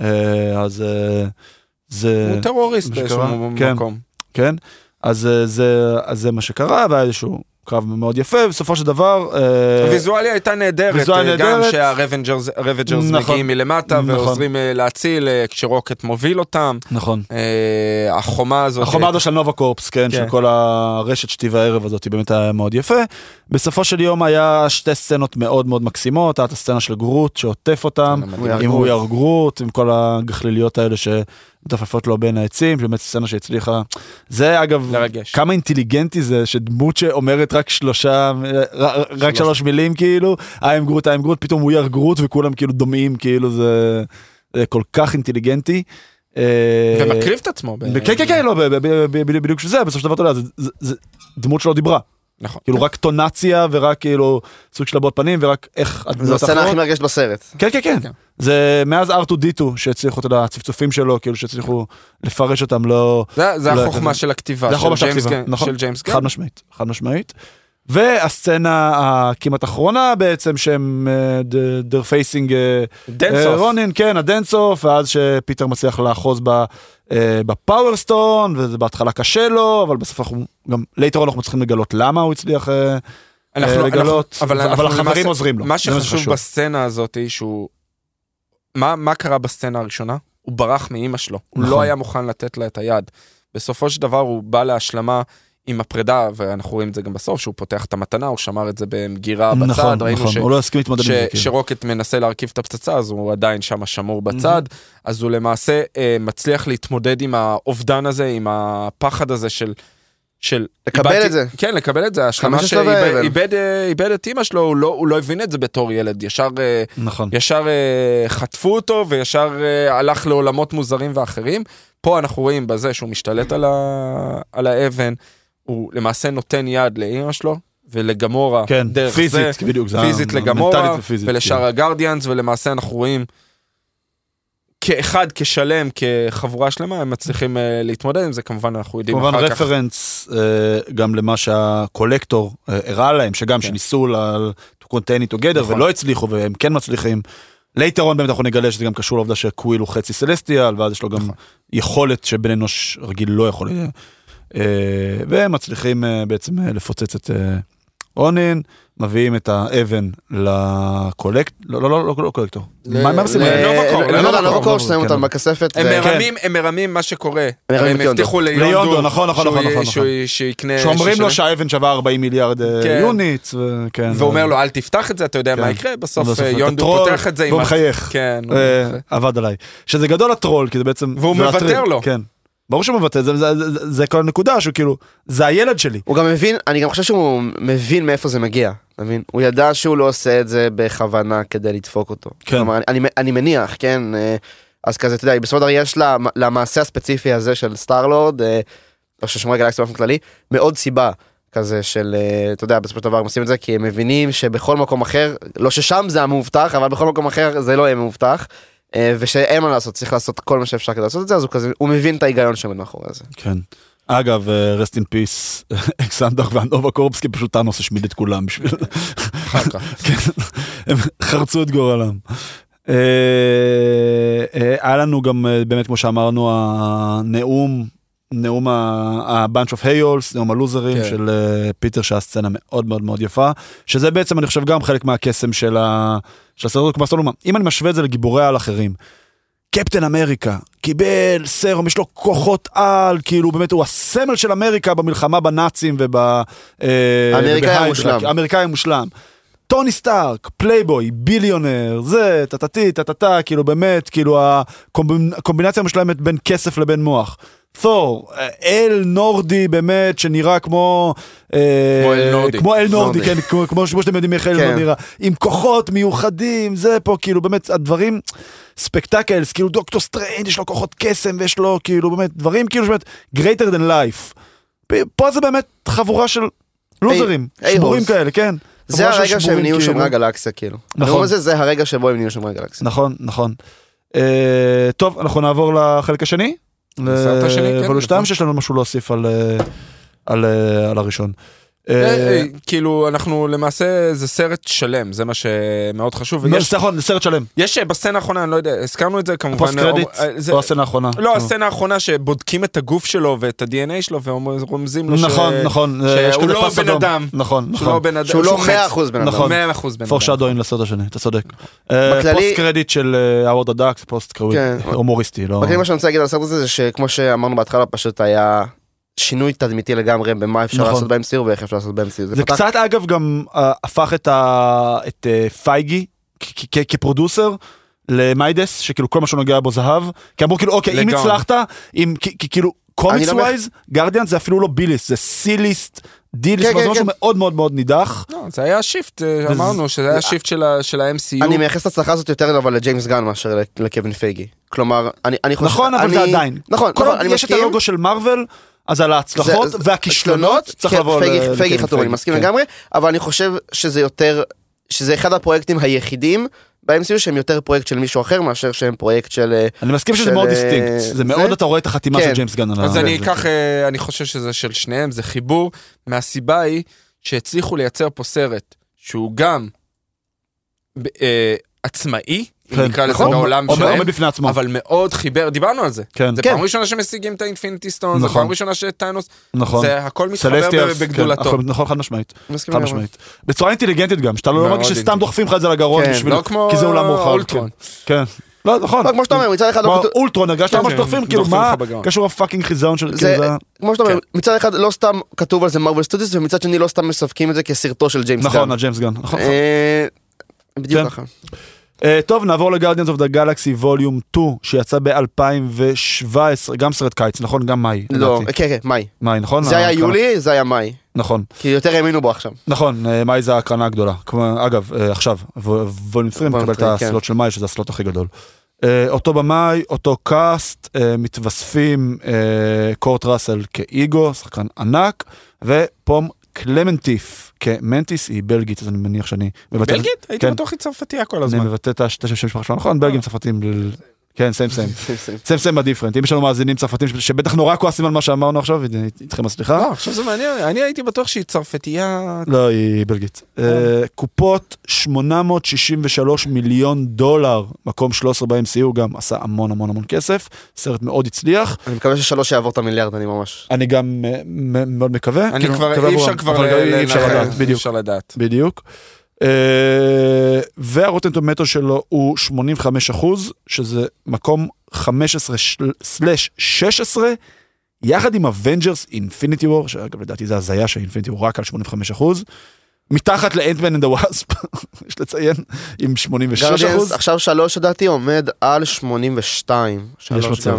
S1: אה, אז אה, זה,
S2: הוא טרוריסט
S1: מה שקרה.
S2: באיזשהו
S1: כן.
S2: מקום.
S1: כן? אז אה, זה, אז זה מה שקרה, והיה איזשהו קרב מאוד יפה, בסופו של דבר... אה,
S2: הוויזואליה הייתה נהדרת,
S1: ויזואליה
S2: אה, גם
S1: נהדרת.
S2: שהרוונג'רס
S1: נכון.
S2: מגיעים מלמטה
S1: נכון.
S2: ועוזרים אה, להציל אה, כשרוקט מוביל אותם.
S1: נכון.
S2: אה, החומה הזאת, אה,
S1: החומה הזו של נובה קורפס, כן,
S2: כן.
S1: של כל הרשת שתי והערב הזאת, היא באמת היה מאוד יפה. בסופו של יום היה שתי סצנות מאוד מאוד מקסימות, הייתה את הסצנה של גרוט שעוטף אותם,
S2: מדהים.
S3: הוא יהרג
S1: עם הוא
S3: גרוט.
S1: יהר גרוט, עם כל הגחליליות האלה שמדפפות לו בין העצים, באמת סצנה שהצליחה. זה אגב,
S2: מרגש.
S1: כמה אינטליגנטי זה שדמות שאומרת רק שלושה, אה, ר- רק שלוש מילים כאילו, I'm גרוט, I'm גרוט, פתאום הוא יהר גרוט וכולם כאילו דומעים, כאילו זה זה כל כך אינטליגנטי. אה,
S2: ומקריב את עצמו. ב-
S1: כן כן כן לא ב- ב- ב- ב- ב- בדיוק שזה בסופו של דבר אתה יודע זה- זה- זה דמות שלא דיברה
S2: נכון.
S1: כאילו רק טונציה ורק כאילו סוג של הבעות פנים ורק איך הדמויות
S3: זו הסצנה הכי
S1: האחרות-
S3: מרגשת בסרט.
S1: כן כן כן
S2: כן.
S1: זה מאז ארטו דיטו שהצליחו אתה יודע הצפצופים שלו כאילו שהצליחו לפרש אותם לא
S2: זה- זה
S1: לא
S2: החוכמה
S1: יודעת.
S2: של הכתיבה,
S1: זה החומר
S2: של
S1: של
S2: ג'יימס
S1: הכתיבה,
S2: גן-
S1: נכון,
S2: של ג'יימס גן.
S1: חד משמעית, חד משמעית. והסצנה הכמעט אחרונה בעצם שהם אה, דר פייסינג
S2: Dance off.
S1: רונין אה, כן הדנס אוף ואז שפיטר מצליח לאחוז אה, בפאוור סטון וזה בהתחלה קשה לו אבל בסוף אנחנו גם later on אנחנו צריכים לגלות למה הוא הצליח אה,
S2: אנחנו-
S1: אה,
S2: אנחנו-
S1: לגלות
S2: אבל
S1: אבל
S2: אנחנו
S1: החברים
S2: למעשה-
S1: עוזרים לו
S2: מה
S1: זה
S2: שחשוב בסצנה הזאת היא שהוא... מה מה קרה בסצנה הראשונה? הוא ברח מאימא שלו, הוא לא
S1: נכון.
S2: היה מוכן לתת לה את היד. בסופו של דבר הוא בא להשלמה עם הפרידה, ואנחנו רואים את זה גם בסוף, שהוא פותח את המתנה, הוא שמר את זה במגירה בצד,
S1: נכון
S2: ראינו ש...
S1: נכון הוא לא הסכים להתמודד
S2: ש-
S1: עם זה כאילו.
S2: שרוקט מנסה להרכיב את הפצצה אז הוא עדיין שם שמור בצד אז הוא למעשה אה, מצליח להתמודד עם האובדן הזה עם הפחד הזה של. של
S3: לקבל
S2: איבדתי-
S3: את זה.
S2: כן לקבל את זה השלמה
S3: חמש שלבי
S2: שאיבד
S3: אבל.
S2: איבד, אה, איבד את אימא שלו הוא לא, הוא לא הבין את זה בתור ילד ישר אה,
S1: נכון
S2: ישר אה, חטפו אותו וישר אה, הלך לעולמות מוזרים ואחרים. פה אנחנו רואים בזה שהוא משתלט על, ה... על האבן, הוא למעשה נותן יד לאימא שלו ולגמורה
S1: כן
S2: דרך זה,
S1: פיזית בדיוק זה
S2: פיזית
S1: המנטלית
S2: לגמורה
S1: ופיזית, כן.
S2: ולשאר הגרדיאנס ולמעשה אנחנו רואים כאחד כשלם כחבורה שלמה הם מצליחים אה, להתמודד עם זה כמובן אנחנו יודעים
S1: כמובן
S2: אחר כך.
S1: רפרנס אה, גם למה שהקולקטור אה, הראה להם, שגם
S2: כן.
S1: שניסו ל- to contain it together
S2: נכון.
S1: ולא הצליחו והם כן מצליחים. later on באמת אנחנו נגלה שזה גם קשור לעובדה שקוויל הוא חצי סלסטיאל ואז יש לו גם
S2: נכון.
S1: יכולת שבן אנוש רגיל לא יכול. אה, אה, והם מצליחים אה, בעצם אה, לפוצץ את אה, אונין, מביאים את האבן לקולקט... לא, לא, לא, לא, לא קולקטור.
S2: ל-
S1: מה מה הם עושים?
S2: ל-
S1: אה,
S2: לנובקור,
S3: לא, לא, לא,
S1: לנובקור,
S3: נובקור ששמים
S1: כן,
S3: אותם בכספת.
S2: הם
S3: ו-
S2: מרמים, הם מרמים מה שקורה,
S3: מרמים
S2: הרי הם
S3: את יונדו.
S2: הבטיחו
S1: ליונדו,
S2: ליונדו,
S1: נכון, נכון,
S2: שהוא-
S1: נכון, נכון,
S2: שהוא-
S1: נכון.
S2: שיקנה,
S1: שאומרים לו
S2: אה, שישלם.
S1: שהאבן שווה 40 מיליארד אה,
S2: כן.
S1: יוניטס, וכן. אה,
S2: ואומר לו אל תפתח את זה אתה יודע
S1: כן.
S2: מה יקרה בסוף
S1: בסוף
S2: אה,
S1: אתה
S2: יונדו
S1: טרול,
S2: פותח את זה עם
S1: והוא
S2: ה-
S1: מחייך.
S2: כן הוא
S1: אה,
S2: מחייך.
S1: עבד עליי. שזה גדול הטרול, כי זה בעצם...
S2: והוא
S1: זה
S2: מוותר
S1: להטריד,
S2: לו.
S1: כן. ברור שהוא מוותר, זה- זה- זה- זה כל הנקודה, שהוא כאילו, זה הילד שלי.
S3: הוא גם מבין, אני גם חושב שהוא מבין מאיפה זה מגיע, אתה מבין? הוא ידע שהוא לא עושה את זה בכוונה כדי לדפוק אותו.
S1: כן.
S3: כלומר, אני, אני, אני מניח, כן? אה, אז כזה, אתה יודע, בסופו של דבר יש לה- למעשה הספציפי הזה של סטארלורד, אה, או של שומרי גלקסיה באופן כללי, מאוד סיבה כזה של, אה, אתה יודע, בסופו של דבר הם עושים את זה כי הם מבינים שבכל מקום אחר, לא ששם זה המאובטח, אבל בכל מקום אחר זה לא יהיה מאובטח. אה, ושאין מה לעשות, צריך לעשות כל מה שאפשר כדי לעשות את זה, אז הוא כזה, הוא מבין את ההיגיון שעומד מאחורי זה.
S1: כן. אגב, אה, רסט אין פיס, [LAUGHS] אקסנדר והנובה קורבסקי, פשוט טאנוס השמיד את כולם בשביל...
S2: אחר כך.
S1: [LAUGHS] כן, הם חרצו את גורלם. אה, אה, היה לנו גם אה, באמת כמו שאמרנו הנאום, נאום ה-bunch of היולס, נאום הלוזרים
S2: כן.
S1: של אה, פיטר שהיה סצנה מאוד מאוד מאוד יפה, שזה בעצם אני חושב גם חלק מהקסם של ה- של הסרט, כמו סולומה, אם אני משווה את זה לגיבורי על אחרים. קפטן אמריקה קיבל סרום, יש לו כוחות על, כאילו באמת הוא הסמל של אמריקה במלחמה בנאצים וב... אה,
S3: האמריקאי
S1: ובהיידרה,
S3: המושלם.
S1: האמריקאי המושלם. טוני סטארק, פלייבוי, ביליונר, זה, טה-טה-טי, טה-טה-טה, כאילו באמת, כאילו הקומב- הקומבינציה המושלמת בין כסף לבין מוח. תור, אה, אל נורדי באמת, שנראה כמו... אה,
S2: כמו אל נורדי.
S1: כמו אל נורדי,
S3: נורדי.
S1: כן, כמו- כמו כמו שאתם יודעים איך אל
S3: כן.
S1: נורדי נראה. עם כוחות מיוחדים, זה פה, כאילו באמת, הדברים, ספקטקלס, כאילו דוקטור סטריינד, יש לו כוחות קסם, ויש לו כאילו באמת, דברים כאילו שבאמת, greater than life. פה זה באמת חבורה של לוזרים,
S3: היי,
S1: שבורים
S3: הולס.
S1: כאלה, כן.
S3: זה
S1: חבורה של
S3: הרגע שהם
S1: שבורים,
S3: נהיו
S1: כאילו.
S3: שומרי גלקסיה כאילו.
S1: נכון.
S3: הנאום הזה זה הרגע שבו הם נהיו שומרי גלקסיה.
S1: נכון, נכון. אה, טוב, אנחנו נעבור לחלק השני.
S2: לסרט השני, כן,
S1: אבל
S2: נכון.
S1: שתיים שיש לנו משהו להוסיף על, אה, על, אה, על הראשון. אה,
S2: אה, כאילו אנחנו למעשה זה סרט שלם זה מה שמאוד חשוב. ויש-
S1: נכון, סרט שלם.
S2: יש אה, בסצנה האחרונה אני לא יודע הזכרנו את זה כמובן.
S1: פוסט קרדיט,
S2: אה, אה, זה-
S1: או הסצנה האחרונה.
S2: לא הסצנה האחרונה שבודקים את הגוף שלו ואת ה-DNA שלו ורומזים לו ש-
S1: נכון, נכון. אה, יש
S2: שהוא
S1: כזה
S2: לא
S1: פס
S2: בן
S1: אדום.
S2: אדם.
S1: נכון,
S2: שהוא לא
S1: נכון.
S2: בן אדם.
S3: שהוא לא
S2: מת.
S3: 100% בן אדם.
S1: נכון.
S2: 100% בן אדם.
S1: פורשדוין לסוד השני, אתה צודק. אה,
S3: בכללי-
S1: פוסט קרדיט של אה, האוורד הדאקס, פוסט קרדיט
S3: כן.
S1: הומוריסטי, לא...
S3: בכלל מה שאני רוצה להגיד על הסרט הזה זה שכמו שאמרנו בהתחלה פשוט היה שינוי תדמיתי לגמרי במה אפשר
S1: נכון.
S3: לעשות בהם סיור ואיך אפשר לעשות בהם סיור.
S1: זה
S3: פתח-
S1: קצת אגב גם אה, הפך את ה- את אה, פייגי כ- כ- כ- כפרודוסר. למיידס שכאילו כל מה שהוא נוגע בו זהב כי אמרו כאילו אוקיי אם
S2: לגמרי.
S1: הצלחת אם כי- כי- כאילו קומיקס
S3: לא מח-
S1: ווייז גרדיאן זה אפילו לא ביליסט זה סיליסט דיליסט
S3: כן,
S1: אבל זה
S3: כן,
S1: משהו
S3: כן.
S1: מאוד מאוד מאוד נידח
S2: לא, זה היה שיפט, אה, אמרנו שזה היה שיפט של ה- של ה-MCU.
S1: כאילו-
S3: אני מייחס את ההצלחה הזאת יותר אבל לג'יימס גן מאשר ל- לקווין פייגי. כלומר אני אני חושב...
S1: נכון אבל
S3: אני-
S1: זה עדיין
S3: נכון
S1: כל
S3: נכון
S1: עוד
S3: אני
S1: יש את
S3: מסכים.
S1: הלוגו של מארוול אז על ההצלחות
S3: זה-
S1: והכישלונות צריך
S3: כן,
S1: לבוא
S3: פייגי-
S1: ל-
S3: פייגי
S1: כן,
S3: חתום אני מסכים
S1: כן.
S3: לגמרי אבל אני חושב שזה יותר שזה אחד הפרויקטים היחידים ב-MCU שהם יותר פרויקט של מישהו אחר מאשר שהם פרויקט של אה,
S1: אני מסכים שזה
S3: של,
S1: מאוד
S3: אה,
S1: דיסטינקט זה
S3: זה?
S1: מאוד אתה רואה את החתימה
S3: כן.
S1: של ג'יימס גן על
S2: אז
S1: ה- כן.
S2: אני
S1: זה.
S2: אקח, אה, אני חושב שזה של שניהם, זה חיבור, מהסיבה היא שהצליחו לייצר פה סרט שהוא גם ב- אה, עצמאי, אם
S1: כן,
S2: נקרא לזה
S1: נכון.
S2: בעולם
S1: עומד-
S2: שלהם,
S1: עומד בפני עצמו
S2: אבל מאוד חיבר, דיברנו על זה.
S1: כן
S2: זה
S3: כן.
S2: פעם ראשונה שמשיגים את האינפיניטי סטון, זה
S1: נכון.
S2: פעם ראשונה שטיינוס,
S1: נכון.
S2: זה הכל מתחבר
S1: סלסטיאלס,
S2: ב- בגדולתו.
S1: כן, נכון, חד משמעית,
S3: מסכים
S1: חד
S3: לגמרי.
S1: משמעית. בצורה אינטליגנטית גם, שאתה לא
S2: מאוד
S1: מרגיש שסתם
S2: אינטליגנט.
S1: דוחפים לך את זה לגרון
S3: כן,
S1: בשביל,
S2: לא כמו
S1: כי זה עולם מורחב.
S2: אולטרון.
S1: כן. כן. לא, נכון.
S3: לא, כמו שאתה אומר מצד אחד לא
S1: כמו
S3: כתוב-
S1: אולטרון, הרגשת
S2: כן,
S1: ממש
S2: כן,
S1: דוחפים, כאילו
S2: דוחפים
S1: מה
S2: לך בגרון.
S1: קשור הפאקינג חיזיון של,
S3: זה-
S1: כאילו זה...
S3: כמו שאתה אומר, מצד אחד לא סתם כתוב על זה מרוויל סטודיוס ומצד שני לא סתם משווקים את זה כסרטו של ג'יימס
S1: נכון,
S3: גן.
S1: הג'יימס גן, נכון.
S3: אה,
S1: כן.
S3: בדיוק ככה.
S1: אה, טוב, נעבור לגרדיאנס אוף דה גלקסי ווליום 2, שיצא ב-2017, גם סרט קיץ, נכון? גם מאי.
S3: לא,
S1: לדעתי.
S3: כן, כן, מאי.
S1: מאי, נכון?
S3: זה היה
S1: ההקרנה.
S3: יולי, זה היה מאי.
S1: נכון,
S3: כי יותר האמינו בו עכשיו.
S1: נכון, אה, מאי זה ההקרנה הגדולה. כמו- אגב, אה, עכשיו, ו- ווליום 20 מקבל את
S3: כן.
S1: הסלוט של מאי, שזה הסלוט הכי גדול. אה, אותו במאי, אותו קאסט, אה, מתווספים אה, קורט ראסל כאיגו, שחקן ענק, ופום קלמנטיף כמנטיס, היא בלגית, אז אני מניח שאני מבטא...
S2: בלגית? הייתי
S1: כן.
S2: בטוח היא צרפתייה כל
S1: אני
S2: הזמן.
S1: מבטא את השם שם שלך נכון?
S2: אה.
S1: בלגים צרפתים. ל- כן, סיים
S2: [LAUGHS]
S1: סיים. סיים סיים בדיפרנט. אם יש לנו מאזינים צרפתים ש- שבטח נורא כועסים על מה שאמרנו עכשיו, איתכם הסליחה.
S2: לא, עכשיו זה מעניין, אני הייתי בטוח שהיא צרפתייה...
S1: לא, היא בלגית. אה, קופות 863 מיליון דולר, מקום 13 ב-MCU, E גם עשה המון המון המון כסף, סרט מאוד הצליח,
S3: אני מקווה ששלוש יעבור את המיליארד, אני ממש.
S1: אני גם אה, מ- מאוד מקווה.
S2: אני
S1: כאילו,
S2: כבר,
S1: מקווה
S2: אי אפשר
S1: עבורם,
S2: כבר... אה,
S1: אבל גם
S2: ל-
S1: אי אפשר
S2: לנחש,
S1: לדעת,
S2: אי
S1: בדיוק.
S2: אפשר לדעת.
S1: בדיוק. אה, והרוטן טומטו שלו הוא 85 אחוז, שזה מקום 15 של- סלש 16, יחד עם אבנג'רס אינפיניטי וור, שאגב לדעתי זה הזיה שאינפיניטי וור רק על 85 אחוז, מתחת לאנטמן אנד הוואספ, [LAUGHS] יש לציין, עם 86
S3: גרדיאנס
S1: אחוז.
S3: עכשיו שלוש לדעתי עומד על 82.
S1: יש
S3: שלוש
S1: מצב,
S3: גם.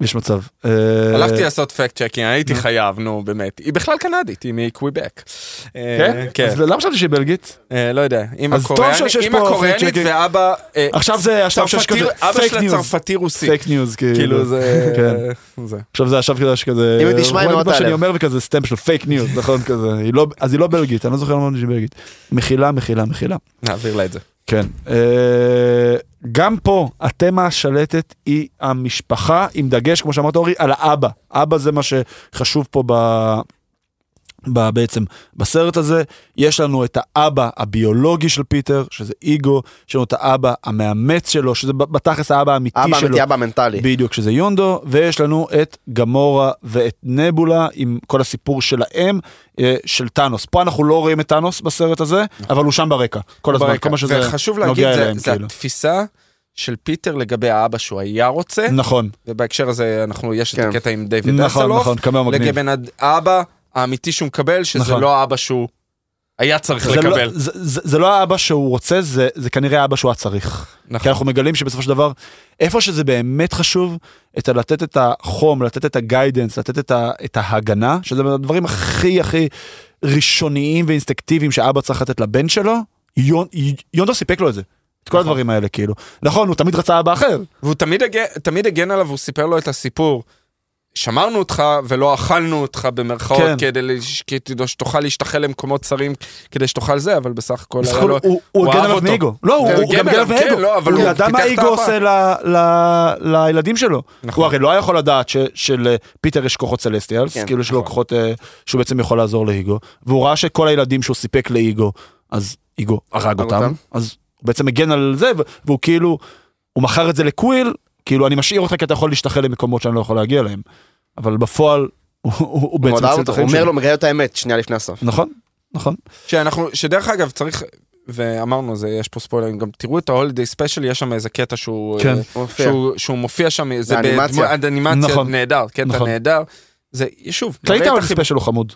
S1: יש מצב. אה,
S2: הלכתי לעשות פקט צ'קינג, הייתי חייב, נו באמת. היא בכלל קנדית, היא מקוויבק. אה,
S1: כן?
S2: כן.
S1: אז למה חשבתי שהיא בלגית?
S2: אה, לא יודע, אימא
S1: אז טוב שיש
S2: קוריאנית,
S1: פה
S2: אימא
S1: fact
S2: קוריאנית
S1: checking.
S2: ואבא... אה,
S1: עכשיו זה, עכשיו שיש
S2: צרפתי-
S1: כזה,
S2: אבא
S1: פייק
S2: שלה
S1: ניוז,
S2: צרפתי רוסי.
S1: פייק ניוז,
S2: כאילו זה... אה,
S1: כן.
S2: זה.
S1: עכשיו זה עכשיו כזה שכזה,
S3: אם היא תשמע, היא
S1: רואים
S3: מאוד
S1: את מה שאני
S3: תעלב.
S1: אומר וכזה סטמפ של פייק ניוז,
S3: [LAUGHS]
S1: נכון כזה, היא לא, אז היא לא בלגית, אני לא זוכר למה שהיא בלגית. מחילה, מחילה, מחילה.
S2: נעביר לה את זה.
S1: כן. אה, גם פה התמה השלטת היא המשפחה, עם דגש, כמו שאמרת אורי, על האבא. אבא זה מה שחשוב פה ב... ב... בעצם בסרט הזה. יש לנו את האבא הביולוגי של פיטר, שזה איגו, יש לנו את האבא המאמץ שלו, שזה בתכלס האבא האמיתי
S3: אבא
S1: שלו.
S3: אמיתי, אבא מנטלי.
S1: לא. בדיוק, שזה יונדו, ויש לנו את גמורה ואת נבולה עם כל הסיפור שלהם, אה, של טאנוס. פה אנחנו לא רואים את טאנוס בסרט הזה, אבל הוא שם ברקע, כל הזמן,
S2: נכון. ברקע.
S1: כל מה שזה
S2: וחשוב להגיד,
S1: נוגע
S2: זה-
S1: אליהם,
S2: זה
S1: כאילו.
S2: התפיסה של פיטר לגבי האבא שהוא היה רוצה,
S1: נכון,
S2: ובהקשר הזה אנחנו, יש את
S3: כן.
S2: הקטע עם דיוויד
S1: נכון,
S2: אסלוף,
S1: נכון, כמה מגניב.
S2: לגבי האבא האמיתי שהוא מקבל, שזה
S1: נכון.
S2: לא האבא שהוא היה צריך
S1: זה לא-
S2: לקבל.
S1: זה- זה זה לא האבא שהוא רוצה, זה זה כנראה האבא שהוא היה צריך. כי
S2: נכון.
S1: אנחנו מגלים שבסופו של דבר, איפה שזה באמת חשוב, את ה- לתת את החום, לתת את הגיידנס, לתת את, ה, את ההגנה, שזה הדברים הכי הכי ראשוניים ואינסטקטיביים שאבא צריך לתת לבן שלו, יונ, י- יונדו סיפק לו את זה. את כל
S2: נכון.
S1: הדברים האלה כאילו. נכון, הוא תמיד רצה אבא אחר.
S2: והוא תמיד הגן, תמיד הגן עליו, הוא סיפר לו את הסיפור שמרנו אותך ולא אכלנו אותך במרכאות
S1: כן.
S2: כן. כדי לש- כדי שתוכל להשתחל למקומות צרים כדי שתוכל זה, אבל בסך הכל
S1: בסך הכל הוא- הוא הגן
S2: אהב
S1: עליו
S2: אותו.
S1: מאגו. לא, הוא
S2: כן,
S1: הוא
S2: כן,
S1: גם הגן עליו
S2: כן, לא,
S1: מאגו.
S2: אבל
S1: הוא
S2: הוא
S1: ידע מה
S2: פיתח את
S1: איגו
S2: ההפרעה.
S1: עושה ל- ל- לילדים שלו.
S2: נכון.
S1: הוא הרי לא היה יכול לדעת ש- שלפיטר יש כוחות סלסטיאלס,
S3: כן,
S1: כאילו יש לו
S2: נכון.
S1: כוחות אה, שהוא בעצם יכול לעזור לאיגו, והוא ראה שכל הילדים שהוא סיפק לאיגו, אז איגו הרג אותם,
S3: אותם.
S1: אז הוא בעצם הגן על זה, ו- והוא כאילו, הוא מכר את זה לקוויל, כאילו אני משאיר אותך כי אתה יכול להשתחל למקומות שאני לא יכול להגיע אליהם, אבל בפועל הוא- הוא הוא
S3: הוא
S1: בעצם
S3: מאוד אהב
S1: הציל את
S3: אותו, הוא
S1: החיים
S3: אומר
S1: שלו.
S3: לו, מגלה את האמת, שנייה לפני הסוף.
S1: נכון, נכון.
S2: שאנחנו, שדרך אגב צריך, ואמרנו זה, יש פה ספוילרים, גם תראו את ההולידיי ספיישל, יש שם איזה קטע שהוא,
S1: כן.
S2: אה,
S3: מופיע.
S2: שהוא, שהוא מופיע שם, זה
S3: באנימציה.
S2: בדמו- אנימציה,
S1: נכון.
S2: נכון. נהדר, קטע
S1: נכון.
S2: נכון. נהדר. זה שוב,
S1: כללית
S2: נראה את
S1: אבל
S2: החיב-
S1: ספיישל הוא חמוד,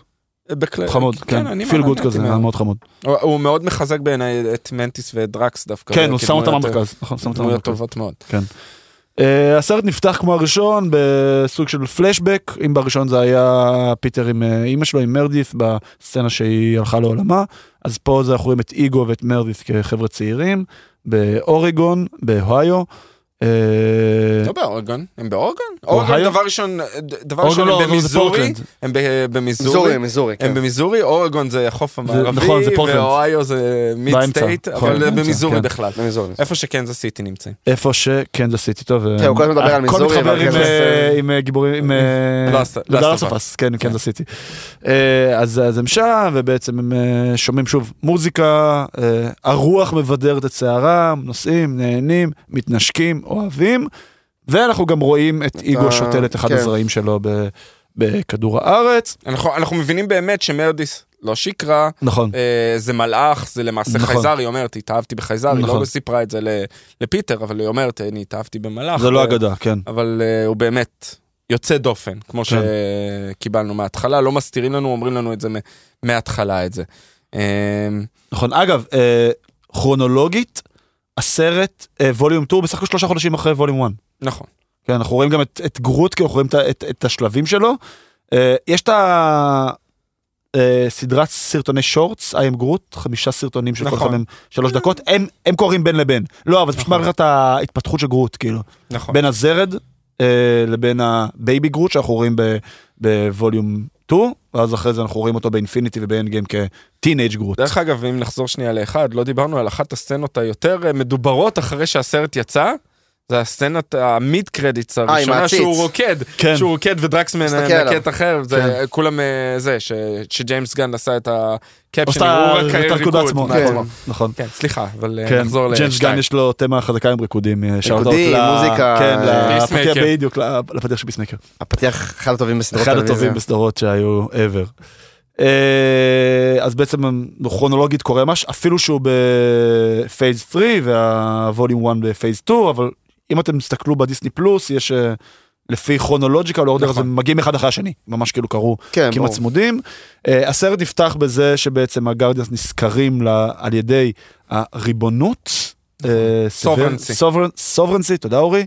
S2: בכל-
S1: חמוד, כן,
S2: אה, אני
S1: פיל גוד
S2: נהניתי
S1: כזה,
S2: מאוד.
S1: היה מאוד חמוד.
S2: הוא- הוא מאוד מחזק בעיניי את מנטיס ואת דרקס דווקא.
S1: כן, הוא שם
S2: כדמויות-
S1: אותם במרכז, נכון, שם אותם
S2: דמויות
S1: במרכז.
S2: טובות מאוד.
S1: אה, הסרט נפתח כמו הראשון בסוג של פלשבק, אם בראשון זה היה פיטר עם אה, אימא שלו, עם מרדיף, בסצנה שהיא הלכה לעולמה, אז פה זה אנחנו רואים את איגו ואת מרדיף כחבר'ה צעירים, באוריגון, באוהיו. אה,
S2: לא באורגון, הם באורגון?
S1: אוהיו?
S2: אורגון דבר ראשון, דבר
S1: אורגון
S2: ראשון
S1: לא,
S2: הם
S1: אורגון זה
S2: במיזורי,
S1: פורטלנד.
S2: הם ב-
S3: מיזורי,
S2: במיזורי,
S3: מיזורי,
S2: הם
S3: כן.
S2: במיזורי, אורגון זה החוף
S1: נכון, זה
S2: המערבי,
S1: פורטלנד.
S2: ואוהיו זה מיד
S1: באמצע,
S2: סטייט,
S1: נכון,
S2: אבל זה
S1: באמצע,
S2: במיזורי
S1: כן.
S2: בכלל.
S3: במיזורי.
S2: איפה שקנזס סיטי נמצאים.
S1: איפה שקנזס סיטי, טוב. אה,
S3: כן, הוא כל הזמן מדבר על
S1: הכל
S3: מיזורי,
S1: מתחבר
S3: אבל
S1: עם,
S3: כן,
S1: אה,
S2: אז-
S1: עם אה, גיבורים, עם...
S2: Last- Last of Us.
S1: לאסטופס, כן, עם קנזס סיטי. אה, אז אז הם שם, ובעצם הם אה, שומעים שוב מוזיקה, אה, הרוח מבדרת את שערם, נוסעים, נהנים, מתנשקים, אוהבים, ואנחנו גם רואים את איגו
S3: אה,
S1: שותל את אחד
S3: כן.
S1: הזרעים שלו ב- בכדור הארץ.
S2: אנחנו אנחנו מבינים באמת שמרדיס לא שיקרה,
S1: נכון.
S2: אה, זה מלאך, זה למעשה
S1: נכון.
S2: חייזר, היא אומרת, התאהבתי בחייזר, היא
S1: נכון.
S2: לא סיפרה את זה ל- לפיטר, אבל היא אומרת, אני התאהבתי במלאך.
S1: זה לא
S2: ו-
S1: אגדה, כן.
S2: אבל אה, הוא באמת יוצא דופן, כמו
S1: כן.
S2: שקיבלנו מההתחלה, לא מסתירים לנו, אומרים לנו את זה מ- מההתחלה את זה. אה,
S1: נכון. אגב, אה, כרונולוגית, הסרט אה, ווליום 2 בסך הכל שלושה חודשים אחרי ווליום 1.
S2: נכון.
S1: כן, אנחנו רואים גם את, את גרוט, כי אנחנו רואים את, ה- את, את השלבים שלו. אה, יש את הסדרת סרטוני שורטס, I am גרוט, חמישה סרטונים של כל
S2: נכון.
S1: אחד מהם שלוש דקות, הם, הם קוראים בין לבין. לא, אבל זה פשוט
S2: נכון.
S1: מראה את ההתפתחות של גרוט, כאילו.
S2: נכון.
S1: בין הזרד אה, לבין הבייבי גרוט שאנחנו רואים ב- בווליום 2, ואז אחרי זה אנחנו רואים אותו באינפיניטי ובאנד גיים כטינג' גרוט.
S2: דרך אגב, אם נחזור שנייה לאחד, לא דיברנו על אחת הסצנות היותר אה, מדוברות אחרי שהסרט יצא. זה הסצנת המיד קרדיטס
S3: אה, עם
S2: הראשונה
S3: העציץ.
S2: שהוא רוקד,
S1: כן.
S2: שהוא רוקד ודרקס
S3: מסתכל עליו.
S2: מנקט אחר, זה
S1: כן.
S2: כולם אה, זה, ש- שג'יימס גן עשה את הקפשן,
S1: עושה
S2: הוא רק
S1: את הריקוד בעצמו,
S3: כן.
S1: נכון, נכון.
S2: כן, סליחה, אבל אה,
S1: כן,
S2: נחזור
S1: ג'יימס גן
S2: לשתיים.
S1: יש לו תמה חזקה עם ריקודים, אה, שאוט-אאוט
S3: ריקודים,
S1: ל-
S3: מוזיקה,
S1: כן,
S2: אה,
S1: לפתיח
S2: פיסמקר.
S1: בדיוק, ל- לפתיח של פיסמקר,
S3: הפתיח אחד הטובים בסדרות
S1: אחד הטובים בסדרות שהיו ever. אה, אז בעצם כרונולוגית קורה משהו, אפילו שהוא בפייס 3 והווליום 1 בפייס 2, אבל אם אתם תסתכלו בדיסני פלוס, יש אה, לפי כרונולוג'יקל אורדר, אז
S2: נכון.
S1: הם מגיעים אחד אחרי השני, ממש כאילו קרו
S3: כן,
S1: כמעט
S3: ברור.
S1: צמודים. אה, הסרט נפתח בזה שבעצם הגרדיאנס נשכרים ל- על ידי הריבונות. אה,
S3: נכון.
S2: Sovereignty.
S1: סוברנסי, תודה אורי.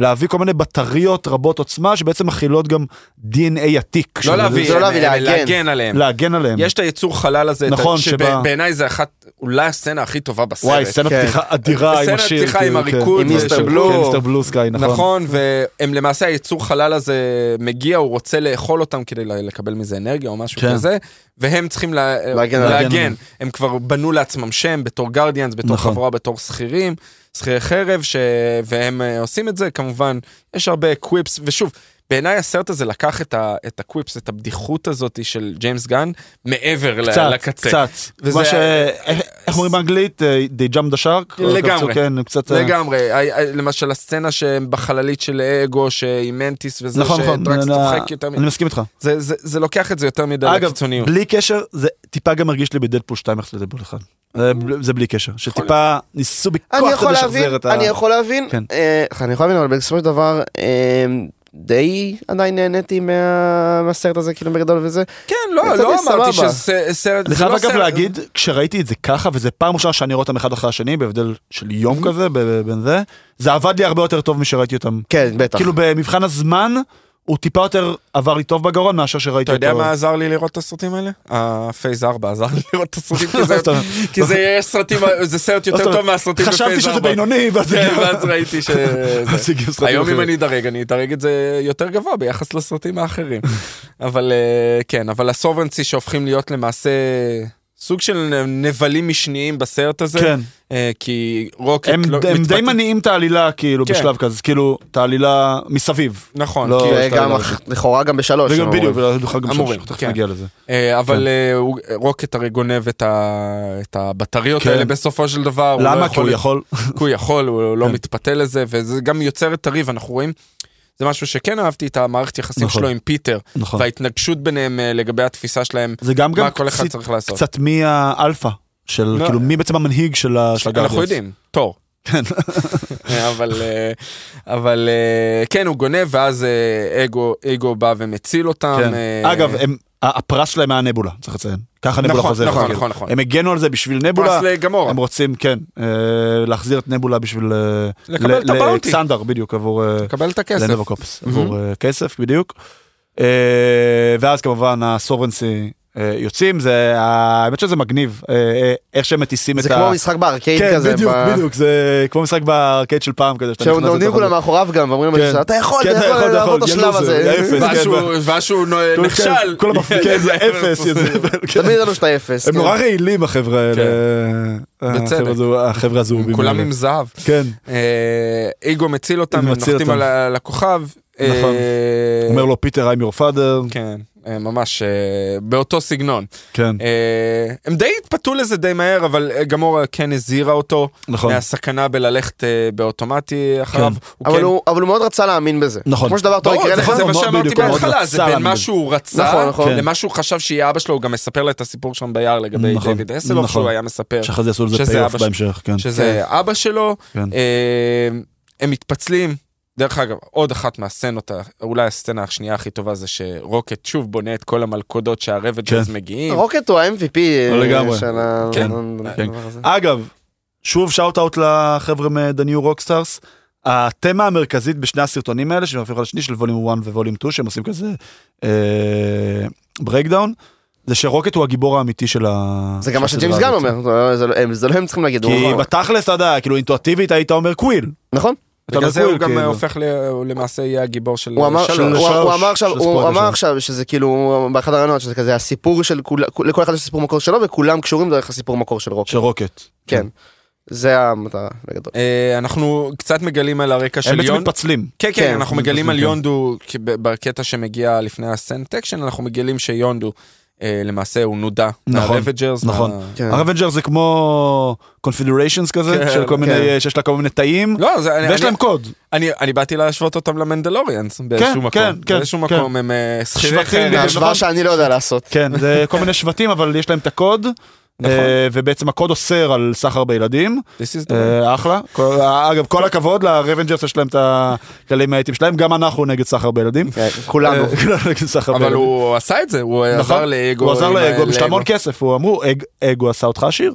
S1: להביא כל מיני בטריות רבות עוצמה שבעצם מכילות גם DNA עתיק. של-
S2: לא להביא,
S3: זה לא להביא,
S2: אה, אה,
S3: להגן.
S2: להגן עליהם.
S1: להגן עליהם.
S2: יש את היצור חלל הזה, את ה-
S1: נכון,
S2: שבע-
S1: שבה-
S2: בעיניי זה אחת, אולי הסצנה הכי טובה בסרט.
S1: וואי, סצנת
S3: כן.
S1: פתיחה אדירה עם
S2: סצנת
S1: השיר.
S2: פתיחה
S1: כאילו,
S2: עם
S1: כן.
S2: הריקוד
S3: עם מיסטר
S1: כן,
S2: בלו.
S1: מיסטר בלו סקאי, נכון.
S2: נכון, והם למעשה היצור חלל הזה מגיע, הוא רוצה לאכול אותם כדי ל- לקבל מזה אנרגיה או משהו
S1: כן.
S2: כזה, והם צריכים לה-
S3: להגן
S1: עליהם.
S2: להגן. הם כבר בנו לעצמם שם בתור גרדיאנס, בתור
S1: נכון.
S2: חבורה, בתור שכירים, שכירי חרב, ש- והם אה, עושים את זה, כמובן, יש הרבה קוויפס, ושוב, בעיניי הסרט הזה לקח את ה- את הקוויפס, את הבדיחות הזאת של ג'יימס גן, מעבר ל-
S1: קצת,
S2: לקצה.
S1: קצת.
S2: וזה-
S1: מה ש... איך- איך אומרים באנגלית? אה, They jump the shark?
S2: לגמרי.
S1: כן, קצת... אה,
S2: לגמרי, ה- ה- למשל הסצנה שבחללית של אגו, שהיא מנטיס וזה,
S1: נכון, נכון.
S2: שדרקס
S1: אני-
S2: צוחק יותר מדי.
S1: אני מסכים איתך.
S2: זה, זה, זה לוקח את זה יותר מדי
S1: אגב,
S2: לקיצוניות.
S1: בלי קשר, זה טיפה גם מרגיש לי בדדפול 2 איך לדדפול 1. זה ב- זה בלי קשר, שטיפה ניסו בכוח
S3: אני יכול
S1: כדי
S3: להבין,
S1: לשחזר את ה...
S3: אני יכול להבין,
S1: כן.
S3: אה, אני יכול להבין, אבל בסופו של דבר אה, די עדיין נהניתי מה- מהסרט הזה כאילו בגדול וזה.
S2: כן, לא,
S3: יצאתי
S2: לא אמרתי
S3: סבבה.
S2: שזה סרט...
S1: אני
S2: זה
S1: חייב
S2: לא
S1: אגב
S2: סרט-
S1: להגיד, כשראיתי את זה ככה, וזה פעם ראשונה שאני רואה אותם אחד אחרי השני, בהבדל של יום
S2: אוקיי.
S1: כזה, ב- ב- בין זה, זה עבד לי הרבה יותר טוב מששראיתי אותם.
S3: כן, בטח.
S1: כאילו במבחן הזמן, הוא טיפה יותר עבר לי טוב בגרון מאשר שראיתי
S2: אתה
S1: אותו.
S2: יודע מה עזר לי לראות את הסרטים האלה? הפייס 4 עזר לי לראות את הסרטים,
S1: [LAUGHS]
S2: כי זה-
S1: זאת אומרת.
S2: כי זה יש סרטים, זה סרט יותר
S1: זאת אומרת,
S2: טוב מהסרטים בפייס 4.
S1: אוקיי. חשבתי שזה בינוני, ואז
S2: [LAUGHS] כן,
S1: הגיע-
S2: ואז ראיתי ש...
S1: [LAUGHS] אז הגיעו סרטים
S2: היום אם
S1: אחרים.
S2: אני אדרג, אני אדרג את זה יותר גבוה ביחס
S1: [LAUGHS]
S2: לסרטים האחרים. אבל אה, כן, אבל הסוברנסי שהופכים להיות למעשה סוג של נבלים משניים בסרט הזה.
S1: כן.
S2: אה, כי רוקט
S1: הם,
S2: לא-
S1: הם די
S2: מתפתח-
S1: מניעים את העלילה כאילו
S2: כן.
S1: בשלב כזה, אז כאילו את העלילה מסביב.
S2: נכון,
S1: לא,
S2: כי-
S1: יש את
S3: וגם
S1: העלילה
S3: אח- לכאורה אה, גם בשלוש.
S1: וגם
S3: הם
S1: בדיוק,
S3: אומרים.
S1: ונוכל גם
S2: לא אמורים,
S1: שם, תכף
S2: כן.
S1: נגיע לזה.
S2: אה,
S1: כן.
S2: אבל אה, הוא- רוקט הרי גונב את ה- את הבטריות
S1: כן.
S2: האלה בסופו של דבר. לא
S1: למה? כי הוא יכול.
S2: כי הוא יכול, הוא לא
S1: כן.
S2: מתפתה לזה, וזה גם יוצר את הריב, אנחנו רואים. זה משהו שכן אהבתי את המערכת יחסים
S1: נכון.
S2: שלו עם פיטר,
S1: נכון.
S2: וההתנגשות ביניהם אה, לגבי התפיסה שלהם,
S1: זה גם גם
S2: מה כל אחד
S1: קצת-
S2: צריך לעשות.
S1: קצת מי האלפא, של
S2: לא.
S1: כאילו מי בעצם המנהיג של ה- של הגרדיאנס.
S2: אנחנו יודעים, תור.
S1: כן.
S2: אבל אה, אבל אה, כן הוא גונב ואז אה, אגו אגו בא ומציל אותם.
S1: כן.
S2: אה,
S1: אגב, הם- ה- הפרס שלהם היה נבולה, צריך לציין. ככה נבולה
S2: נכון,
S1: חוזרת.
S2: נכון,
S1: כאילו.
S2: נכון, נכון.
S1: הם הגנו על זה בשביל נבולה.
S2: פרס לגמורה.
S1: הם רוצים, כן, אה, להחזיר את נבולה בשביל... אה,
S2: לקבל
S1: ל-
S2: את הבאונטי.
S1: לאלכסנדר, בדיוק, עבור... אה,
S2: קבל את הכסף.
S1: לנדב הקופס, עבור אה, כסף, בדיוק. אה, ואז כמובן הסוברנסי אה, יוצאים, זה, האמת שזה מגניב, אה, אה, איך שהם מטיסים את ה...
S3: זה כמו משחק בארקייד
S1: כן,
S3: כזה.
S1: בדיוק,
S3: ב-
S1: בדיוק, זה כמו משחק בארקייד של פעם כזה, שאתה נכנס...
S3: [LAUGHS] שהם עומדים
S1: לתוך
S3: כולם
S1: הזה.
S3: מאחוריו גם, ואומרים
S1: כן.
S3: לו, אתה יכול,
S1: כן,
S3: אתה
S1: אתה
S3: יכול
S1: יכול,
S3: לעבור את
S1: אתה יכול,
S3: השלב
S1: יא
S3: הזה.
S1: לוזר, יא אפס.
S2: ואז
S1: כן,
S2: שהוא- ואז שהוא נו-
S1: כן,
S2: נכשל. [LAUGHS]
S1: כל המפ- כן, זה אפס, זה- כן.
S3: [LAUGHS] תמיד ידענו שאתה אפס.
S1: הם
S3: כן.
S1: נורא רעילים החבר'ה האלה,
S2: כן.
S1: אה,
S2: בצדק.
S1: החבר'ה הזו- החבר'ה הזהובים.
S2: כולם
S1: האלה.
S2: עם זהב.
S1: כן,
S2: אה, איגו מציל אותם, הם
S1: מציל
S2: נוחתים
S1: אותם.
S2: על ה- על הכוכב. אה,
S1: נכון. אומר לו פיטר I'm your father,
S2: כן, אה, ממש אה, באותו סגנון.
S1: כן,
S2: אה, הם די התפתו לזה די מהר, אבל אה, גמורה כן הזהירה אותו
S1: נכון,
S2: מהסכנה בללכת אה, באוטומטי אחריו.
S1: כן.
S3: אבל
S2: כן-
S3: הוא- אבל הוא מאוד רצה להאמין בזה.
S1: נכון.
S3: כמו שדבר טוב
S2: ברור,
S3: יקרה
S2: זה-
S3: לך.
S2: זה מה
S1: מאוד
S2: שאמרתי
S1: בדיוק, הוא מאוד
S2: בהתחלה,
S1: רצה
S2: זה בין
S1: להאמין
S2: מה
S1: בזה.
S2: שהוא רצה,
S3: נכון, נכון.
S2: למה שהוא חשב שיהיה אבא שלו, הוא גם מספר לה את הסיפור שם ביער לגבי
S1: נכון,
S2: דיוויד אסלוף,
S1: נכון.
S2: שהוא היה מספר
S1: שאחרי זה יעשו לזה
S2: אה, שזה
S1: פייאוף
S2: אבא ש-
S1: בהמשך, כן.
S2: שזה אבא שלו,
S1: כן.
S2: אה, הם מתפצלים. דרך אגב, עוד אחת מהסצנות, ה- אולי הסצנה השנייה הכי טובה זה שרוקט שוב בונה את כל המלכודות
S1: כן.
S2: שהרבג'רס מגיעים.
S3: רוקט הוא ה-MVP
S1: לא לגמרי.
S3: של ה...
S2: כן,
S1: כן.
S3: הדבר הזה.
S1: אגב, שוב שאוט אאוט לחבר'ה מדניו רוקסטארס. התמה המרכזית בשני הסרטונים האלה, שאני הופך לשני, של ווליום 1 וווליום 2, שהם עושים כזה אה, ברייקדאון, זה שרוקט הוא הגיבור האמיתי של ה...
S3: זה גם מה
S1: של
S3: שג'יימס
S1: הסדרה
S3: גן
S1: הזאת.
S3: אומר, זה לא- זה לא הם- זה לא הם צריכים להגיד, הוא
S1: כי
S3: אמר.
S1: בתכלס, אתה יודע, כאילו אינטואטיבית היית אומר קוויל.
S3: נכון.
S1: אתה
S2: בגלל
S1: אומר
S2: זה הוא
S1: קוויל,
S2: גם
S1: כאילו.
S2: הופך, ל- הוא למעשה יהיה הגיבור
S1: לא,
S2: של
S3: הוא אמר-
S2: שלוש.
S3: הוא-
S1: שלוש,
S3: הוא אמר עכשיו,
S1: של
S3: הוא
S1: ספוילר
S3: אמר
S1: שלוש.
S3: עכשיו שזה כאילו באחד הרעיונות שזה כזה הסיפור של כולם, לכל אחד יש סיפור מקור שלו וכולם קשורים דרך הסיפור מקור של רוקט.
S1: של רוקט.
S3: כן. זה המטרה בגדול.
S2: אה, אנחנו קצת מגלים על הרקע
S1: הם
S2: של
S1: בעצם
S2: יון.
S1: מתפצלים.
S2: כן, כן,
S3: כן,
S2: אנחנו
S1: זה
S2: מגלים
S1: פשוט
S2: על
S1: כן.
S2: יונדו כי ב- בקטע שמגיע לפני הסנט אקשן, אנחנו מגלים שיונדו אה, למעשה הוא נודע.
S1: נכון,
S2: מהרבג'רס,
S1: נכון.
S2: מה-
S3: כן.
S1: הרוונג'ר זה כמו קונפידריישנס כזה,
S2: כן,
S1: של כל מיני,
S3: כן.
S1: שיש לה כל מיני תאים,
S2: לא, זה, אני,
S1: ויש
S2: אני,
S1: להם קוד.
S2: אני, אני באתי להשוות אותם למנדלוריאנס באיזשהו
S1: כן,
S2: מקום.
S1: כן, כן,
S2: באיזשהו
S1: כן.
S2: מקום הם אה, שכירי
S1: שבטים,
S2: חרב.
S1: אה, נכון.
S3: ההשוואה שאני לא יודע לעשות.
S1: כן, זה כל מיני שבטים, אבל יש להם את הקוד,
S2: נכון.
S1: אה, ובעצם הקוד אוסר על סחר בילדים.
S2: This is the way.
S1: אה, אחלה. כל- אגב, כל הכבוד, לרוונג'רס יש להם את הכללים האתיים שלהם, גם אנחנו נגד סחר בילדים.
S3: כן, כולנו.
S1: אה, [LAUGHS] כולנו נגד סחר
S2: אבל
S1: בילדים.
S2: הוא עשה את זה, הוא
S1: נכון.
S2: עזר לאגו.
S1: הוא עזר
S2: עם אה, ה-
S1: לאגו בשביל המון כסף, הוא אמרו, "אג- אגו עשה אותך עשיר.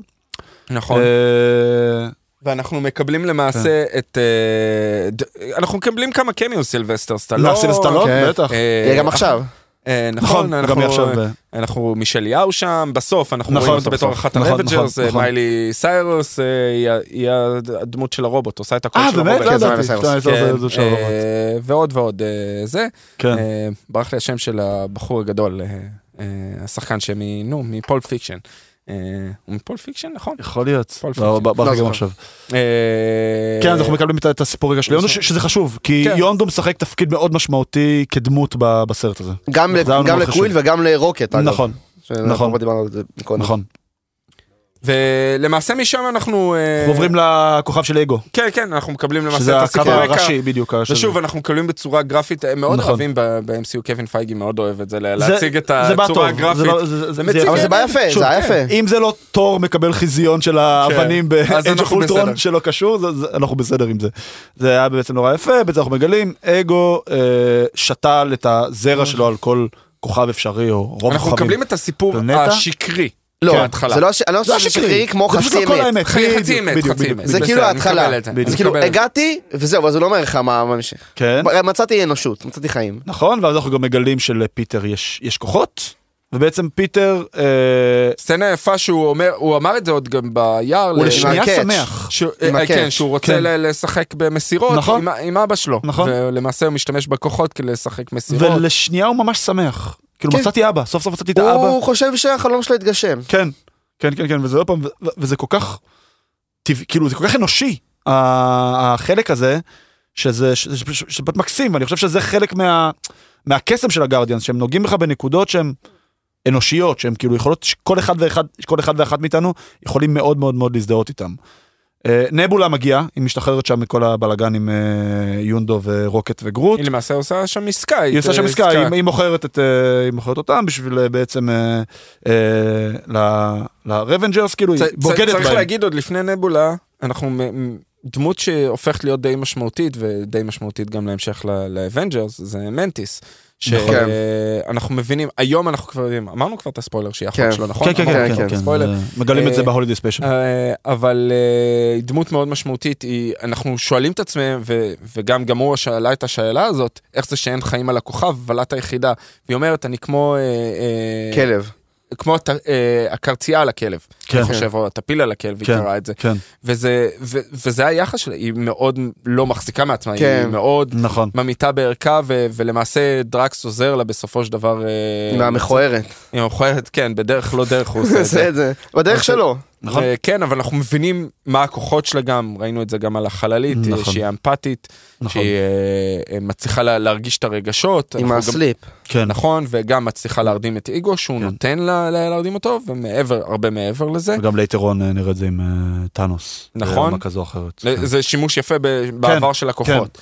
S2: נכון.
S1: אה, כן.
S2: ואנחנו מקבלים למעשה את... אה, ד- אנחנו מקבלים כמה קמיוס סילבסטר סטלון.
S1: לא, סילבסטלון,
S3: כן.
S1: בטח.
S2: אה,
S3: יהיה גם עכשיו.
S2: אה,
S1: נכון,
S2: נכון,
S1: גם
S2: אנחנו,
S1: היא עכשיו. ב-
S2: אנחנו מישליהו שם, בסוף אנחנו
S1: נכון,
S2: רואים אותה
S1: בסוף,
S2: בתור
S1: בסוף.
S2: אחת
S1: נכון,
S2: הרבג'רס,
S1: נכון, נכון.
S2: מיילי סיירוס, אה, היא ה- היא הדמות של הרובוט, עושה את הקול
S1: אה,
S2: של הרובוט.
S1: באמת? לא
S3: כן, זה
S1: ידעתי.
S3: מאלי סיירוס.
S1: זה- זה-
S2: כן,
S1: זה- זה של הרובוט.
S2: אה, ועוד ועוד אה, זה.
S1: כן.
S2: אה, ברח לי השם של הבחור הגדול, אה, אה, השחקן שמ... נו, מפול פיקשן. אה, הוא מפול פיקשן, נכון?
S1: יכול להיות.
S2: פול
S1: לא,
S2: פיקשן. נכון.
S1: ב- ברח לי
S3: לא
S1: גם
S3: זוכר.
S1: עכשיו.
S2: אה,
S1: כן, אז אנחנו מקבלים את- את הסיפור רגע של יונדו, ש- שזה חשוב, כי
S2: כן.
S1: יונדו משחק תפקיד מאוד משמעותי כדמות ב- בסרט הזה.
S3: גם
S1: אה, זה היה
S3: ל- גם
S1: מאוד
S3: לקוויל וגם לרוקט. אגב.
S1: נכון,
S3: שאנחנו
S1: נכון.
S3: דיברנו על זה מקודם.
S1: נכון.
S2: ולמעשה משם אנחנו... אה,
S1: אנחנו עוברים לכוכב של אגו,
S2: כן, כן, אנחנו מקבלים
S1: שזה
S2: למעשה את
S1: הקו
S2: הסיפור הרקע.
S1: הראשי בדיוק. ה- של-
S2: ושוב, אנחנו מקבלים בצורה גרפית, הם מאוד
S1: נכון.
S2: אוהבים ב- ב-MCU, קווין פייגי מאוד אוהב את זה, ל-
S1: זה-
S2: להציג את
S1: זה בא טוב,
S2: הצורה
S1: זה
S2: הגרפית.
S1: לא- זה- זה-
S2: מציג
S3: אבל זה בא יפה,
S1: שוב,
S3: זה היה
S1: כן.
S3: יפה.
S1: אם זה לא תור מקבל חיזיון של האבנים
S2: כן.
S1: [LAUGHS]
S2: אז
S1: ב-Age of
S2: אנחנו
S1: Ultron
S2: בסדר.
S1: שלא קשור, זה- זה- אנחנו בסדר עם זה. זה היה בעצם נורא יפה, בעצם אנחנו מגלים, אגו אה, שתל את הזרע שלו על כל כוכב אפשרי או רוב
S2: אה. אנחנו
S1: הכוכבים.
S2: מקבלים את הסיפור
S1: לא פלנטה?
S2: השקרי
S3: לא,
S2: בהתחלה.
S3: זה לא הש- אני לא חושב שזה שקרי כמו
S1: כן. זה פשוט
S3: חצי
S1: הכל
S3: אמת.
S1: האמת.
S2: חצי
S1: בדיוק, בדיוק,
S2: אמת, חצי
S1: בדיוק,
S2: אמת.
S1: בדיוק.
S3: זה
S2: בסדר,
S3: כאילו
S2: אני
S3: ההתחלה.
S2: מקבל את זה.
S1: בדיוק.
S3: זה כאילו
S2: מקבל.
S3: הגעתי וזהו, אז הוא לא אומר לך מה מה המשיך.
S1: כן.
S3: מצאתי אנושות, מצאתי חיים.
S1: נכון, ואז אנחנו גם מגלים שלפיטר יש, יש כוחות, ובעצם פיטר אה,
S2: סצנה יפה שהוא אומר, הוא אמר את זה עוד גם ביער.
S1: הוא
S2: ל-
S1: לשנייה
S3: הקאץ'.
S1: שמח.
S2: ש-
S3: עם
S2: אה,
S3: הקאץ'.
S2: כן, שהוא רוצה
S1: כן.
S2: ל- לשחק במסירות
S1: נכון.
S2: עם ה- עם אבא שלו.
S1: נכון.
S2: ולמעשה הוא משתמש בכוחות כדי לשחק מסירות.
S1: ולשנייה הוא ממש שמח. כאילו
S3: כן.
S1: מצאתי אבא, סוף סוף מצאתי את האבא.
S3: הוא חושב שהחלום שלו התגשם.
S1: כן, כן, כן, כן, וזה עוד פעם, ו- ו- וזה כל כך, טבע- כאילו זה כל כך אנושי, ה- החלק הזה, שזה ש- ש- ש- שפשוט מקסים, ואני חושב שזה חלק מה, מהקסם של הגרדיאנס, שהם נוגעים בך בנקודות שהן אנושיות, שהן כאילו יכולות, שכל אחד ואחד, כל אחד ואחת מאיתנו יכולים מאוד מאוד מאוד להזדהות איתם. אה, נבולה מגיעה, היא משתחררת שם מכל הבלאגן עם אה, יונדו ורוקט וגרוט.
S2: היא למעשה עושה שם עסקה.
S1: היא עושה שם עסקה, היא, היא מוכרת את, אה, היא מוכרת אותם בשביל אה, בעצם אה, אה, ל- לרוונג'רס, כאילו, היא
S2: צ- צ-
S1: בוגדת
S2: צריך
S1: בהם.
S2: להגיד עוד לפני נבולה, אנחנו מ- מ- דמות שהופכת להיות די משמעותית, ודי משמעותית גם להמשך ל- לאבנג'רס, זה מנטיס.
S1: נכון.
S2: שאנחנו מבינים, היום אנחנו כבר יודעים, אמרנו כבר את הספוילר שהיא
S3: כן.
S2: אחות שלו, נכון?
S1: כן, כן,
S2: אמרנו
S1: כן,
S2: כבר
S1: כן,
S2: את
S1: כן,
S2: הספוילר.
S1: אה, מגלים את זה
S2: אה,
S1: בהולידי ספיישל.
S2: אה, אבל אה, היא דמות מאוד משמעותית, היא, אנחנו שואלים את עצמם, ו, וגם גם הוא שאלה את השאלה הזאת, איך זה שאין חיים על הכוכב, אבל את היחידה. והיא אומרת, אני כמו, אה, אה,
S3: כלב.
S2: כמו הת- אה, הקרצייה על הכלב,
S1: כן.
S2: אני חושב, או הטפיל על הכלב,
S1: כן.
S2: היא קראה את זה.
S1: כן,
S2: וזה, ו, וזה היחס שלה, היא מאוד לא מחזיקה מעצמה, היא
S3: כן.
S2: מאוד
S1: נכון.
S2: ממיתה בערכה, ו, ולמעשה דרקס עוזר לה בסופו של דבר. אה, [LAUGHS]
S3: מהמכוערת.
S2: היא מכוערת, כן, בדרך לא דרך הוא עושה את זה.
S3: עושה את [LAUGHS] זה. בדרך שלו.
S1: נכון.
S2: אה, כן, אבל אנחנו מבינים מה הכוחות שלה גם, ראינו את זה גם על החללית, אה,
S1: נכון.
S2: שהיא אמפתית,
S1: נכון.
S2: שהיא אה, אה, מצליחה לה, להרגיש את הרגשות.
S3: עם
S2: אנחנו גם,
S3: הסליפ.
S1: כן,
S2: נכון, וגם מצליחה להרדים את איגו, שהוא
S1: כן.
S2: נותן לה, לה להרדים אותו, ומעבר, הרבה מעבר לזה.
S1: וגם ליתרון אה, נראה את זה עם אה, טאנוס.
S2: נכון.
S1: ברמה כזו או אחרת. כן.
S2: זה שימוש יפה ב- בעבר של הכוחות.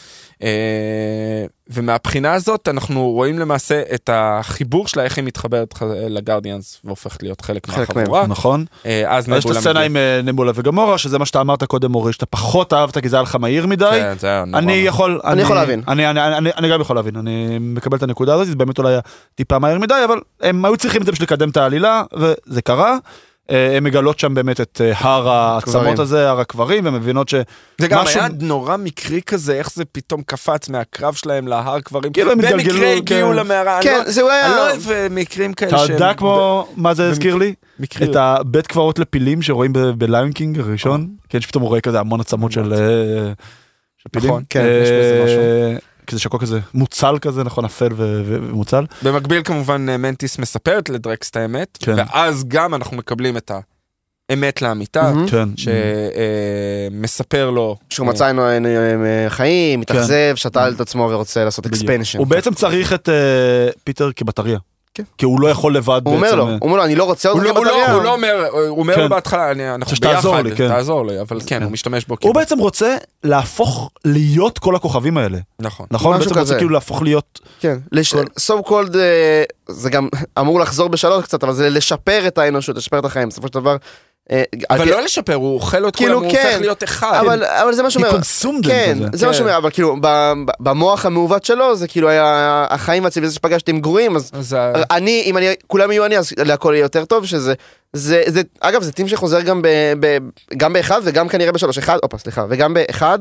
S2: אה, ומהבחינה הזאת אנחנו רואים למעשה את החיבור שלה, איך היא מתחברת ח- לגרדיאנס והופכת להיות חלק
S3: חלק
S2: מהחבורה.
S1: נכון.
S2: אה, אז
S1: אבל יש את
S2: נבולה
S1: הסצנה
S2: מגיעה.
S1: עם אה, נבולה וגמורה, שזה מה שאתה אמרת קודם, אורי, שאתה פחות אהבת, כי זה היה לך מהיר מדי.
S2: כן, זה היה נורא.
S1: אני
S2: נורא.
S1: יכול,
S3: נכון, יכול להבין.
S1: אני, אני, אני, אני גם יכול להבין, אני מקבל את הנקודה הזאת, זה באמת אולי היה טיפה מהר מדי, אבל הם היו צריכים את זה בשביל לקדם את העלילה, וזה קרה. אה, הן מגלות שם באמת את אה, הר העצמות
S3: הקברים.
S1: הזה, הר הקברים, והן מבינות ש...
S2: זה גם
S1: משהו-
S2: היה נורא מקרי כזה, איך זה פתאום קפץ מהקרב שלהם להר קברים.
S1: כאילו הם התגלגלו,
S2: במקרה הגיעו
S1: כן.
S2: למערה. אני
S3: כן,
S2: לא-
S3: זה הוא
S2: אני
S3: היה...
S2: לא אוהב אה, מקרים כאלה
S1: אתה
S2: שהם...
S1: יודע כמו, מה זה הזכיר לי?
S2: מקריות.
S1: את הבית קברות לפילים שרואים ב- בליונקינג הראשון,
S2: אה.
S1: כן, שפתאום הוא רואה כזה המון עצמות של אה, של פילים.
S2: נכון, כן, יש בזה משהו.
S1: אה, כזה שהכל כזה מוצל כזה, נכון, אפל ו- ו- ומוצל.
S2: במקביל כמובן אה, מנטיס מספרת לדרקס את האמת,
S1: כן.
S2: ואז גם אנחנו מקבלים את האמת לאמיתה,
S3: מהמם.
S1: כן.
S2: שמספר לו.
S3: שהוא מצא אינו- אינו- אה, חיים,
S2: כן.
S3: מתאכזב, שתל את עצמו ורוצה לעשות
S1: בדיוק.
S3: אקספנשן.
S1: הוא בעצם צריך את אה, פיטר כבטריה.
S3: כן.
S1: כי הוא לא יכול לבד
S3: הוא אומר
S1: בעצם,
S3: לו,
S1: אה,
S3: הוא אומר לו, אני לא רוצה
S2: הוא
S3: אותך
S2: לא- הוא לא-
S3: בבטריה.
S2: הוא לא אומר, הוא אומר
S1: כן.
S2: לו בהתחלה, "אני- אנחנו
S1: צריך שתעזור
S2: ביחד,
S1: לי, כן.
S2: תעזור לי, אבל כן,
S1: כן.
S2: הוא משתמש בו.
S1: הוא
S2: כאילו.
S1: בעצם רוצה להפוך להיות כל הכוכבים האלה.
S2: נכון.
S1: נכון?
S3: משהו
S1: בעצם הוא רוצה
S3: כזה.
S1: כאילו להפוך להיות...
S3: כן.
S1: כל-
S3: סו קולד, אה, זה גם [LAUGHS] אמור לחזור בשלוש קצת, אבל זה לשפר את האנושות, לשפר את החיים, בסופו של דבר. אה, על
S1: כן.
S2: אבל
S3: פי-
S2: לא לשפר, הוא אוכל את כולם,
S3: כאילו,
S2: הוא הופך
S3: כן,
S2: להיות אחד.
S3: אבל אבל זה מה שהוא
S1: היא
S3: אומר.
S1: קונסומדם
S3: כן,
S1: כזה.
S3: זה מה
S2: כן.
S3: שאומר, אבל כאילו, ב- ב- במוח המעוות שלו, זה כאילו היה החיים והציביליזציה שפגשתי הם גרועים, אז
S2: אז ה-
S1: אה,
S3: אני, אם אני, כולם יהיו אני, אז להכל יהיה יותר טוב, שזה, זה, זה, אגב, זה טים שחוזר גם ב... ב גם באחד וגם כנראה בשלוש, אחד, הופה, סליחה, וגם באחד,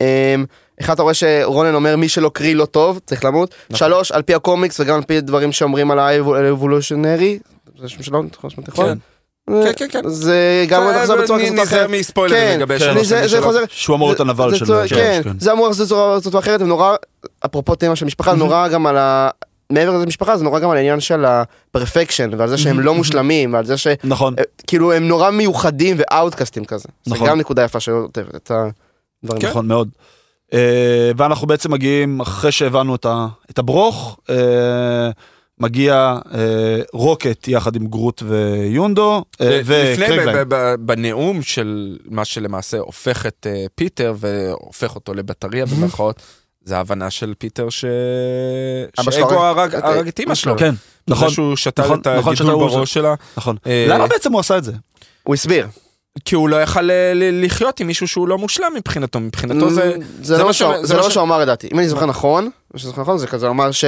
S3: אמ, אחד אתה רואה שרונן אומר מי שלא קרי לא טוב, צריך למות,
S2: נכון.
S3: שלוש, על פי הקומיקס וגם על פי דברים שאומרים על האבולושנרי, זה שם שלא, נכון, שם תיכון?
S2: כן, כן, כן.
S3: זה גם
S2: אה,
S3: נחזור בצורה
S2: נ-
S3: כזאת או
S2: ניזהר
S3: אחרת.
S2: מספוילרים
S3: כן,
S2: לגבי
S3: כן.
S2: שלוש,
S3: זה-
S2: אני
S3: זה
S2: שלוש.
S3: חוזר-
S1: שהוא אמור להיות
S3: זה-
S1: הנבל
S3: זה
S1: של...
S3: צורה-
S1: של-
S3: כן,
S1: כן.
S3: זה אמור לחזור בצורה זאת או אחרת, ונורא, אפרופו תמה של משפחה, נורא גם על ה... מעבר לזה משפחה, זה נורא גם על העניין של הפרפקשן, ועל זה שהם לא מושלמים, ועל זה ש...
S1: נכון.
S3: אה, כאילו הם נורא מיוחדים ואאוטקאסטים כזה. זה
S1: נכון.
S3: גם נקודה יפה שעוטפת את הדברים.
S2: כן.
S1: נכון מאוד. אה, ואנחנו בעצם מגיעים, אחרי שהבנו את ה- את הברוך, אה, מגיע אה, רוקט יחד עם גרוט ויונדו, אה,
S2: לפני
S1: וקרייגליין.
S2: ב- ב- ב- בנאום של מה שלמעשה הופך את אה, פיטר והופך אותו לבטריה במרכאות, זה ההבנה של פיטר ש...
S3: אבא שלו
S2: שאגו
S3: הרג-
S2: הרג-
S3: את-
S2: הרג את אימא שלו.
S1: כן,
S2: נכון.
S1: נכון,
S2: זה שהוא שתל
S1: נכון,
S2: את
S1: נכון,
S2: הגידול
S1: שתל הוא
S2: בראש שלה,
S1: נכון.
S2: אה,
S1: למה בעצם הוא עשה את זה?
S3: הוא הסביר.
S2: כי הוא לא יכל ל- ל- לחיות עם מישהו שהוא לא מושלם מבחינתו, מבחינתו זה...
S3: זה
S2: זה
S3: לא
S2: מה
S3: מה
S2: שהוא-
S3: שהוא-
S2: זה
S3: זה לא
S2: מה
S3: מה
S2: ש-
S3: שהוא אמר לדעתי. אם אני זוכר נכון, מה שאני זוכר נכון זה כזה הוא אמר ש...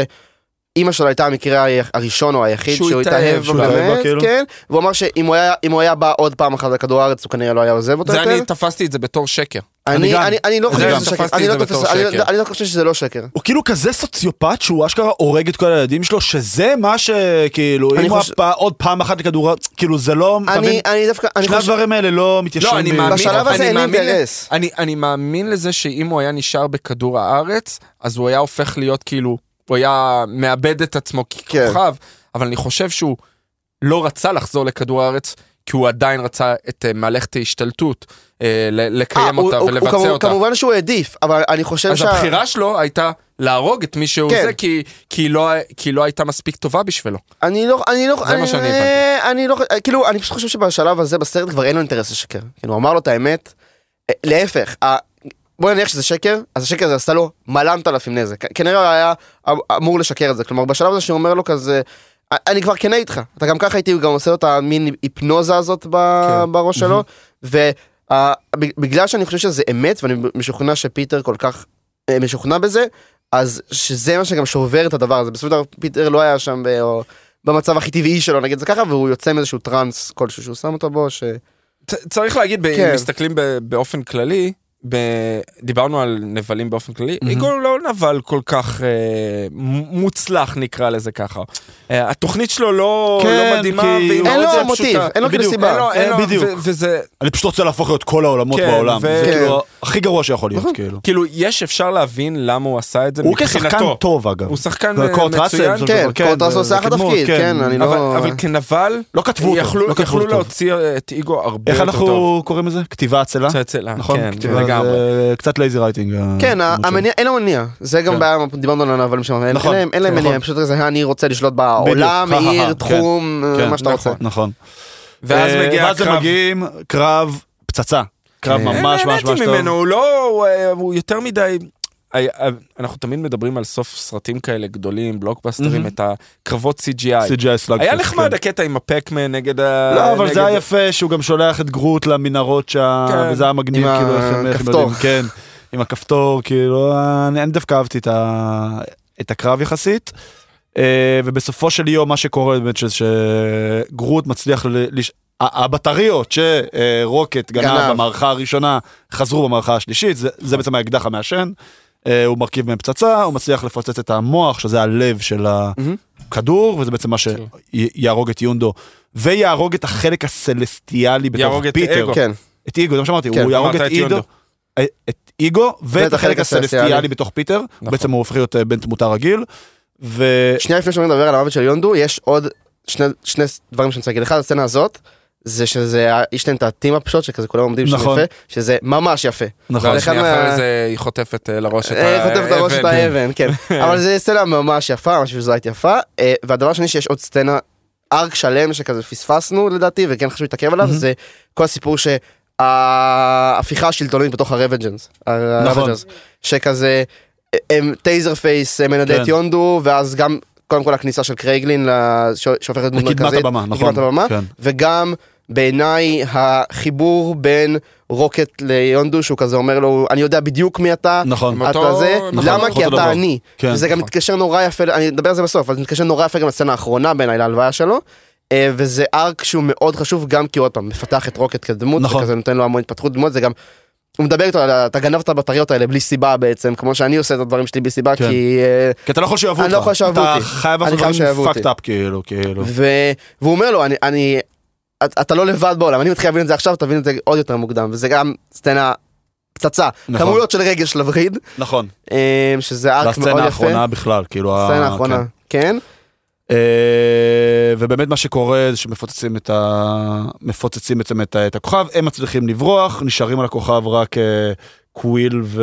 S3: אימא שלו הייתה המקרה היח- הראשון או היחיד
S2: שהוא
S3: שהוא
S2: התאהב,
S3: התאהב בו
S1: שהוא התאהב בה,
S3: באמת,
S1: כאילו?
S3: כן, והוא אמר שאם הוא היה- אם הוא היה בא עוד פעם אחת לכדור הארץ הוא כנראה לא היה עוזב אותו
S2: זה
S3: יותר.
S2: אני תפסתי את זה בתור שקר.
S1: אני
S3: אני
S1: גם.
S3: אני- אני לא
S1: זה
S3: חושב
S1: גם.
S3: שזה שקר,
S2: תפסתי
S3: אני
S2: את
S3: לא
S2: זה בתור
S3: תופס- אני
S2: שקר.
S3: לא- אני לא חושב שזה לא שקר.
S1: הוא כאילו כזה סוציופט שהוא אשכרה הורג את כל הילדים שלו, שזה מה שכאילו,
S3: אני
S1: אם הוא
S3: חושב-
S1: היה עוד פעם אחת לכדור, הארץ, כאילו זה לא, אתה
S3: אני
S1: מבין?
S3: אני דווקא, אני
S1: שני
S3: חושב,
S1: הדברים האלה לא מתיישרים.
S2: לא, אני
S1: ב-
S2: מאמין,
S3: בשלב הזה
S2: אני
S3: אין לי
S2: מאמין-
S3: אינטרס.
S2: אני, אני מאמין לזה שאם הוא היה נשאר בכדור הארץ, אז הוא היה הופך להיות כאילו, הוא היה מאבד את עצמו
S3: כן.
S2: ככוכב, אבל אני חושב שהוא לא רצה לחזור לכדור הארץ, כי הוא עדיין רצה את אה, מלאכת ההשתלטות, אה, ל-
S3: אה,
S2: לקיים
S3: הוא-
S2: אותה
S3: הוא- הוא
S2: ולבצע
S3: כמובן-
S2: אותה.
S3: כמובן שהוא העדיף, אבל אני חושב
S2: אז
S3: שה...
S2: הבחירה שלו הייתה להרוג את מי שהוא
S3: כן.
S2: זה, כי, כי, היא לא, כי היא לא הייתה מספיק טובה בשבילו.
S3: אני לא, אני לא,
S2: זה מה
S3: אני-
S2: שאני הבנתי.
S3: אני לא, כאילו, אני פשוט חושב שבשלב הזה בסרט כבר אין לו אינטרס לשקר. כאילו, הוא אמר לו את האמת, אה, להפך, ה- בוא נניח שזה שקר, אז השקר הזה עשה לו מלנת אלפים נזק. כנראה הוא היה אמ- אמור לשקר את זה, כלומר, בשלב הזה שהוא אומר לו כזה, "א- אני כבר כנה איתך, אתה גם ככה איתי, הוא גם עושה לו את המין היפנוזה הזאת ב-
S2: כן.
S3: בראש שלו, ובגלל שאני חושב שזה אמת, ואני משוכנע שפיטר כל כך אה, משוכנע בזה, אז שזה מה שגם שובר את הדבר הזה. בסופו של דבר פיטר לא היה שם ב- או במצב הכי טבעי שלו, נגיד את זה ככה, והוא יוצא מאיזשהו טראנס כלשהו שהוא שם אותו בו, ש...
S2: צ- צריך להגיד, אם
S3: כן.
S2: מסתכלים ב- באופן כללי, ב... דיברנו על נבלים באופן כללי, mm-hmm. איגול לא נבל כל כך אה, מ- מוצלח נקרא לזה ככה. אה, התוכנית שלו לא,
S1: כן,
S2: לא מדהימה,
S1: כי-
S2: והיא
S1: אין
S2: מאוד
S3: לו
S2: פשוטה.
S3: מוטיב, אין לו כאילו
S2: בדיוק,
S3: סיבה.
S2: אין לו, אין
S1: אה,
S2: לו,
S1: בדיוק.
S2: ו- וזה,
S1: אני פשוט רוצה להפוך להיות כל העולמות
S2: כן,
S1: בעולם, זה
S2: ו-
S1: כאילו הכי גרוע שיכול להיות,
S3: נכון.
S1: כאילו.
S2: כאילו, יש אפשר להבין למה הוא עשה את זה
S1: הוא
S2: מבחינתו.
S1: כשחקן טוב אגב.
S2: הוא שחקן אה,
S1: וקורט
S2: מצוין,
S1: ראסל, זה-
S3: כן, קורט ראסל
S1: זה-
S3: עושה
S1: זה
S3: אחלה
S1: קדמות,
S3: תפקיד, כן, אני
S2: אבל,
S3: לא...
S2: אבל כנבל,
S1: לא כתבו אותו,
S2: יכלו,
S1: לא כתבו
S2: יכלו
S1: אותו טוב.
S2: להוציא את איגו הרבה
S1: איך
S2: יותר טוב.
S1: אנחנו קוראים לזה? כתיבה עצלה?
S2: צאצלה,
S1: נכון,
S2: כן,
S1: כתיבה
S2: לגמרי.
S1: זה קצת אה, לייזי רייטינג. ה-
S3: כן, ה-
S1: הדמות שלו.
S3: המניע, אין לו מניע, זה גם
S2: כן.
S3: בעיה, דיברנו על הנבלים שם, אין-
S1: נכון,
S3: אין להם- אין להם
S1: כן,
S3: מניע,
S1: נכון.
S3: הם פשוט כזה, "אה, אני רוצה לשלוט בעולם,
S1: בדיוק, [LAUGHS]
S3: עיר,
S1: כן,
S3: תחום,
S1: כן,
S3: מה שאתה רוצה.
S2: נכון.
S1: נכון.
S2: ואז
S1: אה,
S2: מגיע
S1: ואז הם
S2: הקרב.
S1: מגיעים, קרב פצצה. אה, קרב
S3: כן.
S1: ממש ממש ממש
S2: אה, נהניתי
S1: טוב.
S2: ממנו, הוא לא, הוא, אה, הוא יותר מדי... אה, אה, אנחנו תמיד מדברים על סוף סרטים כאלה גדולים, בלוקבאסטרים,
S1: Mhm.
S2: את הקרבות CGI.
S1: CGI סלאג
S2: היה
S1: פוסט,
S2: נחמד
S1: כן.
S2: הקטע עם הפקמן נגד ה...
S1: לא, אבל
S2: נגד-
S1: זה היה יפה שהוא גם שולח את גרוט למנהרות שם,
S2: כן.
S1: וזה היה מגניב,
S3: עם
S1: כאילו, איך הם- איך הם
S3: הכפתור.
S1: יודעים, כן, עם הכפתור, כאילו, אני אני דווקא אהבתי את ה- את הקרב יחסית. אה, ובסופו של יום, מה שקורה באמת, ש- שגרוט מצליח ל... לש- ה- הבטריות שרוקט גנב
S3: גנב.
S1: במערכה הראשונה חזרו במערכה השלישית, זה- זה בעצם האקדח המעשן. אה, הוא מרכיב מהם פצצה, הוא מצליח לפוצץ את המוח, שזה הלב של הכדור, וזה בעצם מה
S2: אוקיי.
S1: שיהרוג את יונדו, ויהרוג את החלק הסלסטיאלי בתוך
S2: יהרוג את
S1: פיטר.
S2: אגו.
S3: כן,
S1: את איגו, זה מה שאמרתי,
S3: כן,
S1: הוא יהרוג
S2: אמרת
S1: את
S2: את יונדו.
S1: אידו. אה, את איגו ואת החלק הסלסטיאלי בתוך פיטר,
S2: נכון.
S1: בעצם הוא הופך להיות אה, בן תמותה רגיל. ו...
S3: שנייה לפני שאני מדבר על המוות של יונדו, יש עוד שני- שני דברים שאני רוצה להגיד, אחד הסצנה הזאת, זה שזה, ה- יש להם את הטים-אפ שוט שכזה כולם עומדים שזה
S1: נכון.
S3: יפה, שזה ממש יפה.
S1: נכון.
S2: לא,
S3: זה אחד
S2: שנייה,
S3: מה-
S2: אחרי זה היא חוטפת אה, לראש את
S3: אה, חוטף את הראש את
S2: האבן.
S3: האבן,
S1: [LAUGHS]
S3: כן. אבל זה סצנה ממש יפה, ממש ויזואלית יפה. אה, והדבר השני שיש עוד סצנה, ארק שלם שכזה פספסנו לדעתי, וכן חשוב להתעכב עליו, זה כל הסיפור שה- ההפיכה השלטונית בתוך הרווג'נס.
S1: נכון.
S3: הרווג'נס. שכזה, אה, הם טייזר פייס, הם מנדה את
S1: כן.
S3: יונדו, ואז גם, קודם כל הכניסה של קרייגלין, ל- ש- שהופכת לדמות מרכזית.
S1: לקדמת הבמה, נכון.
S3: לקדמת הבמה.
S1: כן.
S3: וגם בעיניי החיבור בין רוקט ליונדו שהוא כזה אומר לו אני יודע בדיוק מי אתה
S1: נכון.
S3: אתה
S2: אותו-
S3: זה
S2: נכון,
S3: למה כי
S1: אותו דבר.
S3: אתה אני
S1: כן,
S3: וזה גם
S2: נכון.
S3: מתקשר נורא יפה אני אדבר על זה בסוף אבל זה מתקשר נורא יפה גם לסצנה האחרונה בעיניי להלוויה שלו. אה, וזה ארק שהוא מאוד חשוב גם כי עוד פעם מפתח את רוקט כדמות
S1: נכון.
S3: וכזה נותן לו המון התפתחות דמות זה גם. הוא מדבר איתו על ה- אתה גנב את הבטריות האלה בלי סיבה בעצם כמו שאני עושה את הדברים שלי בלי סיבה
S1: כן.
S3: כי אה,
S1: כי אתה לא יכול שאהבו אותך.
S3: אני לא יכול שאהבו אותי.
S1: אתה חייב
S3: אני
S1: לעשות
S3: חייב
S1: דברים
S3: שאהבו
S1: fucked
S3: אותי.
S1: up כאילו, כאילו.
S3: ו... והוא אומר לו, אני, אני, את- אתה לא לבד בעולם, אני מתחיל להבין את זה עכשיו, תבין את זה עוד יותר מוקדם, וזה גם סצנה פצצה.
S1: נכון.
S3: כמויות של רגל של הווריד,
S1: נכון.
S3: אה, שזה ארק מאוד
S1: והסצנה
S3: יפה.
S1: האחרונה בכלל, כאילו. ה-
S3: סצנה האחרונה,
S1: כן.
S3: כן.
S1: אה, ובאמת מה שקורה זה שמפוצצים את ה... מפוצצים בעצם את ה- את הכוכב, הם מצליחים לברוח, נשארים על הכוכב רק אה, קוויל ו...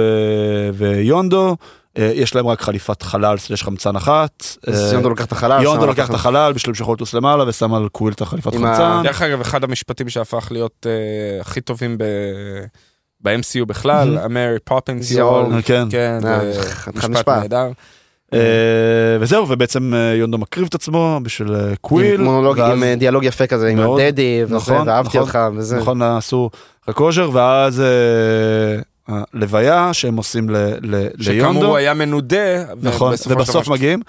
S1: ויונדו. אה, יש להם רק חליפת חלל סלש חמצן אחת.
S3: אז
S1: אה,
S3: יונדו לוקח את החלל.
S1: יונדו
S3: שם
S1: לוקח את החלל בשביל שיכול לטוס למעלה ושם על קוויל את החליפת
S3: עם ה-
S1: חמצן.
S2: דרך אגב, אחד המשפטים שהפך להיות אה, הכי טובים ב... ב-MCU בכלל, המרי פופינס
S3: It's
S2: יול,
S1: all- כן.
S2: כן,
S3: אה,
S2: זה
S3: חתיכת
S2: משפט
S3: משפט.
S2: נהדר.
S1: אה, וזהו, ובעצם אה, יונדו מקריב את עצמו בשביל אה,
S3: עם
S1: קוויל.
S3: מונולוג,
S1: ואז-
S3: עם אה, דיאלוג יפה כזה, עם
S1: מאוד,
S3: הדדי, וזה,
S1: נכון,
S3: ואהבתי
S1: נכון,
S3: אותך, וזה.
S1: נכון, עשו רק אוז'ר, ואז אה, הלוויה שהם עושים ל- ל- ליונדו.
S2: שכאמור הוא היה מנודה,
S1: נכון,
S2: ובסופו של
S1: ובסוף
S2: דבר-
S1: מגיעים.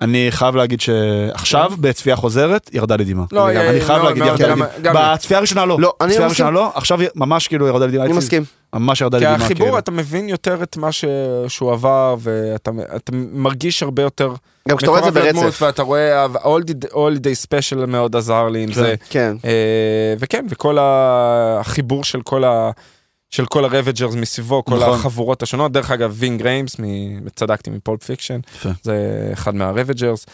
S1: אני חייב להגיד שעכשיו בצפייה חוזרת ירדה לי דמעה.
S2: לא,
S1: לגמרי.
S2: אה,
S1: אני חייב
S2: מאוד,
S1: להגיד
S2: מאוד,
S1: ירדה לי
S2: גם- גם
S1: דמעה. בצפייה הראשונה לא.
S3: לא, אני
S1: בצפייה
S3: מסכים.
S1: הראשונה לא, עכשיו ממש כאילו ירדה לי דמעה.
S3: אני
S1: אצלי.
S3: מסכים.
S1: ממש ירדה לי
S2: כי
S1: דמעה.
S2: החיבור
S1: כאילו.
S2: אתה מבין יותר את מה ש- שהוא עבר ואתה אתה מרגיש הרבה יותר
S3: גם כשאתה רואה את זה
S1: נכון,
S2: מקורב לדמות,
S3: ברצף.
S2: ואתה רואה הולידי ספיישל מאוד עזר לי עם
S1: כן.
S2: זה
S3: כן.
S2: אה, וכן וכל ה- החיבור של כל ה... של כל הרווג'רס מסביבו, כל
S1: נכון.
S2: החבורות השונות. דרך אגב, וינג ריימס, מ- צדקתי מפולפ פיקשן,
S1: יפה.
S2: זה אחד מהרווג'רס.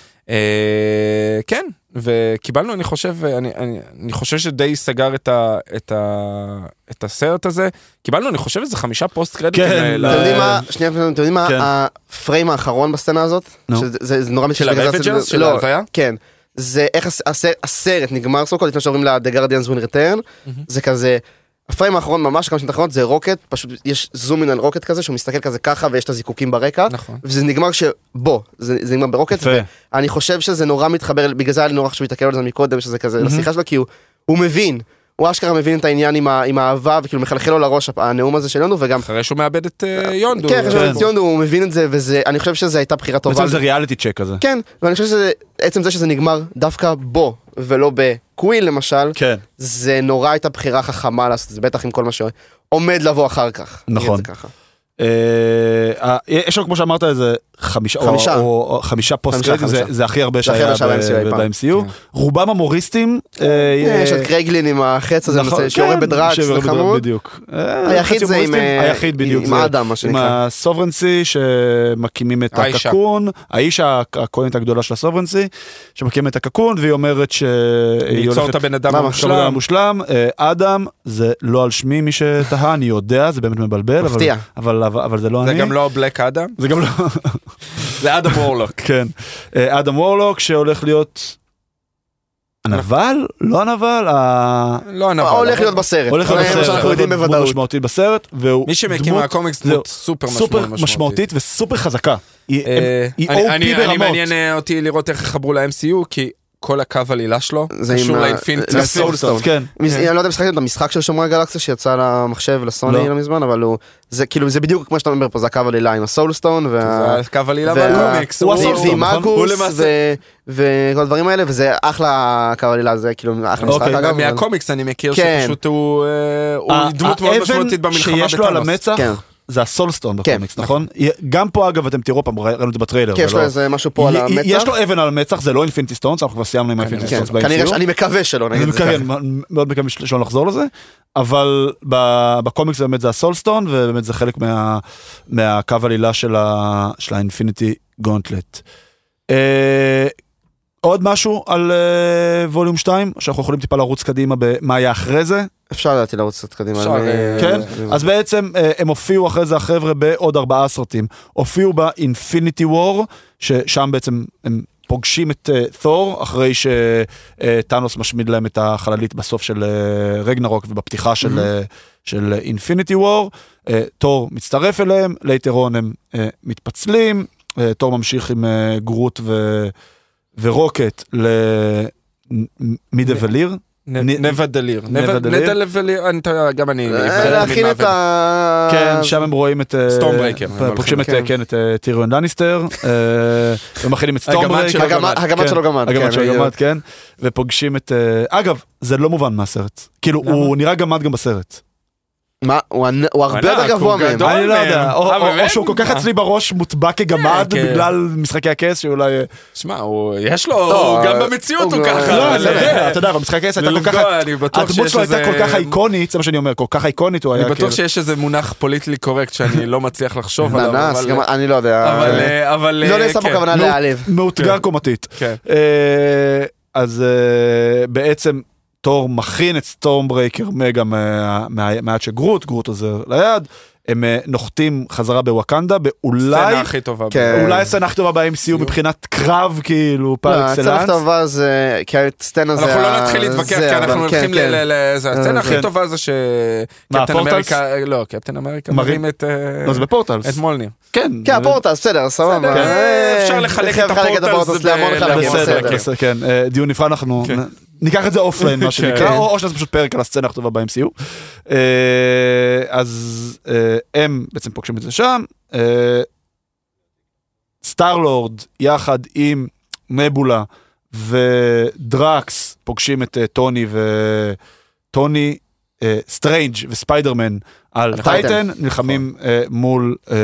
S2: אה, כן, וקיבלנו, אני חושב, אני, אני, אני חושב שדי סגר את, ה, את, ה, את הסרט הזה. קיבלנו, אני חושב, איזה חמישה פוסט קרדיטים.
S1: כן,
S2: אה,
S1: אתם
S2: ל-
S3: אתם יודעים מה, שנייה, אתם יודעים מה
S1: כן.
S3: הפריים האחרון בסצנה הזאת?
S1: נו.
S3: שזה- זה זה נורא
S2: של
S3: מתקשר בגלל זה-
S2: ה-Ravagers?
S3: זה-
S2: של
S3: לא,
S2: ההלוויה?
S3: כן. זה איך הס- הס- הסרט נגמר סוף כל לפני שעוברים ל-The Guardians Will Return, זה כזה, הפריים האחרון ממש כמה שנים האחרונות זה רוקט, פשוט יש זום אין על רוקט כזה שהוא מסתכל כזה ככה ויש את הזיקוקים ברקע,
S2: נכון.
S3: וזה נגמר שבוא, זה זה נגמר ברוקט,
S1: יפה.
S3: אני חושב שזה נורא מתחבר, בגלל זה היה לי נורא חשוב להתעכב על זה מקודם, שזה כזה, לשיחה שלו, כי הוא, הוא מבין, הוא אשכרה מבין את העניין עם, ה, עם האהבה, וכאילו מחלחל לו לראש הפ- הנאום הזה שלנו, וגם,
S2: אחרי שהוא מאבד את אה, יונדו.
S3: כן, חשוב
S1: כן.
S3: על ציון, הוא מבין את זה, וזה, אני חושב שזו הייתה בחירה טובה.
S1: בעצם זה ריאליטי צ'ק כזה.
S3: כן, ואני חושב שזה, עצם זה שזה נגמר דווקא בו, ולא בקוויל למשל,
S1: כן.
S3: זה נורא הייתה בחירה חכמה לעשות את זה, בטח עם כל מה שעומד לבוא אחר כך. נגיד את
S1: נכון.
S3: זה ככה.
S1: אה, אה, יש לנו כמו שאמרת איזה חמישה או-
S3: חמישה.
S1: או או חמישה פוסט
S3: חמישה,
S1: קרדיטים, זה-
S3: חמישה.
S1: זה הכי הרבה
S3: זה הכי
S1: שהיה
S3: הרבה שהיה ב-
S1: ב-
S3: ב-
S1: ב-MCU. רובם המוריסטים. אה, אה,
S3: יש את קרייגלין עם החץ הזה,
S1: נכון,
S3: שיורה
S1: כן,
S3: בדראג'
S1: שיורה
S3: זה
S1: בדראג',
S3: חמוד.
S1: בדיוק. אה,
S3: היחיד
S1: חצי
S3: זה עם,
S1: הומוריסטים.
S3: אה,
S1: היחיד בדיוק.
S3: עם
S1: זה-
S3: אדם, מה
S1: עם
S3: שנקרא.
S1: הסוברנסי שמקימים את
S2: האישה.
S1: הקקון, האישה הכהנת הגדולה של הסוברנסי, שמקימים את הקקון והיא אומרת שהיא
S2: ליצור את
S1: הולכת...
S2: הבן אדם
S3: למה?
S1: עכשיו הבן אדם
S2: המושלם.
S1: לא מושלם, אה, אדם זה לא על שמי מי שתהה, אני יודע, זה באמת מבלבל, אבל-
S3: מפתיע.
S1: אבל- אבל אבל זה לא
S2: זה
S1: אני.
S2: גם לא בלק אדם,
S1: זה גם לא, [LAUGHS]
S2: זה אדם וורלוק.
S1: כן. אה, אדם וורלוק שהולך להיות הנבל? לא הנבל, ה-
S2: לא הנבל.
S3: הולך
S2: אבל-
S3: להיות בסרט.
S1: נכון. הולך להיות
S3: זה מה
S1: בסרט,
S3: שאנחנו
S1: הולך
S3: יודעים
S1: להיות דמות
S3: בוודאות.
S1: משמעותית בסרט, והוא
S2: מי שמקים
S1: דמות
S2: מהקומיקס
S1: זהו.
S2: דמות סופר
S1: סופר
S2: משמעותית.
S1: משמעותית וסופר חזקה. היא
S2: אה,
S1: היא
S2: אני-
S1: OP
S2: אני- אני
S1: ברמות.
S2: מעניין אה, אותי לראות איך יחברו ל-MCU, כי כל הקו עלילה שלו
S3: זה
S2: קשור
S3: עם ה-
S2: לאינפיניטי.
S3: לסול- לסולסטון.
S1: כן.
S3: מז- אני לא יודע אם שחקתם את המשחק של שומרי הגלקסיה שיצא למחשב לסוני
S1: לא.
S3: לא מזמן אבל הוא זה כאילו זה בדיוק כמו שאתה אומר פה זה הקו עלילה עם הסולסטון וה...
S2: זה קו עלילה
S3: וה-
S2: בקומיקס.
S1: הוא
S3: ועם-
S1: הסולסטון,
S3: ועם
S1: נכון?
S2: הוא
S3: מאגוס
S2: למעשה-
S3: ו- וכל הדברים האלה וזה אחלה קו עלילה זה כאילו אחלה משחק
S1: אוקיי,
S3: אגב. אבל-
S2: מהקומיקס אני מכיר
S3: כן.
S2: שפשוט הוא אה, הוא
S1: ה-
S2: דמות מאוד
S1: האבן
S2: משמעותית במלחמה
S1: שיש לו על
S2: בטאנוס.
S1: המצח
S3: כן.
S1: זה הסולסטון
S3: כן,
S1: בקומיקס, נכון? גם פה אגב אתם תראו פעם, ראינו את זה בטריילר.
S3: כן, יש
S1: זה לא-
S3: לו איזה משהו פה על
S1: י-
S3: המצח.
S1: יש לו אבן על המצח, זה לא אינפיניטי סטונס, אנחנו כבר סיימנו עם האינפיניטי
S3: כן,
S1: סטונס ב-MCU.
S3: כנראה ש- אני מקווה שלא
S1: אני
S3: לא נגיד כן. את זה
S1: מקווה,
S3: ככה.
S1: מאוד מקווה של- שלא נחזור לזה, אבל ב- בקומיקס באמת זה הסולסטון, ובאמת זה חלק מה- מהקו עלילה של ה- של האינפיניטי גונטלט. אה, עוד משהו על אה, ווליום 2, שאנחנו יכולים טיפה לרוץ קדימה במה היה אחרי זה,
S3: אפשר לדעתי לרוץ קצת קדימה.
S2: אפשר,
S3: אני-
S2: אה,
S1: כן?
S3: אני-
S1: אז בעצם אה, הם הופיעו אחרי זה החבר'ה בעוד ארבעה סרטים. הופיעו באינפיניטי וור, ששם בעצם הם פוגשים את אה, תור, אחרי שטאנוס משמיד להם את החללית בסוף של אה, רגנרוק ובפתיחה של... אה, של אינפיניטי וור, תור מצטרף אליהם, לייטר און הם אה, מתפצלים, אה, תור ממשיך עם אה, גרוט ו- ורוקט למידבליר,
S2: נ- נבה דליר. נבה
S1: דליר.
S2: נבה דליר. אני- אתה- גם אני.
S3: אה, להכין את ה...
S1: כן, שם הם רואים את... אה,
S2: סטורמברייקר.
S1: פ- פוגשים את,
S3: כן.
S1: כן, את אה, טיריון דניסטר, אה, ומכינים את
S2: הגמד
S1: סטורמברייקר.
S2: שלו
S3: הגמד-
S2: גמד.
S3: הגמד שלו גמד.
S1: הגמד
S3: כן,
S1: של
S3: בדיוק.
S1: הגמד, כן, ופוגשים את... אה, אגב, זה לא מובן מהסרט. כאילו,
S2: למה?
S1: הוא נראה גמד גם בסרט.
S3: מה, הוא ענ- הוא הרבה
S2: ענק,
S3: יותר גבוה
S2: הוא
S3: מהם.
S2: גדול.
S1: אני לא
S2: מהם.
S1: יודע, או-
S2: אה,
S1: או או
S2: באמת?
S1: שהוא כל כך
S2: אה.
S1: אצלי בראש מוטבע כגמד
S2: כן.
S1: בגלל משחקי הכס שאולי... אה,
S2: שמע, הוא- יש לו,
S3: לא,
S2: הוא גם
S3: אה,
S2: במציאות
S3: הוא
S2: הוא
S3: גם-
S2: ככה.
S1: לא,
S2: אבל-
S1: אתה יודע, אתה יודע, במשחקי הכס הייתה כל כך...
S2: ללבגוע, אני בטוח
S1: הדמות
S2: שיש
S1: שלו הייתה
S2: איזה-
S1: כל כך אייקונית, זה מה שאני אומר, כל כך אייקונית הוא היה
S2: אני בטוח
S1: כאילו-
S2: שיש איזה מונח פוליטלי קורקט שאני לא מצליח
S3: [LAUGHS]
S2: לחשוב עליו.
S3: אנס,
S2: אבל-
S3: גם- אני לא יודע.
S2: אבל אה, אבל
S3: לא
S2: אה,
S3: נעשה פה
S2: כן.
S3: כוונה
S1: נו,
S3: להעליב.
S1: מאותגר
S2: כן.
S1: קומתית.
S2: כן.
S1: אה, אז אה, בעצם תור מכין את סטורמברייקר מגה מה- מה- מהיד של גרוט, גרוט עוזר ליד, הם אה, נוחתים חזרה בווקנדה, באולי,
S2: הסצנה הכי טובה.
S3: כן.
S1: אולי הסצנה הכי טובה ב-MCU מבחינת קרב כאילו פר
S3: הצלחת
S1: אקסלנס.
S3: הבא לא, זה, כי הסצנה זה...
S2: אנחנו לא
S3: ה-
S2: נתחיל להתווכח,
S3: זה,
S2: כי
S3: אבל
S2: אנחנו הולכים
S3: כן,
S2: ל... ל- זה
S3: כן.
S2: הסצנה הכי טובה זה ש... קפטן
S1: הפורטלס?
S2: אמריקה... לא, קפטן אמריקה
S1: מרים-
S2: מרים את... אה,
S1: לא, זה בפורטלס.
S2: את מולניר.
S1: כן.
S3: כן,
S1: זה-
S3: הפורטס, בסדר, סבבה.
S1: כן,
S2: בסדר,
S3: אה,
S2: אפשר לחלק
S3: אפשר
S2: את הפורטלס ב-
S3: להמון
S2: ל-
S3: חלקים,
S2: בסדר,
S1: בסדר,
S3: בסדר.
S1: בסדר, כן, אה, דיון נפרד, אנחנו
S2: כן.
S1: נ- ניקח את זה אופליין, מה שנקרא,
S2: [LAUGHS] כן.
S1: או או שנעשה פשוט פרק על הסצנה הכתובה ב-MCU. אה, אז אה, הם בעצם פוגשים את זה שם. אה, סטארלורד יחד עם נבולה ודרקס פוגשים את אה, טוני וטוני אה, סטרנג' וספיידרמן על
S3: על
S1: טייטן
S3: טייטן.
S1: נלחמים אה, מול אה,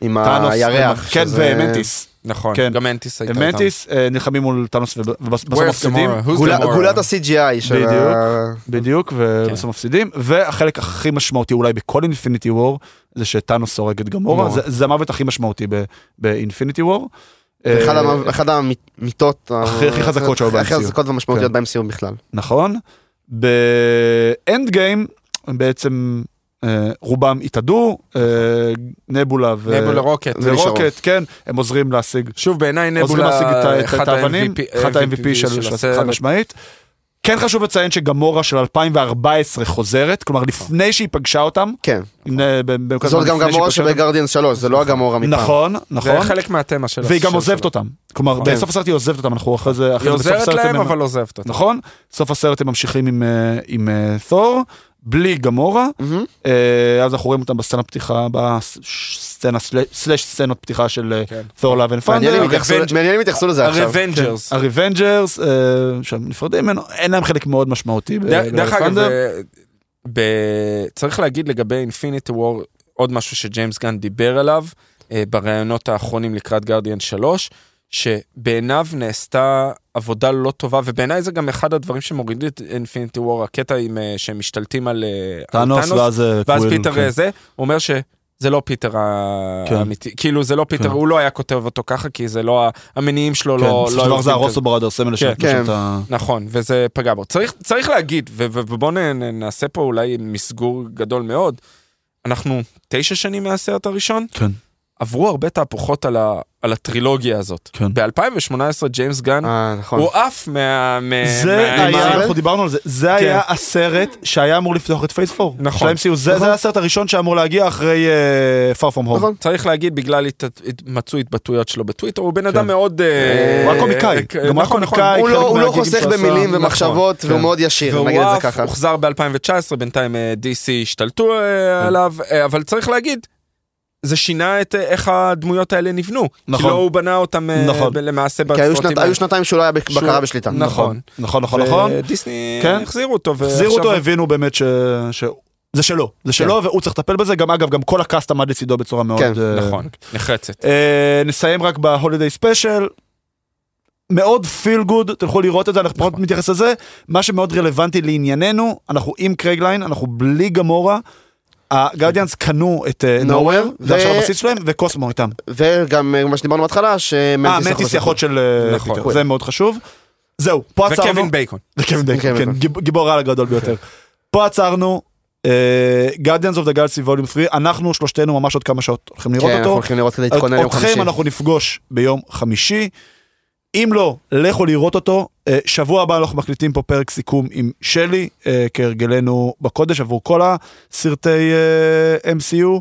S3: עם
S1: טאנוס.
S3: הירח.
S1: כן,
S3: שזה-
S1: ומנטיס.
S2: נכון,
S1: כן.
S2: גם מנטיס הייתה.
S1: מנטיס אה, נלחמים מול טאנוס וב- ובסוף
S2: Where's
S1: מפסידים.
S2: Gamora? Who's
S3: גולה-
S2: Gamora? Mm-hmm.
S3: גולת ה-CGI של
S1: בדיוק.
S3: ה...
S1: בדיוק, ובסוף
S2: כן.
S1: מפסידים. והחלק הכי משמעותי אולי בכל אינפיניטי וור, זה שטאנוס הורג את גמורה,
S2: גמורה.
S1: זה- זה המוות הכי משמעותי באינפיניטי וור.
S3: אחד המ- אחד המיטות ה-
S1: אה, הכי- הכי חזקות שהיו
S3: הכי
S1: ב-MCU.
S3: חזקות והמשמעותיות
S1: כן.
S3: ב-MCU בכלל.
S1: נכון. באנד גיים, בעצם אה, רובם התאדו, אה, נבולה ו-
S2: נבולה רוקט.
S1: ורוקט, כן, הם עוזרים להשיג
S2: שוב
S1: עוזרים
S2: בעיניי נבולה
S1: להשיג את ה- את
S2: אחד
S1: את האבנים,
S2: ה-MVP
S1: אחת ה-MVP של של הסרט, חד
S2: אה, הסרט.
S1: משמעית. כן חשוב לציין שגמורה של 2014 חוזרת, כלומר לפני שהיא פגשה אותם,
S3: כן.
S1: נ- ב- במקום
S3: זאת
S1: הזמן לא,
S3: גם
S1: לפני שהיא
S3: גמורה
S1: פגשה אותם.
S3: שבגארדיאנס 3, זה לא הגמורה מפעם.
S1: נכון,
S2: זה
S1: נכון,
S2: חלק מהתמה של
S1: והיא גם
S2: של-
S1: עוזבת
S2: של-
S1: אותם, כלומר
S2: כן.
S1: בסוף הסרט היא עוזבת אותם, אנחנו אחרי זה, אחרי
S2: היא
S1: זה בסוף
S2: עוזרת
S1: הסרט
S2: להם
S1: הם-
S2: אבל לא עוזבת אותם.
S1: נכון? סוף הסרט הם ממשיכים עם, אה, עם אה, תור, בלי גמורה,
S3: מהמם.
S1: אה, אז אנחנו רואים אותם בסצנה פתיחה, בסצנה סל- סלאש סצנות פתיחה של אה,
S2: כן.
S1: תור לאב אנד
S3: מעניין
S1: פאנדר.
S3: אם יתייחסו-
S2: Revenge-
S3: מעניין אם יתייחסו לזה עכשיו. כן.
S2: הרוונג'רס.
S1: הריבנג'רס, כן, אה, שם נפרדים ממנו, אין להם חלק מאוד משמעותי. ב-
S2: ד- דרך אגב,
S1: באלכסנדר.
S2: אה, ב- צריך להגיד לגבי אינפיניטי וור עוד משהו שג'יימס גן דיבר עליו אה, בראיונות האחרונים לקראת גרדיאן 3, שבעיניו נעשתה עבודה לא טובה, ובעיניי זה גם אחד הדברים שמוריד את אינפיניטי וור, הקטע עם אה, שהם משתלטים על אה, על
S1: טאנוס, ואז אה,
S2: ואז
S1: קוויל,
S2: פיטר
S1: כן.
S2: אה, זה, הוא אומר ש... זה לא פיטר
S1: כן.
S2: האמיתי, כאילו זה לא פיטר,
S1: כן.
S2: הוא לא היה כותב אותו ככה, כי זה לא, ה- המניעים שלו לא...
S1: כן, בסופו
S2: לא היו
S1: של דבר זה
S2: עובדים
S1: הרוסו ברדו, סמל של
S3: כן.
S1: פשוט ה-
S2: נכון, וזה פגע בו. צריך, צריך להגיד, ובואו נעשה פה אולי מסגור גדול מאוד, אנחנו תשע שנים מהסרט הראשון,
S1: כן,
S2: עברו הרבה תהפוכות על, ה, על הטרילוגיה הזאת.
S1: כן.
S2: ב-2018 ג'יימס גן,
S3: אה, נכון.
S2: הוא עף מה... מה-
S1: זה
S2: מה-
S1: היה, נכון.
S2: מה-
S1: אנחנו דיברנו על זה, זה היה הסרט שהיה אמור לפתוח את פייס 4.
S2: כן. נכון.
S1: של ה-MCU, זה זה היה הסרט הראשון שהיה אמור להגיע אחרי אה, far from home.
S3: נכון.
S2: צריך להגיד, בגלל הת- מצאו התבטאויות שלו בטוויטר, הוא בן אדם
S1: כן.
S2: מאוד... אה,
S1: הוא היה קומיקאי,
S2: אה,
S1: גם הוא היה
S2: נכון, נכון.
S1: קומיקאי,
S3: הוא
S1: חלק
S3: לא- הוא לא
S1: מהגיגים
S3: חוסך
S1: שהוא עשה,
S3: במילים
S1: נכון.
S3: ומחשבות, והוא
S1: כן.
S3: מאוד ישיר, כאילו, נגיד את
S2: והוא
S3: זה
S2: עף,
S3: ככה.
S2: הוחזר ב-2019, בינתיים אה, DC השתלטו אה,
S1: כן.
S2: עליו, אה, אבל צריך להגיד, זה שינה את אה, איך הדמויות האלה נבנו.
S1: נכון.
S2: כי לא הוא בנה אותם אה,
S1: נכון.
S2: ב- למעשה
S3: כי היו
S2: בסרטים
S3: שנת-
S2: האלה.
S3: היו שנתיים שהוא לא היה בק-
S2: שהוא-
S3: בקרה בשליטה.
S2: נכון.
S1: נכון, נכון, נכון.
S2: דיסני
S1: כן.
S2: החזירו אותו.
S1: החזירו אותו,
S2: ועכשיו- כן.
S1: הבינו באמת ש... ש- זה שלו, זה שלו והוא צריך לטפל בזה, גם אגב, גם כל הקאסט עמד לצידו בצורה מאוד...
S3: כן,
S1: אה,
S2: נכון, נחרצת.
S1: אה, נסיים רק בהולידיי ספיישל. מאוד פיל גוד, תלכו לראות את זה, אנחנו פחות
S2: נכון.
S1: נתייחס לזה. מה שמאוד רלוונטי לענייננו, אנחנו עם קרייגליין, אנחנו בלי גמורה. הגרדיאנס קנו את נוואר,
S3: Nowhere,
S1: זה עכשיו
S3: ו-
S1: הבסיס שלהם, וקוסמו איתם.
S3: וגם אה, מה שדיברנו בהתחלה,
S1: אה,
S3: שמנטיס
S1: מנטיס יכול של אה,
S2: נכון.
S1: פיטר, זה מאוד חשוב. זהו,
S3: לא,
S1: פה עצרנו.
S2: וקווין בייקון.
S1: וקווין בייקון,
S3: וקווין
S1: כן, גיב-
S3: בייקון.
S1: גיבור העל הגדול ביותר. פה עצרנו, אה, גרדיאנס אוף דה גלסי ווליום 3, אנחנו שלושתנו ממש עוד כמה שעות הולכים לראות
S3: כן, אנחנו
S1: אותו. אוקיי,
S3: הולכים לראות כדי להתכונן יום חמישי.
S1: אתכם אנחנו נפגוש ביום חמישי. אם לא, לכו לראות אותו. אה, שבוע הבא אנחנו מקליטים פה פרק סיכום עם שלי, אה, כהרגלנו בקודש עבור כל הסרטי אה, MCU.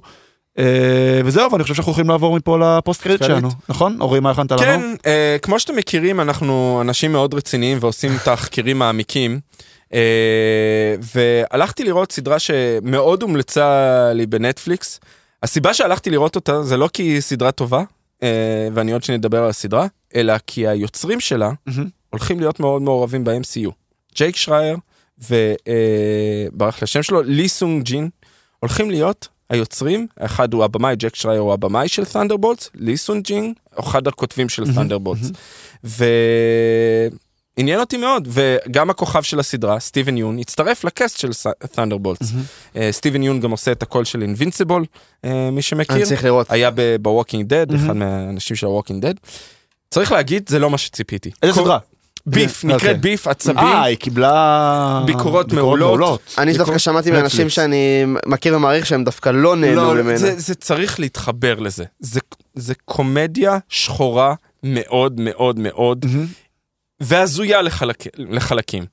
S1: אה, וזהו, ואני חושב שאנחנו יכולים לעבור מפה לפוסט קרדיט
S2: קרדיט.
S1: שלנו, נכון? אורי, מה הכנת לנו?
S2: כן, אה, כמו שאתם מכירים, אנחנו אנשים מאוד רציניים ועושים [LAUGHS] תחקירים מעמיקים. אה, והלכתי לראות סדרה שמאוד הומלצה לי בנטפליקס. הסיבה שהלכתי לראות אותה זה לא כי היא סדרה טובה, אה, ואני עוד שניה אדבר על הסדרה, אלא כי היוצרים שלה
S1: מהמם.
S2: הולכים להיות מאוד מעורבים ב-MCU. ג'ייק שרייר וברח לשם שלו, לי סונג ג'ין, הולכים להיות היוצרים, האחד הוא הבמאי, ג'ק שרייר הוא הבמאי של תנדרבולטס, לי סונג ג'ין, אחד הכותבים של תנדרבולטס. ועניין אותי מאוד, וגם הכוכב של הסדרה, סטיבן יון, הצטרף לקאסט של תנדרבולטס. סטיבן יון גם עושה את הקול של אינבינסיבול, מי
S3: אני
S2: שמכיר.
S3: צריך לראות.
S2: היה בווקינג דד,
S1: מהמם.
S2: אחד מהאנשים של הווקינג דד. צריך להגיד, זה לא מה שציפיתי.
S1: איזה
S2: כל-
S1: סדרה?
S2: ביף,
S1: אוקיי.
S2: נקראת ביף,
S1: אה,
S2: עצבים,
S1: היא קיבלה...
S2: ביקורות מעולות.
S3: אני
S2: בכל-
S3: דווקא שמעתי
S1: נטפליקס.
S3: מאנשים שאני מכיר ומעריך שהם דווקא לא נהנו
S2: לא,
S3: ממנו.
S2: זה, זה צריך להתחבר לזה. זה, זה קומדיה שחורה מאוד מאוד מאוד,
S1: מהמם.
S2: והזויה לחלק, לחלקים.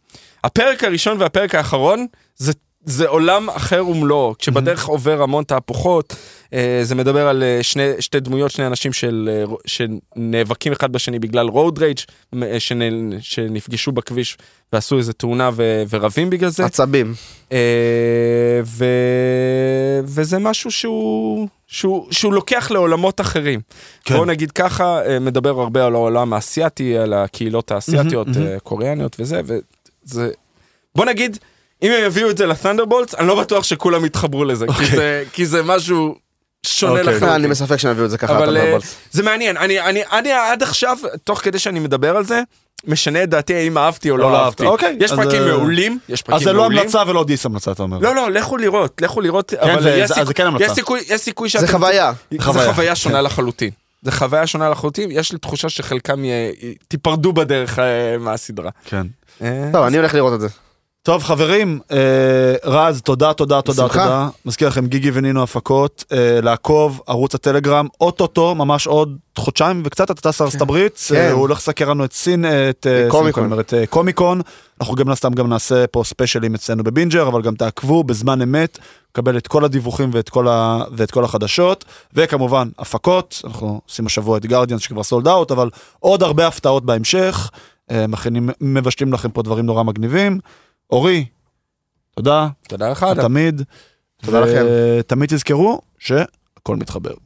S2: הפרק הראשון והפרק האחרון זה זה עולם אחר ומלואו, כשבדרך עובר המון תהפוכות, אה, זה מדבר על אה, שני, שתי דמויות, שני אנשים של, אה, ר- שנאבקים אחד בשני בגלל road rage, מ- אה, שנ- שנפגשו בכביש ועשו איזה תאונה ו, ורבים בגלל זה,
S3: עצבים.
S2: אה, ו, וזה משהו שהוא, שהוא, שהוא לוקח לעולמות אחרים.
S1: כן.
S2: כן. בואו נגיד ככה, אה, מדבר הרבה על העולם האסייתי, על הקהילות האסייתיות,
S1: מהמם, מהמם.
S2: אה, קוריאניות וזה, וזה... בוא נגיד, אם הם יביאו את זה לתנדרבולטס, אני לא בטוח שכולם יתחברו לזה, כי,
S1: אוקיי.
S2: זה, כי זה משהו שונה
S1: אוקיי.
S2: לחלוטין.
S3: אה, אני בספק שהם יביאו את זה ככה.
S2: אבל
S3: אתה
S2: אה,
S3: מדבר.
S2: זה מעניין, אני, אני, אני עד עכשיו, תוך כדי שאני מדבר על זה, משנה את דעתי האם אהבתי או
S1: לא
S2: לא
S1: אהבת.
S2: אהבתי.
S1: אוקיי,
S2: יש
S1: אז,
S2: פרקים
S1: אה,
S2: מעולים, יש פרקים
S1: אז זה לא
S2: מעולים.
S1: המלצה ולא דיס המלצה, אתה אומר.
S2: לא, לא, לכו לראות, לכו לראות, אבל
S1: זה-
S2: יש
S1: אז זה כן
S2: סיכוי-
S1: המלצה.
S2: יש סיכוי- יש סיכוי
S3: זה
S2: שאתם
S3: חוויה.
S1: חוויה,
S2: זה חוויה שונה
S1: כן.
S2: לחלוטין. זה חוויה שונה לחלוטין, יש לי תחושה שחלקם יה- תיפרדו בדרך אה, מהסדרה.
S1: כן.
S2: אה,
S3: טוב, אני הולך לראות את זה.
S1: טוב חברים, אה, רז, תודה, תודה, תודה,
S3: בשמחה.
S1: תודה. מזכיר לכם גיגי ונינו הפקות, אה, לעקוב, ערוץ הטלגרם, אוטוטו, ממש עוד חודשיים וקצת, אתה טס לארצות הברית,
S3: כן.
S1: אה, הוא הולך לסקר לנו את סין, אה, את אה, סין,
S3: קומיקון.
S1: אני אומר, את, אה, קומיקון, אנחנו גם לא סתם גם נעשה פה ספיישלים אצלנו בבינג'ר, אבל גם תעקבו בזמן אמת, קבל את כל הדיווחים ואת כל, ה, ואת כל החדשות, וכמובן הפקות, אנחנו עושים השבוע את גרדיאנס שכבר סולד אאוט, אבל עוד הרבה הפתעות בהמשך, אה, מכינים, מבשלים לכם פה דברים נורא מגניבים. אורי, תודה,
S2: תודה לך, אדם.
S1: תמיד.
S3: תודה לכם.
S1: תמיד תזכרו שהכל מתחבר.